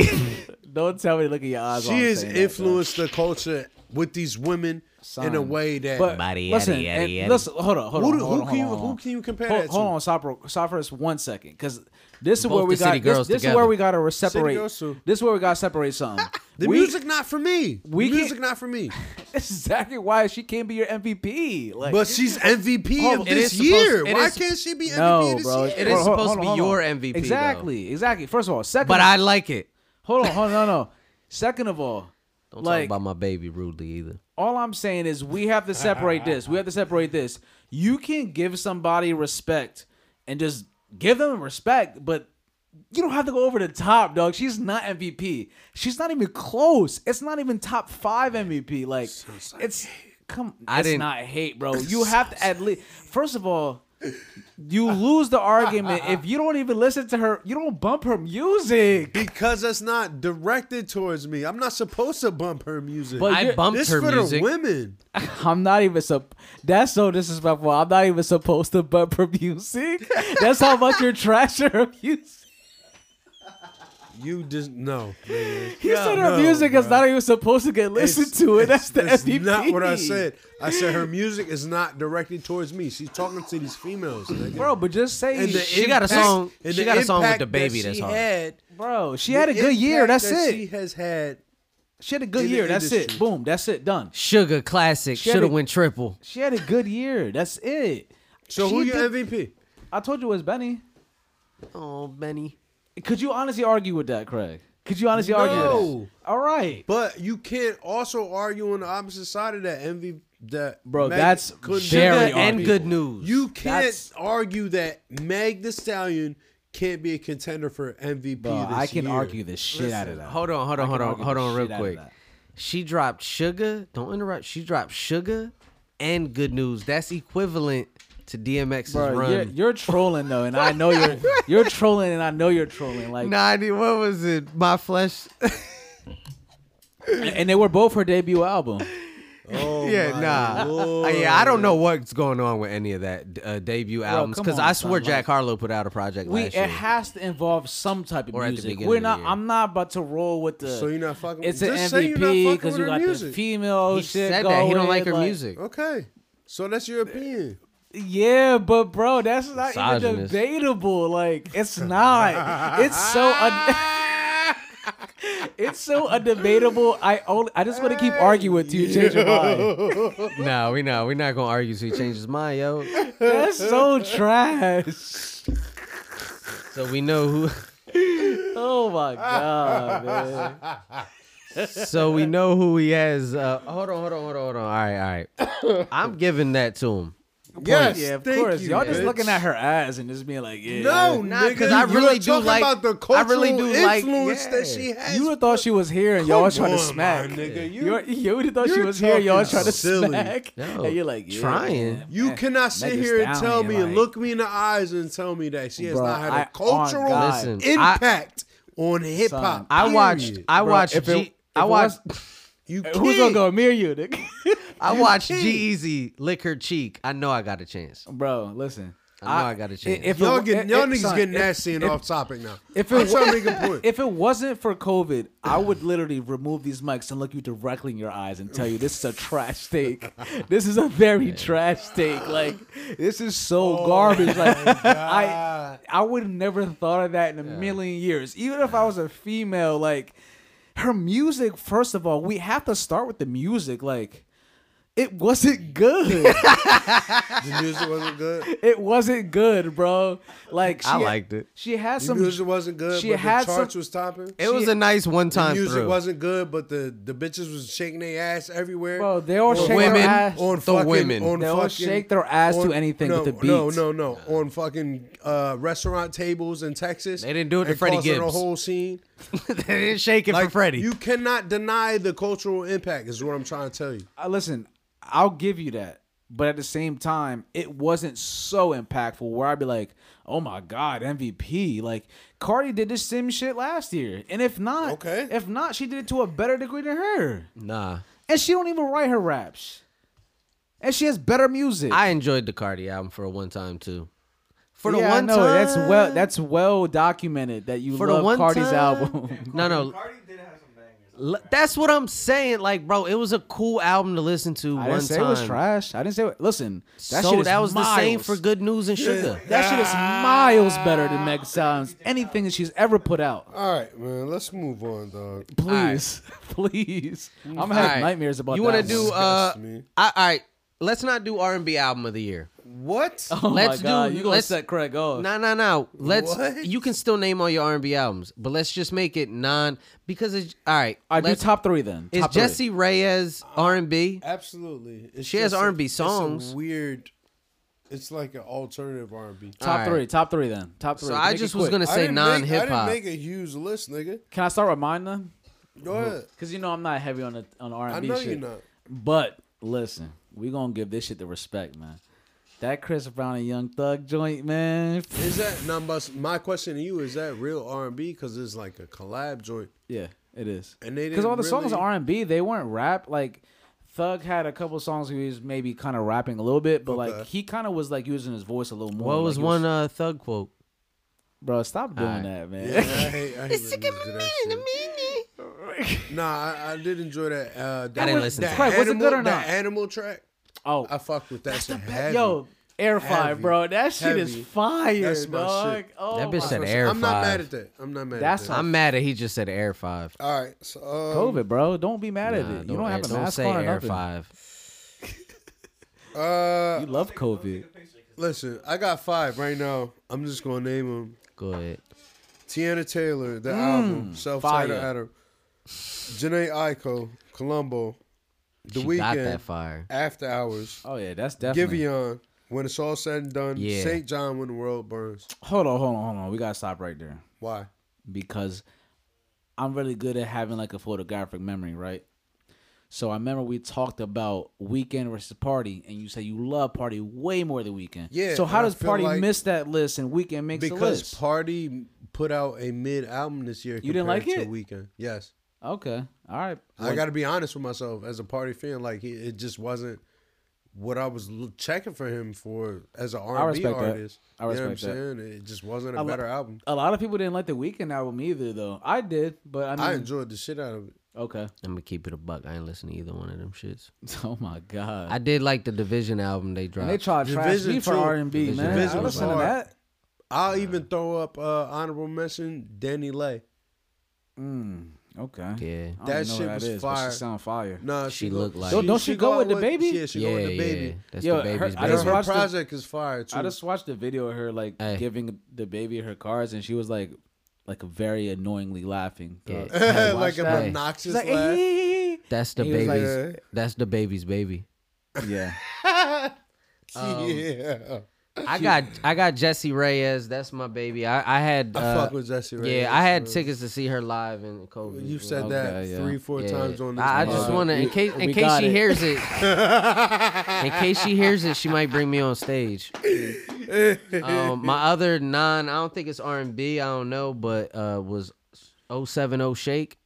*laughs* yaddy. Don't tell me to look at your eyes. while She I'm has saying that, bro. influenced the culture with these women in a Son. way that. But Body, listen, yaddy, and yaddy, yaddy. listen, hold on, hold Who on, do- hold who can on, hold you- on, who hold on. can you compare Hold, that hold to? on, stop, real- stop for us one second, because this is where Both we the got City this, Girls this is together. where we got to separate. Girls too. This is where we got to separate something. *laughs* the We- music not for me. we the music can't- not for me. That's *laughs* exactly why she can't be your MVP. *laughs* Like, But she's MVP Hold of on, it this is supposed- year. it Why is- can't she be MVP no, of this bro, year? It is Hold on, supposed hold to on, be your hold on. MVP, though. Exactly, exactly. First of all, second, but I like it. hold on, hold on, no, no. Second of all, Don't like, talk about my baby rudely either. all I'm saying is we have to separate this. We have to separate this. You can give somebody respect and just give them respect, but you don't have to go over the top, dog. She's not MVP. She's not even close. It's not even top five MVP. Like it's come. I it's didn't- not hate, bro. You have to at least. First of all. You lose the argument if you don't even listen to her. You don't bump her music. Because that's not directed towards me. I'm not supposed to bump her music. But I you're- bumped this her for music. the women. I'm not even sup. That's so disrespectful. I'm not even supposed to bump her music. That's how much you're trashing her music. You just no. nigga. You said her no, music is bruh. not even supposed to get listened It's- to, and it's- that's *laughs* the that's MVP. not what I said. I said her music is not directed towards me. She's talking to these females, nigga. bro. But just say, And the She got a impact- song- and she the got a song with impact the baby that that's she hard. Had, bro. She had a the good year. impact That's that it. She She, has had. had a good in the year. That's it. industry. Boom. That's it. Done. Sugar classic. She had Should have it. went triple. She had a good year. That's it. So She who your did- MVP? I told you it was Benny. Oh, Benny. Could you honestly argue with that, Craig? Could you honestly argue? With No. that? All right. But you can't also argue on the opposite side of that MVP. That Bro, Meg that's couldn't- very There Sugar you are, and people. good news. You can't That's- argue that Meg the Stallion can't be a contender for MVP. Bro, this I can year. argue the shit out of that. Hold on, hold on, I hold can on, argue hold the on, real shit out of quick. that. She dropped sugar. Don't interrupt. She dropped sugar and good news. That's equivalent to DMX's Bro, run. you're, you're trolling though, and I *laughs* know you're you're trolling, and I know you're trolling. Like, Ninety. What was it? My flesh. and, and they were both her debut album. Oh yeah, nah. Uh, yeah, I don't know what's going on with any of that uh, debut albums come because on, I swear son, Jack like- Harlow put out a project We last it year. has to involve some type of Or at the music. beginning We're of the not. year. I'm not about to roll with the. So you're not fucking. It's with, an just say you're not MVP fucking because with you her got music. the female He shit. said that. He don't going, like her *laughs* music. Okay, so that's your opinion. Yeah, but bro, that's not even Misogynist. debatable. Like, it's not. it's so. Un- *laughs* it's so undebatable. I only. I just want to keep arguing with *laughs* you. Change your mind. no, we not. We're not gonna argue. So he changed his mind, *laughs* yo. That's so trash. So we know who. *laughs* *laughs* Oh my god, man. So we know who he has. Uh, hold on, hold on, hold on, hold on. All right, all *coughs* right. I'm giving that to him. Yes, Yeah, of thank course. You, all just bitch. looking at her ass and just being like, yeah. No, Nah, nigga, 'cause I you're really do talking like- about the I cultural really do like- influence that yeah. she has. You would have thought she was here and y'all was Come trying to on, smack. my nigga. You, You- you, would have thought she you're was here, y'all was talking trying to silly. smack. No, *laughs* and you're like, yeah, trying. man, You man, cannot sit niggas here and down tell here, me and like- look me in the eyes and tell me that she has Bruh, not had I- a on cultural God. Listen, I- impact on hip hop. I watched. I Bro, watched. if it- G- if I it watched. You *laughs* Who's can't. gonna go mirror you, nigga? I *laughs* watched G Easy lick her cheek. I know I got a chance. Bro, listen. I know I got a chance. If Y'all, it, getting, it- y'all it- niggas eh, son, getting if- nasty and off topic now. If I'm it, trying to wa- make a point. if it wasn't for COVID, I would literally remove these mics and look you directly in your eyes and tell you this is a trash take. This is a very trash take. Like this is so garbage. Like I I would have never thought of that in a million years. Even if I was a female, like her music, first of all, we have to start with the music. Like it wasn't *laughs* good. the music wasn't good. it wasn't good, bro. Like she, I liked it. She had The some music wasn't good. she but had the charts some- was topping. It was a nice one the time music through. wasn't good, but the, the bitches was shaking their ass everywhere. Bro, they all On- shake women, their ass. on the fucking, women. On They'll fucking, shake their ass to anything no, with the No, beats. no, no. On fucking uh, restaurant tables in Texas. They didn't do it to and Freddie causing A Gibbs. whole scene. they *laughs* *laughs* didn't shake it for Freddie. You cannot deny the cultural impact. Is what I'm trying to tell you. I- uh, listen, I'll give you that. But at the same time, it wasn't so impactful where I'd be like, oh my God, MVP. Like, Cardi did this same shit last year. And if not, Okay. if not, she did it to a better degree than her. nah, And she don't even write her raps. And she has better music. I enjoyed the Cardi album for a one time too. For the Yeah, I one know, time, that's well that's well documented that you for love the one Cardi's time. album. *laughs* *laughs* No, no. Cardi did have some bangers. That's what I'm saying. Like, bro, it was a cool album to listen to I one didn't say time. it was trash. I didn't say it. Listen, that so shit is that was the same miles. for Good News and Sugar. That shit is miles better than Meg Sounds. Anything that she's ever put out. All right, man. Let's move on, dog. Please, *laughs* please. I'm gonna have Alright. nightmares about You that. want to one. do? Uh, Disgust me. I, all right, let's not do R and B album of the year. What? *laughs* Oh let's my God, do- You gonna let's- set Craig off? No, no, no. Let's. What? You can still name all your R and B albums, but let's just make it non because it's all right. I do let's- top three then. Is Top three. Uh, Jesse Reyes R and B? Absolutely. It's She has just a- R&B it's a songs. weird. It's like an alternative R&B. top Alright. three? Top three then. Top three. So I Make it just was quick. gonna I say didn't make- non hip I hop. didn't make a huge list, nigga. Can I start with mine then? Go ahead. Because you know I'm not heavy on the, on R I and B know Mm-hmm. shit. you're not. But listen, we gonna give this shit the respect, man. That Chris Brown and Young Thug joint, man. Is that now? Bus, my question to you is that real R and B because it's like a collab joint, Yeah, it is. and they Because all the songs really- are R and B. They weren't rap. Like Thug had a couple songs where he was maybe kind of rapping a little bit, but Okay. like he kind of was like using his voice a little more. What Like, was he one uh, thug quote? bro, stop doing Alright. that, man. Yeah, I *laughs* *laughs* hate, I hate when niggas do that shit. Nah, I, I did enjoy that. Uh, that didn't listen to that it. Craig, was it animal, good or not? That animal track, oh, I fucked with that shit heavy. yo, Air Fry, Heavy. bro. That shit Heavy. is fire, That's my dog. shit. Oh, That bitch my- said So Air I'm not Five. mad at that. I'm not mad. That's at that. I'm mad at he just said Air Five. all right. So um, COVID, bro. Don't be mad at Nah, it. You don't, have a don't mask say on or Air nothing. Five. Uh, You love COVID. listen, I got five right now. I'm just gonna name them. Good. Tiana Taylor, the album, self-titled fire. album. Janae Aiko, Columbo, The She got Weekend, that fire. After Hours, Oh yeah, that's definitely. Giveon. When it's all said and done, Yeah. St. John when the world burns. Hold on, hold on, hold on. We gotta stop right there. Why? because I'm really good at having like a photographic memory, right? So I remember we talked about weekend versus party, and you say you love party way more than weekend. Yeah, So how and I does feel party like- miss that list and weekend makes the Because list? Party put out a mid album this year. You didn't compared like to it? Weekend, yes. Okay. All right. I got to be honest with myself as a party fan. Like he, it just wasn't what I was l- checking for him for as an R and B respect that. artist. I you respect know what that. I'm saying? It just wasn't a A lo- better album. A lot of people didn't like the Weekend album either, though. I did, but I, mean, I enjoyed the shit out of it. Okay. *laughs* I'm gonna keep it a buck. I ain't listen to either one of them shits. Oh my god. I did like the Division album they dropped. And they tried to trash me for two- R and B, man. Division I was listen to hard. that. I'll even throw up uh, honorable mention Danny Lay. Mm, okay. Yeah. I don't That even know shit who was is, but fire. She sound fire. Nah, She go- looked like- Don't- don't she go with the baby? Yeah, she go with the Yeah, baby. yeah. That's Yo, the baby's her- I baby. just Her watched the- project is fire too. I just watched a video of her like Hey. giving the baby her cards, and she was like, like very annoyingly laughing. Yeah. throughout- *laughs* I like watched an that. obnoxious She's like, laugh. That's the He was baby's. like- uh, that's the baby's baby. yeah. Oh. *laughs* yeah, I got I got Jesse Reyes. That's my baby. I I had. I uh, fuck with Jesse. Reyes, Yeah, I had bro. tickets to see her live in COVID. You said know? that Okay, yeah. three, four Yeah. times on this. I, I just pod. want to, in We- case in we case got she it. hears it, *laughs* in case she hears it, she might bring me on stage. Um, my other non, I don't think it's R and B. I don't know, but uh, was 070 Shake.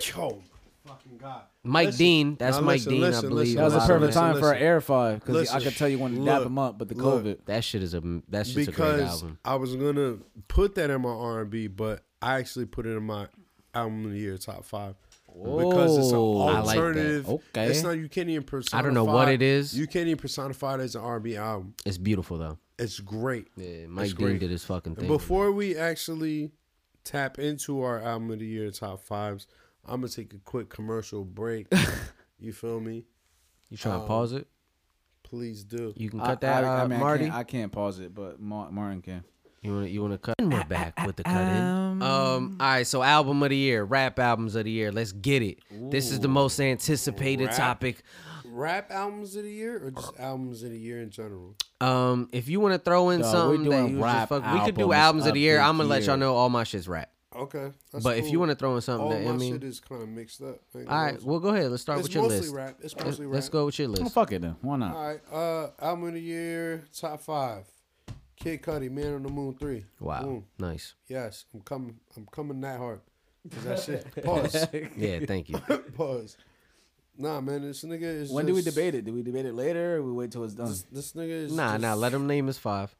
Yo, fucking god. Mike Listen, Dean. That's now Mike listen, Dean. listen, I believe. listen, That was a live Listen, perfect on time for listen. an air five because I Listen, could tell you wanted to dap look, him up, but the look. COVID. that. That shit is a that shit's a great because album. I was gonna put that in my R and B, but I actually put it in my album of the year top five. Because it's an Whoa. I like that. alternative. Okay. It's not you can't even personify. I don't know what it is. You can't even personify it as an R and B album. It's beautiful though. It's great. Yeah, It's Mike Dean great. did his fucking thing. Before we actually tap into our album of the year top fives, I'm gonna take a quick commercial break. *laughs* you feel me? you trying to pause it? Please do. You can I- cut that, I, I uh, mean, I Marty. can't, I can't pause it, but Ma- Martin can. You want to you want to cut? And we're back with the cut in. Um, all right, so album of the year, rap albums of the year. Let's get it. This is the most anticipated topic. Rap albums of the year or just albums of the year in general? Um, if you want to throw in Dog, we're something that doing you rap just fuck, we could do albums albums of of the year. the I'm gonna let year. y'all know all my shit's rap. Okay. that's But if you cool. wanna throw in something all that- my I mean- shit is kind of mixed up. All All right, well go ahead. Let's start it's with your mostly list. rap. It's Let's, mostly rap. let's go with your *laughs* Well, list. fuck it then. Why not? All right. Uh, album of the year top five. Kid Cudi, Man on the Moon three. Wow, Mm. Boom. *laughs* nice. Yes, I'm coming. I'm coming that hard. 'Cause that shit. Pause. *laughs* Yeah, thank you. *coughs* Pause. Nah, man, this nigga is. When do we just- debate it? Do we debate it later, or we wait till it's done? This, this nigga is. nah, just- nah. Let him name his five.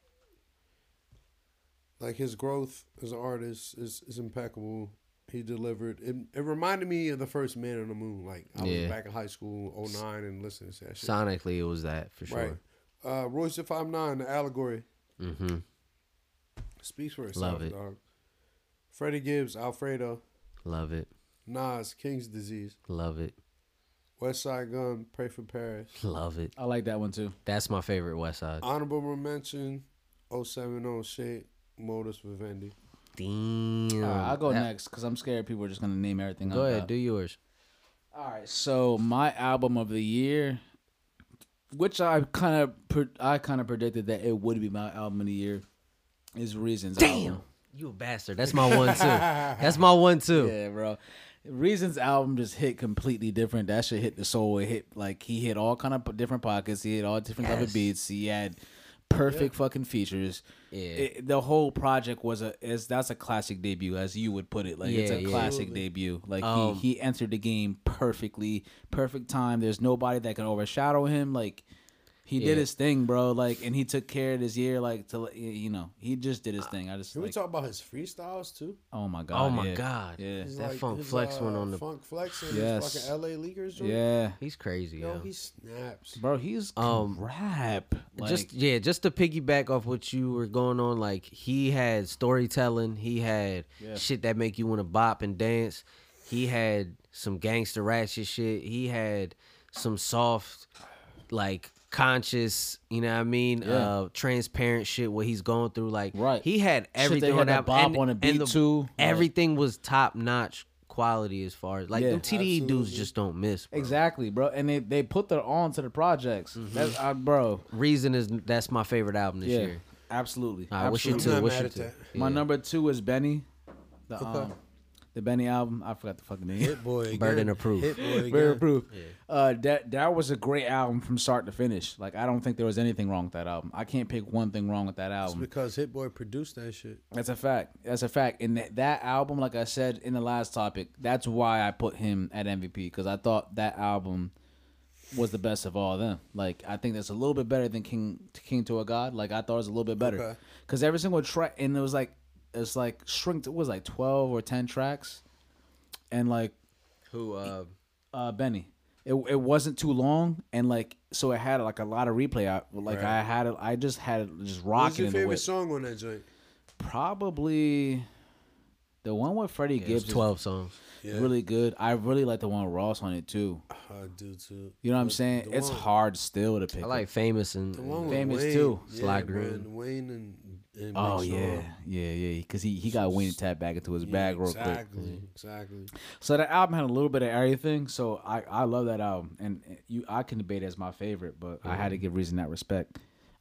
Like his growth as an artist is is impeccable. He delivered. It, it reminded me of the first Man on the Moon. Like I Yeah. was back in high school, 09, and listening to that shit. Sonically, it was that for Right. sure. Uh, Royce the Five Nine, the allegory Mm-hmm. speaks for itself. it. Dog. Freddie Gibbs, Alfredo, Love it. Nas, King's Disease, Love it. West Side Gun, Pray for Paris. Love it. I like that one too. That's my favorite West Side. Honorable mention, 070 Shade, Modus Vivendi. Damn. All right, I'll go That- next because I'm scared people are just gonna name everything. Go I'm ahead, about. do yours. All right, so my album of the year, which I kind of pre- I kind of predicted that it would be my album of the year, is Reasons. album. You a bastard. That's my one too. That's my one too. Yeah, bro. Reasons album just hit completely different. That shit hit the soul. It hit like he hit all kind of p- different pockets. He hit all different type of beats. He had perfect fucking features. Yeah. It- the whole project was a is that's a classic debut, as you would put it. Like it's Yeah, a yeah. classic debut. Like Um, he he entered the game perfectly, perfect time. There's nobody that can overshadow him. Like. He Yeah. did his thing, bro. Like, and he took care of his year. Like, to you know, he just did his thing. I just, Can we like, talk about his freestyles too? oh my god, Uh, Oh my yeah. God. yeah, He's That Funk Flex one on the- uh, Funk Flex and Yes. his fucking LA Leakers joint? yeah. He's crazy, yo. Yo, he snaps. bro. He's Um, um rap. Like, just yeah, just to piggyback off what you were going on, like he had storytelling, he had shit that make you want to bop and dance. He had some gangster ratchet shit. He had some soft, like conscious, you know what I mean? Uh transparent shit what he's going through. Like Right. he had that everything had on that that bop on a beat too, like- Everything was top notch quality as far as like Yeah. them TDE dudes just don't miss. Bro. exactly, bro. And they they put their all into the projects. That's uh, bro. Reason is that's my favorite album this Yeah, year. absolutely. All right, what's your I'm two? not What's mad your at two? that. My number two is Benny. The um, the Benny album. I forgot the fucking name. *laughs* Hit Boy again. Burden Approved. Hit Boy again. Burden Approved. Yeah. Uh, that that was a great album from start to finish. Like I don't think there was anything wrong with that album. I can't pick one thing wrong with that It's album. because Hit Boy produced that shit. That's a fact. That's a fact. And that, that album, like I said in the last topic, that's why I put him at MVP because I thought that album was the best of all of them. Like I think that's a little bit better than King King to a God. Like I thought it was a little bit better Okay. because every single track and it was like it's like shrink. It was like twelve or ten tracks, and like who uh uh Benny. It, it wasn't too long and like so it had like a lot of replay. I, like Right. I had it. I just had it just rocking. What's your in the favorite whip. song on that joint? Probably the one with Freddie it was Gibbs. is 12 songs. Yeah. Really good. I really like the one with Ross on it too. I do too. You know what I'm But saying? the It's one- hard still to pick. I up. like famous and The one with Famous Wayne. too. Yeah, Sly man, Green. Wayne and, and Oh Big Sean. yeah, yeah, yeah. Because he he got Wayne tapped back into his Yeah, bag real quick. exactly, Exactly. So that album had a little bit of everything. So I I love that album, and you I can debate it as my favorite, but I Mm-hmm. had to give Reason that respect.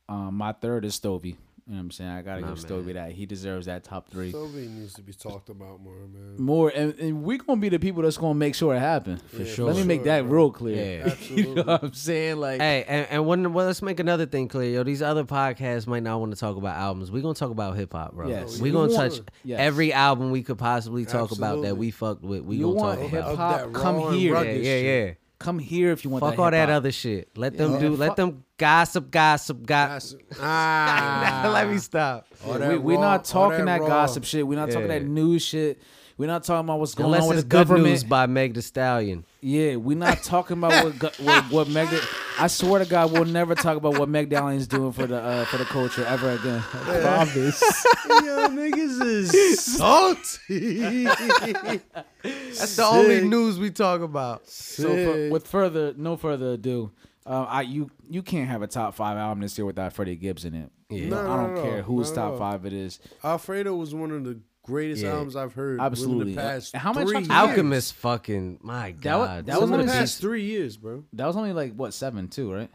Um, my third is Stovey. You know what I'm saying? I gotta My give Stovey that. He deserves that top three. Toby needs to be talked about more, man. *laughs* More and, and we're gonna be the people that's gonna make sure it happen. For sure. Let me make that real clear. Yeah. *laughs* you know what I'm saying? Like Hey, and, and one, well, let's make another thing clear, yo. These other podcasts might not want to talk about albums. We're gonna talk about hip hop, bro. Yes. We're You gonna want- touch Yes. every album we could possibly talk about that Absolutely. we fucked with. We you gonna want talk hip about. Of hop, that raw come and here. Yeah, rugged yeah, yeah. Come here if you want Fuck that all that hip-hop. other shit. Let them Yeah. do. And Let fuck- them gossip, gossip, gossip. That's- *laughs* ah, *laughs* Let me stop. all we, that we're raw- all not talking that, raw. gossip shit. We're not talking Yeah. that news shit. We're not talking about what's going Unless on it's with the good government. news by Meg The Stallion. yeah, we're not talking about what go- what, what Meg. Thee- I swear to God, we'll never talk about what Meg Dallion's doing for the uh, for the culture ever again. I promise. *laughs* Yo, niggas is *laughs* salty. That's the only news we talk about. so, for, with further no further ado, uh, I you you can't have a top five album this year without Freddie Gibbs in it. Yeah, No, I don't no, no, care whose no, top no. five it is. Alfredo was one of the greatest Yeah. albums I've heard Absolutely. in the past How many three times- years. Alchemist, fucking my wa- god. that Some was of In one the the past beats- three years, bro. That was only like what seven two, right?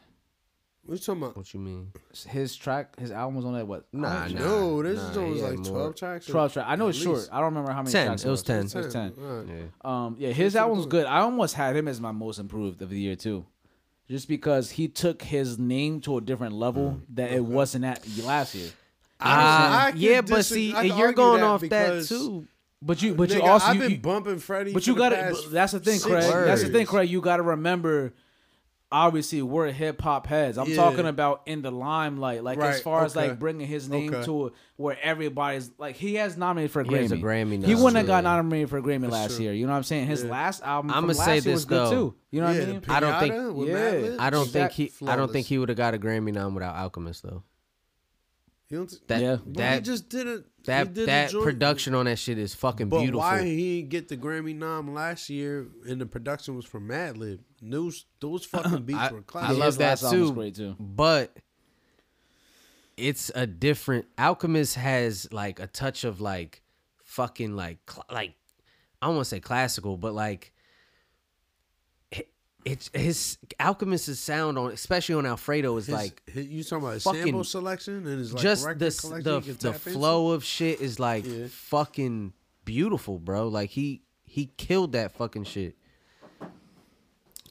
What you talking about? What you mean? His track, his album was only at what? Nah, nah. no, this nah, joint he was had like more. 12 tracks. or- 12 track. I know it's at short. least. I don't remember how many 10. tracks It was 10. It was 10. Alright. Um, yeah, his album was good. I almost had him as my most improved of the year too, just because he took his name to a different level that it wasn't at last year. Mm. Ah, I- I could yeah, but disagree- see, I could you're argue going that off that because- too. But you, but you Nigga, also, I've you, been you- bumping Freddie. but you got to. That's the thing, Craig. That's the thing, Craig. Craig. You got to remember. Obviously, we're hip hop heads. I'm Yeah. talking about in the limelight, like as Right, far as okay. like bringing his name Okay. to a, where everybody's like he has nominated for a He Grammy. has a Grammy He now, wouldn't have yeah. got nominated for a Grammy last true. year. You know what I'm saying? His last album I'ma from last say year this, was good though. too. You Yeah, know what I the mean? I don't think- Pinata with yeah. Madlib, I don't think that he. I don't think flawless. he would have got a Grammy nom without Alchemist though. You don't think- That Yeah. But he that just did it. he that did the that joint- production on that shit is fucking But beautiful. why he didn't get the Grammy nom last year? And the production was from Madlib. Those *clears throat* those fucking beats I, were I classic. love that last album was too, great, too. But it's a different. Alchemist has like a touch of like fucking like cl- like I don't want to say classical, but like it- it's his Alchemist's sound on, especially on Alfredo, is His- like his- you talking about his fucking- sample selection and his like just record the s- collection the he can the tap into? flow of shit is like Yeah. fucking beautiful, bro. Like he he killed that fucking shit.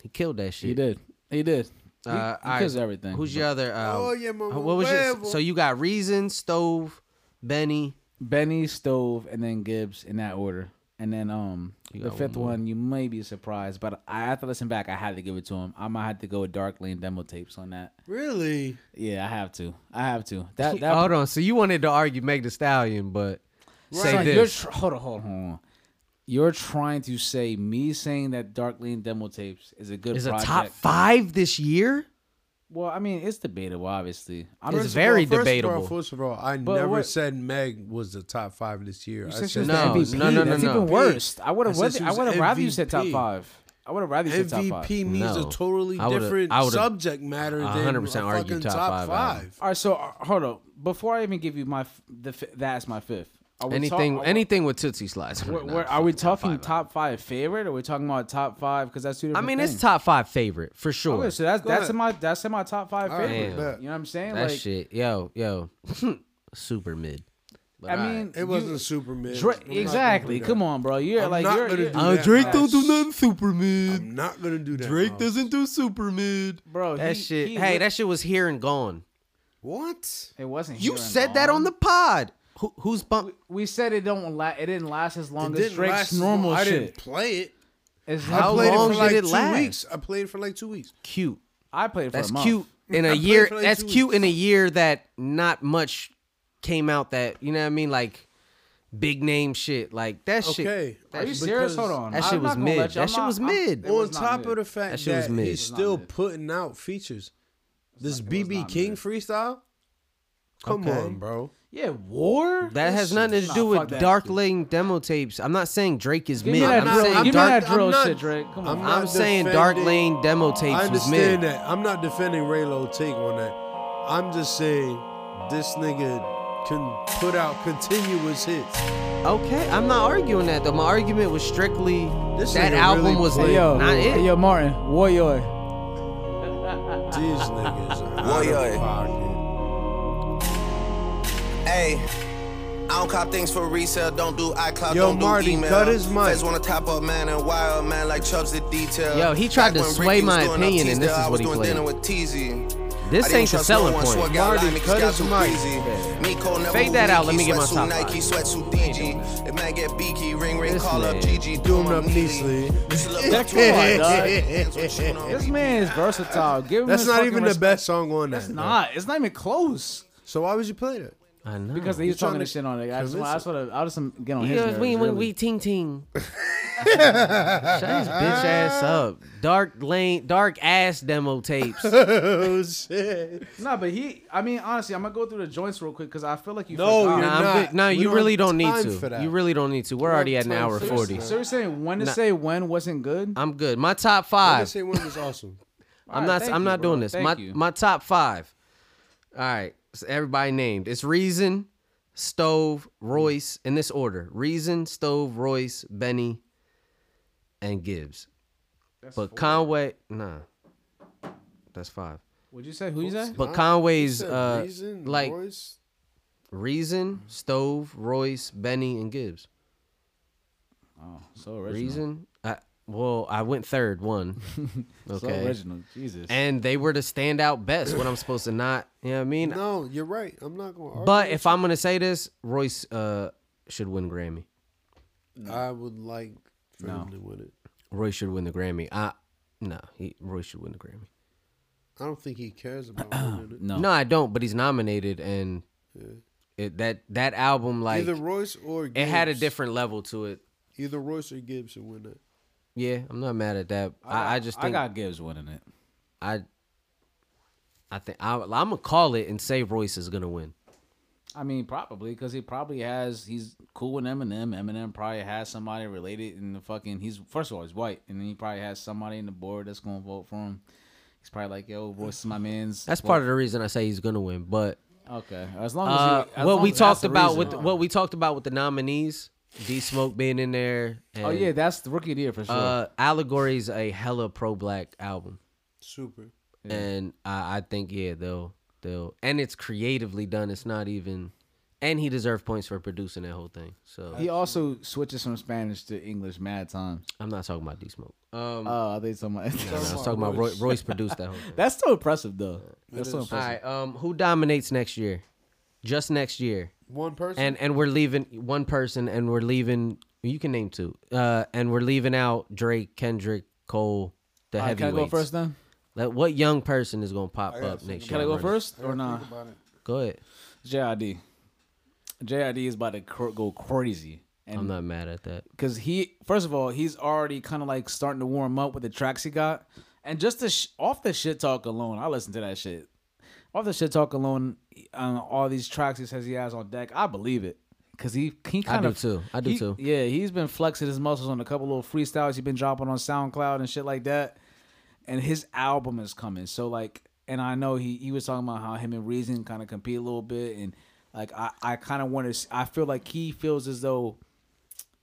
He killed that shit. He did. He did. He, Uh, all he right, kills everything. Who's your other? Um, Oh, yeah, mama, What was your? huevo. So you got Reason, Stove, Benny. Benny Stove and then Gibbs in that order. And then um the got fifth one, you may be surprised, but I have to listen back. I had to give it to him. I might have to go with Dark Lane demo tapes on that. Really? Yeah, I have to. I have to. *laughs* That that Hold on. So you wanted to argue Meg the Stallion, but say Son, this. You're tr- hold on, hold on, hold on. You're trying to say me saying that Dark Lane demo tapes is a good is a project. top five this year? Well, I mean, it's debatable, obviously. I'm It's just very Well, first Of debatable. all, first of all, I But never what- said Meg was the top five this year. I said she said was the No, MVP. no, no, no, That's no. even worse. I would I have said rather she I was would have rather you said top MVP. five. I would have rather you said top five. MVP means No. a totally I would've- different I would've subject matter than 100% a argue fucking top top, five five. album. All right, so uh, hold on. Before I even give you my f- the f- that's my fifth. Are we talk- Anything, are we- anything with Tootsie Slides. Where, Nah, where- are we fuck top talking five. top five favorite? Or are we talking about top five? Because that's I two different. mean, things. it's top five favorite for sure. Okay, so that's that's ahead. in my that's in my top five All right, favorite. bet. You know what I'm saying? That like, shit, yo, yo, *laughs* super mid. I mean, it wasn't super mid. Dra- exactly. Come on, bro. You're I'm like not you're, gonna you're- do Uh, that. Drake don't do nothing super mid. I'm not gonna do that. Drake Mo. doesn't do super mid, bro. That he- shit. he hey, lit- that shit was here and gone. What? It wasn't. You here and said that gone. on the pod. Who, who's bump? We said it don't. La- it didn't last as long It as didn't last Drake's as normal long. I shit. didn't play it. It's How I played long it did for like it two last? weeks. I played it for like two weeks. Cute. I played it for That's a month. cute in a I played year. for like that's two cute in a year that not much came out. That you know what I mean, like big name shit. Like that shit. Okay. That Are you shit- serious? Hold because- on. that I'm shit not was gonna let mid. you- That I'm shit not- was I'm- mid. it on was not top mid. of the fact That that, shit was mid. he's It was not still mid. putting out features. This not- it was BB not King mid. freestyle? Come Okay. on, bro. yeah, war. That has nothing to Nah, do fuck with that. Dark Lane demo tapes. I'm not saying Drake is Give mid. me that I'm drill. saying Give me Dark. that drill I'm not- shit, Drake. Come on. I'm I'm not saying Dark defending- Lane demo tapes I was understand mid. that. I'm not defending Raylo take on that. I'm just saying this nigga can put out continuous hits. Okay, I'm not arguing that though. My argument was strictly This that nigga album really was played- yo, not it. hey, yo, Martin, warrior. These niggas are out Warrior. of pocket. Hey. I don't cop things for resale, don't do iCloud, Yo, don't Marty, do email. cut his mic. Feds wanna top up man and wild man like Chubbs the detail. Yo, he tried Back to when Rick sway used my doing opinion, Upteasdale, and this is I what was he doing played. dinner with TZ. This I didn't ain't the trust selling no one, point. swore God Marty, lied, niggas cut got his too mic. breezy. Nico never Fade that who out, let Nike, me get my sweatsuit top five. Nike, sweatsuit DG. If man get beaky, ring ring, This call up man. Gigi, do Doing him up neatly. neatly. Used to *laughs* love That's Twitter, why, dog. dog. That's what you know. This man is versatile. Give him That's his not fucking even the respect. best song on that. It's though. not. It's not even close. So why would you play that? I know. Because he was trying talking to to shit on it. I just, convince I just want to. I'll just get on his. Yeah, nerves, we we really. we *laughs* ting ting. Shut his bitch ass up. Dark lane, dark ass *laughs* demo *laughs* tapes. Oh shit! Nah, but he. I mean, honestly, I'm gonna go through the joints real quick because I feel like you. No, forgot. you're Nah, I'm not. good. No, We you don't really have don't need time for to. that. You really don't need to. We're don't already have at an time hour for forty. this, So you're saying when to Nah. say when wasn't good? I'm good. My top I five. say one was awesome. I'm Alright, not. thank I'm you, not bro. doing this. Thank my you. my top five. All right. So everybody named. It's Reason, Stove, Royce in this order. Reason, Stove, Royce, Benny, and Gibbs. but Conway, nah. That's five. Would you say who you say? But Conway's uh, Reason, like Royce? Reason, Stove, Royce, Benny, and Gibbs. Oh, So original. Reason. I, well, I went third one. *laughs* So Okay. original. Jesus. and they were the standout best when I'm supposed to not. You know what I mean? No, you're right. I'm not going. to But if I'm gonna say this, Royce uh, should win Grammy. I would like for No. him to win it. Royce should win the Grammy. I no, he Royce should win the Grammy. I don't think he cares *clears throat* about winning it. no. No, I don't. But he's nominated, and it, that that album like Either Royce or Gibbs. it had a different level to it. Either Royce or Gibbs should win it. Yeah, I'm not mad at that. I, I just I think I got Gibbs winning it. I, think I, I'm gonna call it and say Royce is gonna win. I mean, probably because he probably has. He's cool with Eminem. Eminem probably has somebody related in the fucking. He's first of all, he's white, and then he probably has somebody in the board that's gonna vote for him. He's probably like, "Yo, Royce is my man's." That's part of the reason I say he's gonna win. But Okay, as long uh, as, he, as what long we as that's talked the about reason. with what we talked about with the nominees, D Smoke being in there. And, Oh yeah, that's the rookie of the year for sure. Uh, Allegory is a hella pro black album, Super. and I, I think yeah they'll they'll and it's creatively done. It's not even, and he deserved points for producing that whole thing. So he also switches from Spanish to English mad times. I'm not talking about D Smoke. Um, Oh, I think somebody. I was talking about Roy, Royce produced that whole thing. *laughs* that's so impressive though. That's so All impressive. right, um, who dominates next year? Just next year, One person. and and we're leaving one person, and we're leaving. You can name two, uh, and we're leaving out Drake, Kendrick, Cole, the All right, can I heavyweights. go first then? Like, what young person is gonna pop up next year? Can I go already? first or not? About it. Go ahead. JID. JID is about to cr- go crazy. I'm And not mad at that. because he, first of all, he's already kind of like starting to warm up with the tracks he got. And just the sh- off the shit talk alone, I listen to that shit. Off the shit talk alone, um, all these tracks he says he has on deck, I believe it. Cause he he kind do of too. I do he- too. Yeah, he's been flexing his muscles on a couple little freestyles he's been dropping on SoundCloud and shit like that. And his album is coming, so like, and I know he he was talking about how him and Reason kind of compete a little bit, and like I I kind of want to I feel like he feels as though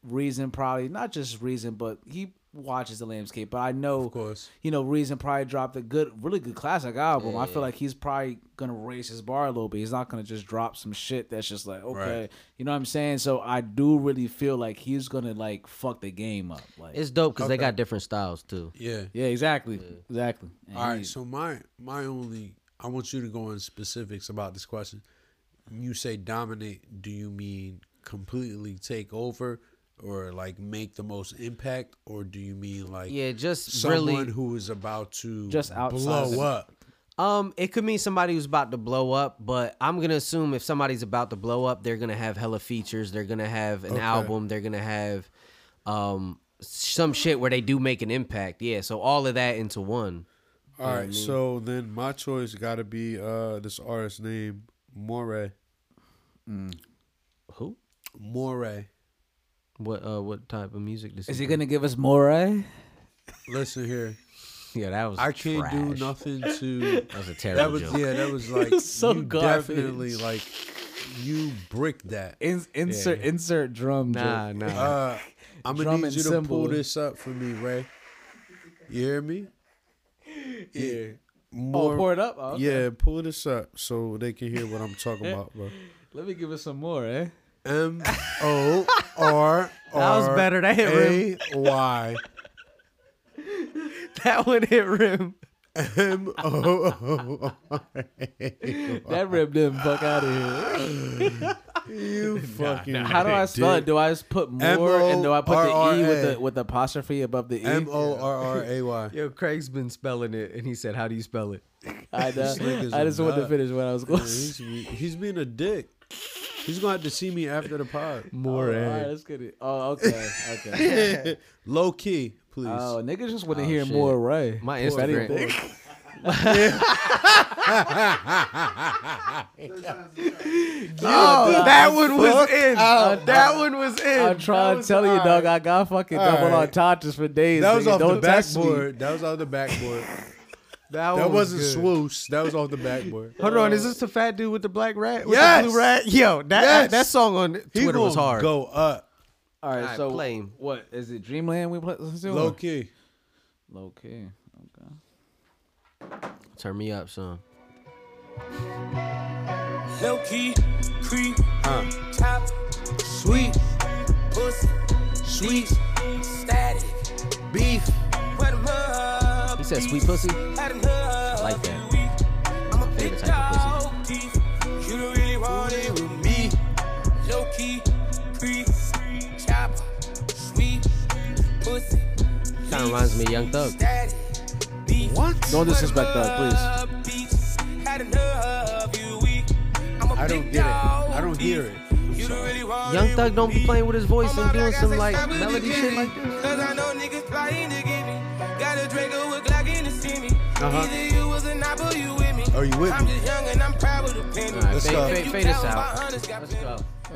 Reason probably not just Reason, but he watches the landscape, but I know, of course, you know, Reason probably dropped a good, really good classic album. I feel like he's probably gonna raise his bar a little bit. He's not gonna just drop some shit that's just like okay, Right. you know what I'm saying. So I do really feel like he's gonna like fuck the game up. Like It's dope because they got different styles too. Yeah. yeah, exactly, exactly. Uh, And All he- right. So my my only I want you to go in specifics about this question. You say dominate. Do you mean completely take over, or like make the most impact, or do you mean like Yeah, just someone really- who is about to Just outside blow the- up? Um, it could mean somebody who's about to blow up, but I'm gonna assume if somebody's about to blow up, they're gonna have hella features. They're gonna have an Okay. album. They're gonna have, um, some shit where they do make an impact. Yeah, so all of that into one. All You know right. what I mean? So then my choice got to be uh this artist named Moray. Who? Moray. what uh, what type of music does is he play? gonna give us eh? Moray? Listen here. Yeah, that was. I can't do trash. nothing *laughs* to. That was a That terrible was joke. yeah. That *laughs* was like So you garbage. definitely like you brick that. In, insert Yeah. insert drum. Nah, joke. nah. Uh, *laughs* I'm gonna Drum need and you to cymbal. pull this up for me, Ray. You hear *laughs* me? Yeah. More, pour it up? Oh, okay. Yeah, pull this up so they can hear what I'm *laughs* talking about, bro. Let me give us some more, eh? M *laughs* O R That was R better. That hit rim. A *laughs* Y *laughs* That one hit rim. M O R A Y. That rib didn't fuck out of here. You fucking. How do I spell it? Do I just put more and do I put the e with the M-O-R-R-A. with the apostrophe above the e? M O R R A Y? *laughs* Yo, Craig's been spelling it, and he said, "How do you spell it?" *laughs* I, know. This nigga's I just a wanted to nut. finish what I was going. Yeah, he's, he's being a dick. He's gonna have to see me after the pod. More. Oh, All *laughs* right, let's get it. Oh, okay, *laughs* okay. Low key, please. oh, niggas just want to Oh, hear shit. more Ray. My If Instagram- anything. *laughs* Oh, that one was in. that one was in. I'm trying to tell you, dog. I got fucking double right. entendres for days. that was nigga. off Don't the touch me. backboard. That was off the backboard. *laughs* That, Uh, that one was wasn't good. swoosh. That was off the backboard. Hold on, is this the fat dude with the black rat? With Yes! the blue rat? Yo, that Yes! that song on He Twitter was gonna hard. Go up, All right, All right, so play him. what is it? Dreamland we play. Let's do low key. Low key. Okay. Turn me up, son. Low key, creep, top, Sweet, pussy, sweet static. beef. Wet 'em up, He said sweet pussy. had enough. Like that. I'm a big Favorite type of dog, deep. Oh, You don't really want it with me. Low key, creep, chopper, sweet, pussy. Kinda reminds me of Young Thug. Static, beef. Don't disrespect that, please. please. Had enough, you weak. I'm a I don't big get it. dog, I don't hear it. You don't really want Young it Thug with don't be me. playing with his voice Oh and my doing God, I some say like stop with the melody shit giddy, like this. Cause I know niggas plotting to get me. Got a Draco with Glock in the semi. Uh-huh. Either you was a knob or you with me. Are you with I'm me? just young and I'm proud of the penny. Alright, Let's fade, go. fade, You fade us count by out. hundreds, got plenty.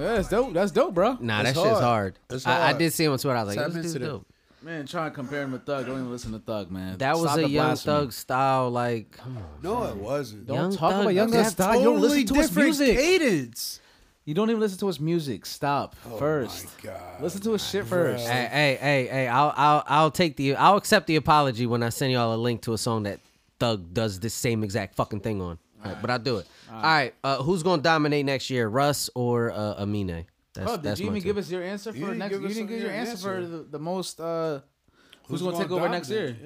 Yeah, that's dope. That's dope, bro. Nah, That's that shit's hard. hard. That's I, I hard. did see him on Twitter. I was Tap like, this into dude that. dope. Man, trying to compare him with Thug. Don't even listen to Thug, man. That was Stop a the Young blasphemy. Thug style, like, come on. No, it wasn't. Don't Young talk Thug- about Young Thug That's style. You don't listen to his different music. cadence. Oh You don't even listen to his music. Stop first. God. Listen to his shit first. Hey, hey, hey, hey! I'll, I'll, I'll take the, I'll accept the apology when I send y'all a link to a song that Thug does the same exact fucking thing on. But I'll do it. All right, uh, who's gonna dominate next year, Russ or uh, Amine? That's, Bro, Oh, did you my even two. give us your answer for didn't next? You give us didn't give your your answer for answer. the, the most. uh Who's, gonna, take over next year?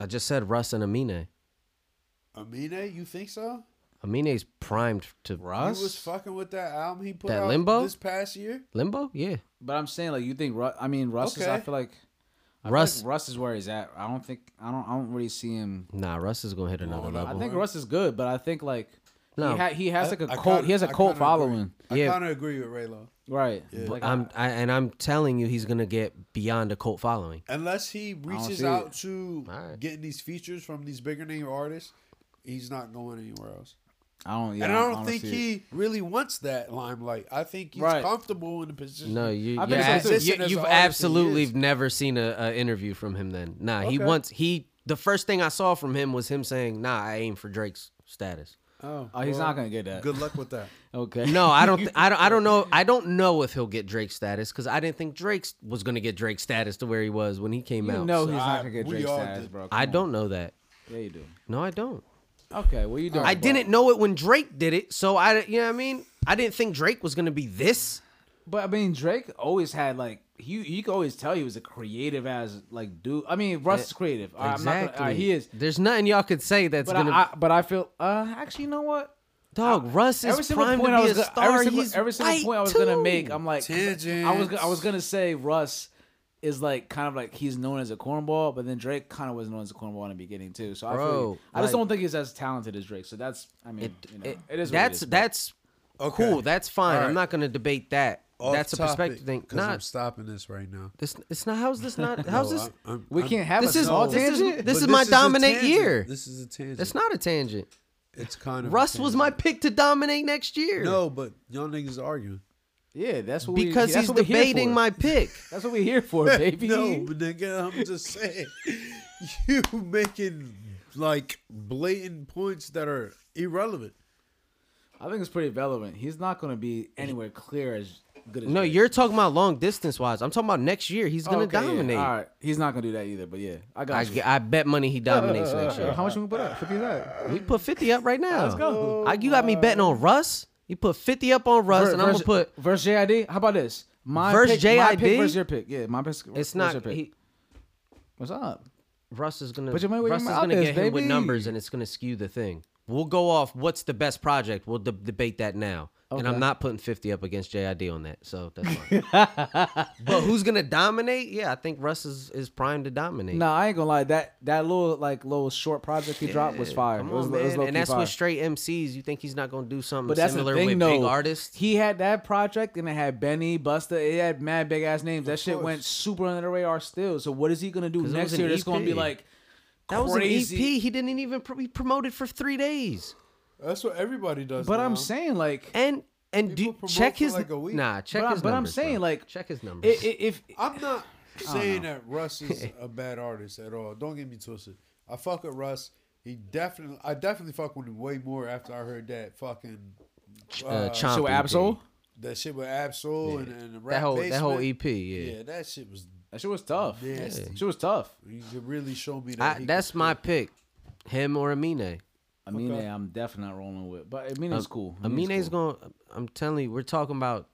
I just said Russ and Amine. Yeah. Amine, you think so? Amine's primed to Russ. He was fucking with that album he put That out Limbo? this past year. Limbo. Yeah, but I'm saying like you think. Ru- I mean, Russ is. I Okay. feel like. I feel Russ. like Russ is where he's at. I don't think. I don't. I don't really see him. Nah, Russ is gonna hit another I level. think Russ is good, but I think like. No. He, ha- he has like a I cult. kinda- he has I a cult kinda agree. following, Yeah. I kind of agree with Raylo. right? Like, I'm, I, and I'm telling you, he's gonna get beyond a cult following. Unless he reaches see out it. to Alright. getting these features from these bigger name artists, he's not going anywhere else. I don't. Yeah, and I don't, honestly- think he really wants that limelight. I think he's Right. comfortable in the position. No, you, I you're think so, abs- too. you- Consistent as an you've artist he absolutely is. never seen a, a interview from him. Then, nah, he Okay. once he the first thing I saw from him was him saying, "Nah, I aim for Drake's status." Oh, he's not gonna get that. Good luck with *laughs* that. okay. No, I *laughs* don't. Th- I don't. I don't know. I don't know if he'll get Drake status because I didn't think Drake was gonna get Drake status to where he was when he came You *laughs* out. know So he's I- not gonna get we Drake all status, did. bro. I Come don't know that. on. Yeah, you do. No, I don't. Okay, well you don't. I didn't know it when Drake did it, so I, you know what I mean. I didn't think Drake was gonna be this. But I mean, Drake always had like you. You could always tell he was a creative as like dude. I mean, Russ is creative. I- I'm not gonna- I- he is. There's nothing y'all could say that's But I, gonna. I- but I feel. Uh, actually, you know what? dog, Russ Every is single primed point to I be was a gonna, star. every single, He's every single white, point I was gonna too. make. I'm like, 'cause I was I was gonna say Russ is like kind of like he's known as a cornball, but then Drake kind of was known as a cornball in the beginning too. So I feel Bro, you. I just like- don't think he's as talented as Drake. So that's I mean, you know, it is. what That's it is, but- that's cool. That's fine. All I'm right. not gonna debate that. Off that's a topic, perspective thing. 'cause I'm Not stopping this right now. this. It's not. How's this not? Oh, *laughs* How's No, this? I- I'm- We I'm- can't have this a is small this tangent. is this But is my a dominate tangent. year. This is a tangent. It's not a tangent. It's kind of a Russ was my pick to dominate next year. tangent. No, but y'all niggas arguing. *laughs* yeah, that's what because he's we, that's what we're here debating for. my *laughs* pick. That's what we're *laughs* here for, *laughs* baby. No, but nigga, I'm just saying, *laughs* you making like blatant points that are irrelevant. I think it's pretty relevant. He's not going to be anywhere clear as good as. No, Drake. you're talking about long distance wise. I'm talking about next year. He's gonna Okay, yeah. dominate. All right, he's not going to do that either. But yeah, I got I, you. g- I bet money he dominates next *laughs* year. How much you gonna put up? Fifty that. We put 50 up right now. Let's go. I, you got me betting on Russ. You put 50 up on Russ, Ver- and I'm verse- gonna put. verse JID. How about this? My Verse pick, My JID? pick versus your pick. Yeah, my pick. It's versus your not. pick. He, What's up? Russ is gonna. Put your money where your Russ is mouth gonna is, get hit with baby. numbers, and it's gonna skew the thing. We'll go off what's the best project. We'll de- debate that now. And I'm Okay. not putting 50 up against JID on that, so that's fine. *laughs* but who's gonna dominate? Yeah, I think Russ is, is primed to dominate. No, I ain't gonna lie. That that little like little short project he dropped was fire. Come it was, on, it was man. low-key and that's fire. with straight MCs. You think he's not gonna do something But that's similar the thing, with though. big artists? He had that project, and it had Benny, Busta. It had mad big ass names. That shit went super under the radar still. So what is he gonna do 'Cause it was next an year? It's gonna be EP. like That was an E crazy. EP. He didn't even pr- he promoted for three days. That's what everybody does. But I'm saying like, And and do, People promote check for his like a week. nah. Check but, I'm- his but I'm numbers, bro. saying like, check his i- numbers. i- if I'm *laughs* not saying that Russ is a bad artist at all. Don't get me twisted. I fuck with Russ. He definitely, I definitely fuck with him way more after I heard that fucking uh, uh, Chompy so Absol, did. that shit with Absol and, and the rap that whole that whole E Basement. EP. Yeah, Yeah, that shit was. that shit was tough. Nasty. She was tough. You could really show me that. I, he that's could- my pick. Him or Amine. Amine, I'm definitely not rolling with, but Amine's cool. Amine's gonna. I'm telling you, we're talking about.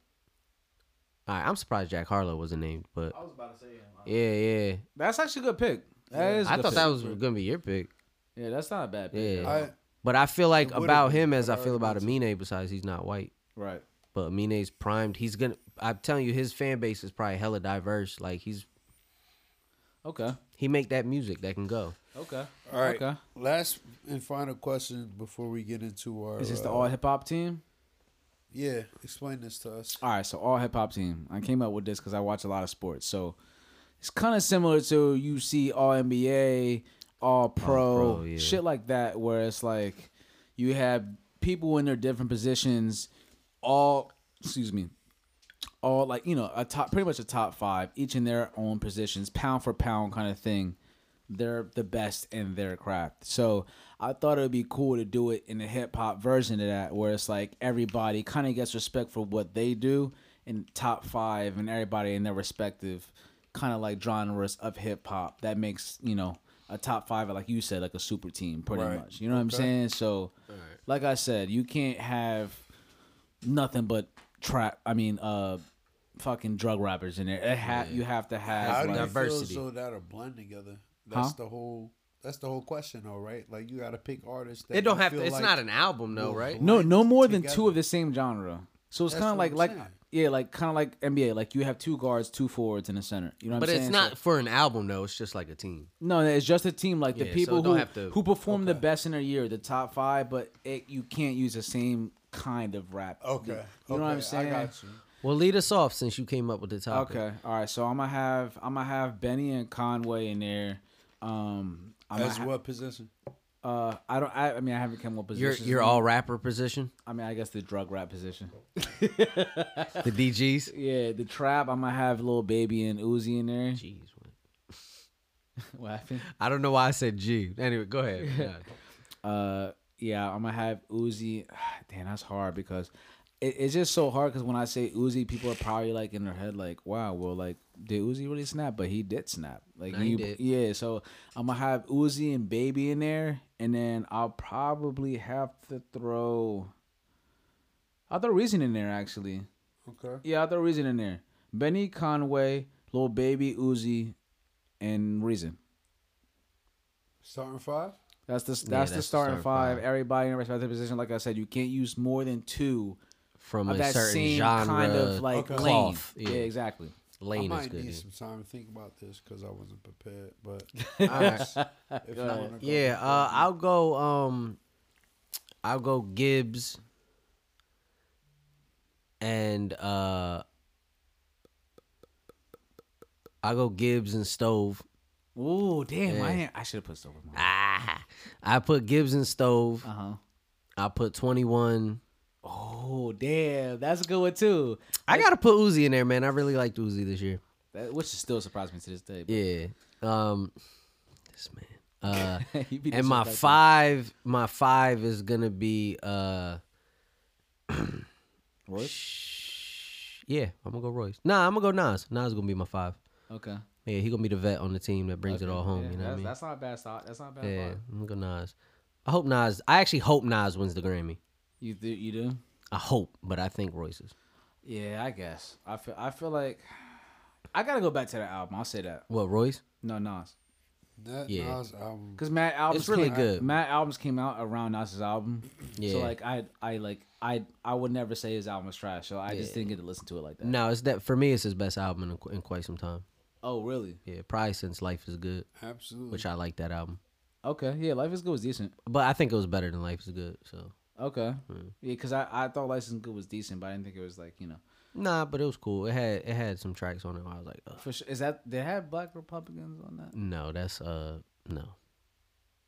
All right, I'm surprised Jack Harlow wasn't named, but I was about to say him. Yeah, yeah. That's actually a good pick. That is. a I good thought pick. that was gonna be your pick. Yeah, that's not a bad pick. Yeah, I- but I feel like would've about been, him as but I I feel about already Amine. Besides, he's not white. Right. But Amine's primed. He's gonna. I'm telling you, his fan base is probably hella diverse. Like he's Okay. he make that music that can go. Okay. All right. Okay. Last and final question before we get into our. Is this the uh, all hip hop team? Yeah, explain this to us. All right, so all hip hop team. I came up with this because I watch a lot of sports. So it's kind of similar to you see all NBA, all pro, Pro, yeah. shit like that, where it's like you have people in their different positions, all, excuse me, all like, you know, a top, pretty much a top five, each in their own positions, pound for pound kind of thing. They're the best in their craft. So I thought it would be cool to do it in a hip hop version of that, where it's like everybody kind of gets respect for what they do and top five and everybody in their respective kind of like genres of hip hop that makes, you know, a top five, like you said, like a super team, pretty Right. much. You know what I'm saying? So, like I said, you can't have nothing but trap. I mean, uh, fucking drug rappers in there. It ha- You have to have How do like- you feel diversity. so that are blend together? That's the whole. That's the whole question, though, right? Like you got to pick artists. That It don't you have to. feel It's like- not an album though, right? No, no more than together. two of the same genre. So it's That's kind of what like I'm like saying. yeah, like kind of like NBA. Like you have two guards, two forwards, and a center. You know what But I'm it's saying? not So- for an album though. It's just like a team. no, it's just a team. Like Yeah, the so people don't who have to- who perform the best in their year, the top five. But it, you can't use the same kind of rap. Okay. You know what okay, I'm saying? I got you. Well, lead us off since you came up with the topic. Okay. All right. So I'm gonna have I'm gonna have Benny and Conway in there. Um, I'm As gonna what position? ha- uh, I don't. I, I mean, I haven't come up with Your positions. your all rapper *laughs* position, I mean, I guess the drug rap position. the DGs. Yeah, the trap. I'm gonna have little baby and Uzi in there. Jeez, what- What happened? *laughs* I don't know why I said G. Anyway, go ahead. Uh, yeah, I'm gonna have Uzi. *sighs* Damn, that's hard because it, it's just so hard. Because when I say Uzi, people are probably like in their head like, wow, well, like did Uzi really snap? But he did snap. Like No, he did. yeah. So I'm gonna have Uzi and Baby in there, and then I'll probably have to throw. I'll throw Reason in there actually. Okay. Yeah, I'll throw Reason in there. Benny Conway, Lil Baby, Uzi, and Reason. Starting five. That's the that's, Yeah, the that's the starting starting five. Everybody in a respective position. Like I said, you can't use more than two From of a that certain same kind genre of like Okay. lane. cloth, Yeah. yeah. exactly. Lane I is might good. need yeah. some time to think about this because I wasn't prepared. *laughs* But Alright. if you wanna go- yeah, uh, I'll go. Um, I'll go Gibbs and uh, I'll go Gibbs and Stove. *laughs* Ooh, damn! Yeah. I ain't- I should have put stuff on my. Ah, I put Gibbs and Stove. Uh huh. I put twenty one. Oh damn, that's a good one too. I gotta put Uzi in there, man. I really liked Uzi this year. That, which still surprised me to this day. but- Yeah. Um this *laughs* man. Uh *laughs* You be and my disrespectful. five my five is gonna be uh Royce? Yeah, I'm gonna go Royce. Nah, I'm gonna go Nas. Nas gonna be my five. Okay. Yeah, he gonna be the vet on the team that brings it Okay, all home. yeah, you know what I that's, mean? That's not a bad thought. That's not a bad yeah, thought. I'm gonna go Nas. I hope Nas. I actually hope Nas wins the Grammy. You do? You do? I hope, but I think Royce is. Yeah, I guess. I feel. I feel like *sighs* I gotta go back to the album. I'll say that. What Royce? No, Nas. That um, Yeah. Nas album. Because Matt albums It's really came- good. Matt albums came out around Nas's album. Yeah. So like I I like I I would never say his album was trash. So I just didn't get to listen to it like that. No, it's that for me. It's his best album in, qu- in quite some time. Oh really? Yeah, probably since Life is Good. Absolutely. Which I like that album. Okay. Yeah. Life is good was decent. But I think it was better than Life is Good. So Okay. Hmm. Yeah. Because I I thought Life is good was decent, but I didn't think it was like you know. nah, but it was cool. It had it had some tracks on it. Where I was like, Ugh. For sure. Is that they had Black Republicans on that? no, that's uh no.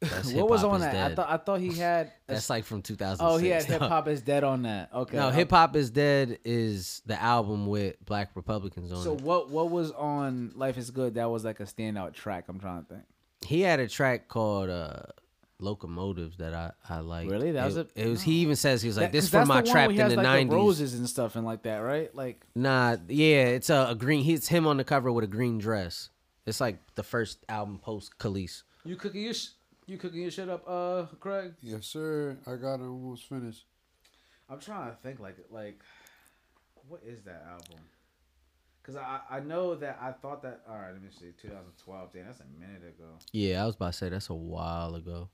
That's *laughs* what was Hip Hop on Is that? I Dead. thought I thought he had. *laughs* that's like from 2006. oh, he had though. hip hop is dead on that. Okay. oh. No, okay. Hip Hop is Dead is the album with Black Republicans on So it. what what was on Life is Good that was like a standout track? I'm trying to think. He had a track called uh Locomotives that I I like. Really? That was it, a- it was he even says he was like That- this 'cause for that's my the one trapped where he in has, the like, 90s. roses and stuff and like that, right? Like Nah, yeah, it's a, a green. It's him on the cover with a green dress. It's like the first album post Khalees. you cooking your sh- you cooking your shit up, uh, Craig. Yes, sir. I got it almost finished. I'm trying to think like like what is that album? Cause I I know that I thought that all right. Let me see, 2012. Damn, that's a minute ago. Yeah, I was about to say that's a while ago.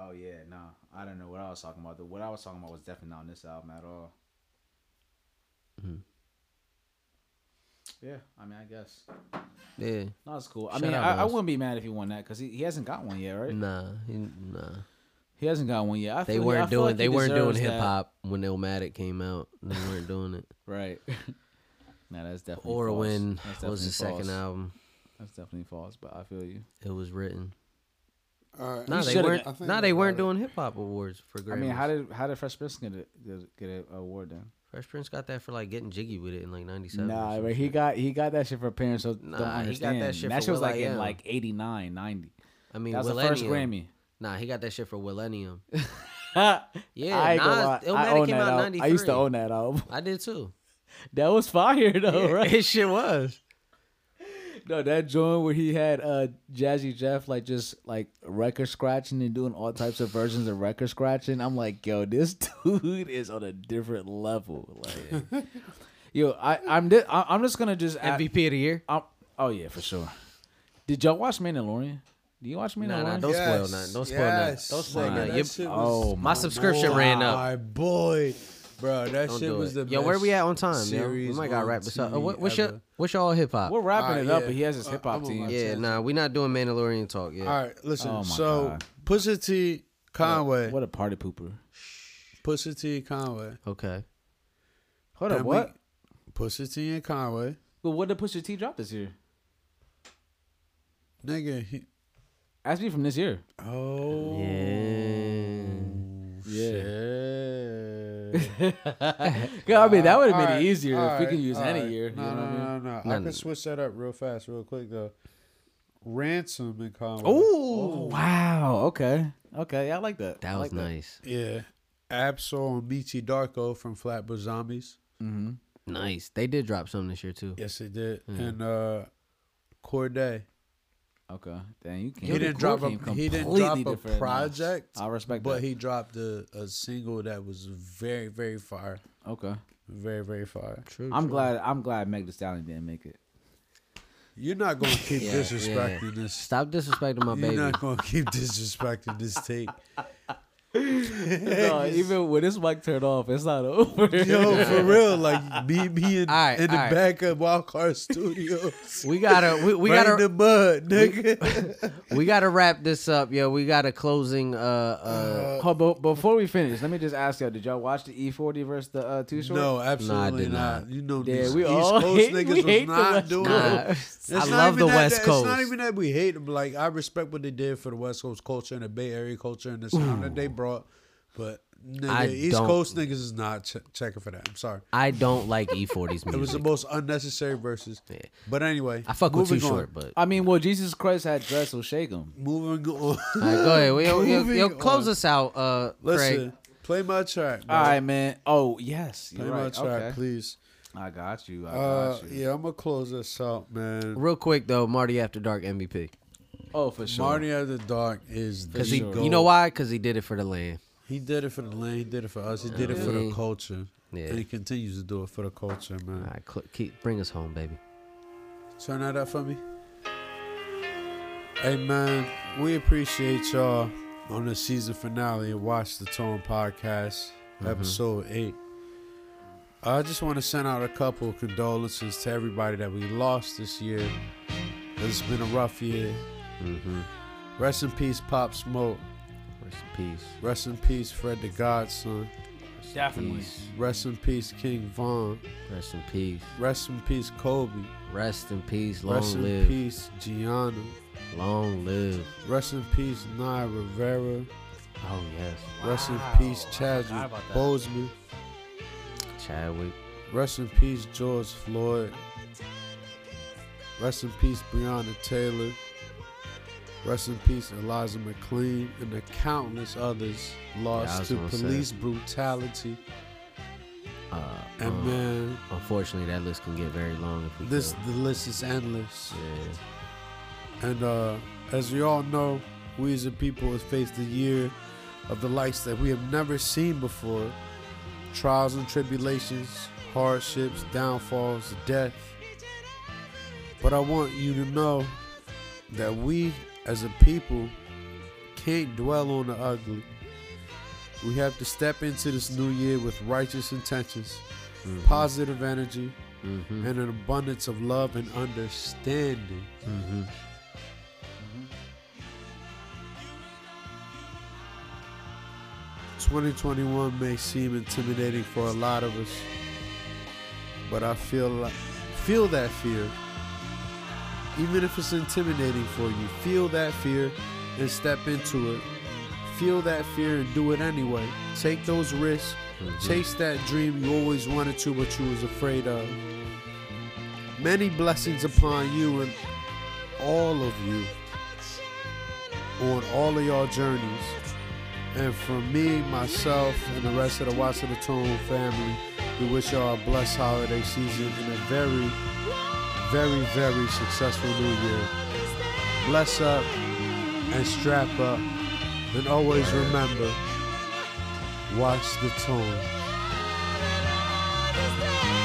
Oh yeah, no, I don't know what I was talking about. The- What I was talking about was definitely not on this album at all. Mhm. Yeah, I mean, I guess. Yeah. No, it's cool. I Shout mean, out, I, I Nas. wouldn't be mad if he won that because he, he hasn't got one yet, right? Nah, he, nah. He hasn't got one yet. I They feel- I weren't feel doing. like he they weren't doing deserves that. hip hop when Illmatic came out. They weren't doing it. Right. *laughs* nah, that's definitely. Or false. when That's was the definitely second false. album? That's definitely false, but I feel you. It was written. All right. No, You they should've- weren't. I No, think they about weren't it. doing hip hop awards for Grammys. I mean, how did how did Fresh Prince get a get a- get an award then? Fresh Prince got that for like getting jiggy with it in like '97? nah, but he got he got that shit for parents. So don't Nah, he got understand. that shit for was Will like in I.am. like 89, 90. I mean, that was the Millennium. first Grammy. Nah, he got that shit for *laughs* Millennium. yeah, Yeah, Nas, Illmatic came out in '93. I used to own that album. *laughs* I did too. That was fire though, Yeah, *laughs* right? It shit was. No, that joint where he had uh Jazzy Jeff like just like record scratching and doing all types of versions of record scratching. I'm like, yo, this *laughs* dude is on a different level. Like, yo, I I'm di- I- I'm just gonna just add- MVP of the year. I'm, oh yeah, for sure. Did y'all watch Mandalorian? Do you watch Mandalorian? Nah, nah, don't spoil nothing. Don't spoil nothing. Don't spoil Nah, nothing. that Yep. shit was- oh, my my subscription boy, ran up. My boy, bro, that Don't shit do was it. the Yo, where best we at on time? Yo? We series might gotta on wrap this up. Uh, TV what, what's ever. your what's your all hip hop? We're wrapping Alright, it up, yeah. but he has his Uh, hip hop I'm team. about Yeah, nah, we not doing Mandalorian talk yet. All right, listen. Oh my so God. Pusha T, Conway, What a party pooper. Pusha T, Conway. Okay. Hold up, Then what? We, Pusha T and Conway, Well, what did Pusha T drop this year? nigga. He, Ask me from this year. oh shit. Yeah, *laughs* I mean *laughs* that would have All made right, it easier all if we right, can use all any right. year. No, you know no, what I mean? no, no, no. No, I no, can switch that up real fast, real quick though. Ransom and Conway. Ooh, wow. Okay. Okay. I like that. That was nice. Yeah. Absol and Michi Darko from Flatbush Zombies. Mm-hmm. Nice. They did drop some this year too. Yes, they did. Yeah. And uh Corday. Okay. Dang, you came. He didn't Corey drop a came he didn't completely drop a different than us. project. I respect but that. he dropped a, a single that was very very fire. Okay. Very very fire. True. I'm glad. I'm glad Meg Thee Stallion didn't make it. You're not gonna keep Yeah, disrespecting yeah. this. Stop disrespecting my You're baby. not gonna keep disrespecting this tape. no, *laughs* even when this mic turned off, it's not *laughs* over. Yo, *laughs* for real, like me, me in, Alright, in the alright. back of Wildcard Studios. We gotta- we- we Right gotta- in the mud, nigga. we gotta wrap this up, yo. We got a closing. Uh, uh, Hold, but before we finish, let me just ask y'all: Did y'all watch the E40 versus the uh, Two Short? No, absolutely did not. not. You know, Yeah, these we East all Coast hate- we niggas hate was the not West doing Nah. it. It's I not love even the that- West It's not Coast. even that we hate them. Like, I respect what they did for the West Coast culture and the Bay Area culture and the sound that they brought. But, nigga, I East don't- Coast niggas is not ch- checking for that. I'm sorry. I don't like E40's *laughs* music. It was the most unnecessary verses. But anyway, I fuck with Too moving on. Short, but I mean, well, Jesus Christ had dress will shake him. Moving on. *laughs* All right, go ahead. We, yo, yo, yo, Moving close on. us out, uh, Listen, Craig. play my track. Bro. All right, man. Oh yes, Play you're my right. track, Okay. uh, please. I got you. I Uh, got you. yeah, I'm gonna close this out, man. Real quick though, Marty After Dark MVP Oh, for sure. Marty at the Dark is the because he, goat. you know why? Because he did it for the land. He did it for the land. He did it for us. He did it for the Mhm. culture. Yeah. And he continues to do it for the culture, man. All right, cl- keep bring us home, baby. Turn that up for me. Hey, man, we appreciate y'all on the season finale of Watch the Tone podcast, Mm-hmm. episode eight. I just want to send out a couple of condolences to everybody that we lost this year. It's been a rough year. Mm-hmm. Rest in peace, Pop Smoke. Rest in peace. Rest in peace, Fred the Godson. Definitely. Rest in peace, King Vaughn. Rest in peace. Rest in peace, Kobe. Rest in peace. Long Rest in live. peace, Gianna. Long live. Rest in peace, Nye Rivera. Oh yes, Rest in peace, Chadwick about that. Bozeman. Chadwick. Rest in peace, George Floyd. Rest in peace, Breonna Taylor. Rest in peace, Eliza McLean, and the countless others I lost was to gonna say. police brutality. Uh, And um, man, unfortunately, that list can get very long if we this go. the list is endless. Yeah. And uh, as we all know, we as a people have faced a year of the likes that we have never seen before trials and tribulations, hardships, downfalls, death. But I want you to know that we as a people can't dwell on the ugly. We have to step into this new year with righteous intentions, positive energy, and an abundance of love and understanding. Twenty twenty one may seem intimidating for a lot of us, but I feel li- feel that fear. Even if it's intimidating for you, feel that fear and step into it. Feel that fear and do it anyway. Take those risks. Chase that dream you always wanted to, but you was afraid of. Many blessings upon you and all of you on all of y'all journeys. And from me, myself, and the rest of the Watch of the Tone family, we wish y'all a blessed holiday season and a very, very, very successful new year. Bless up and strap up. And always remember, watch the tone. Is there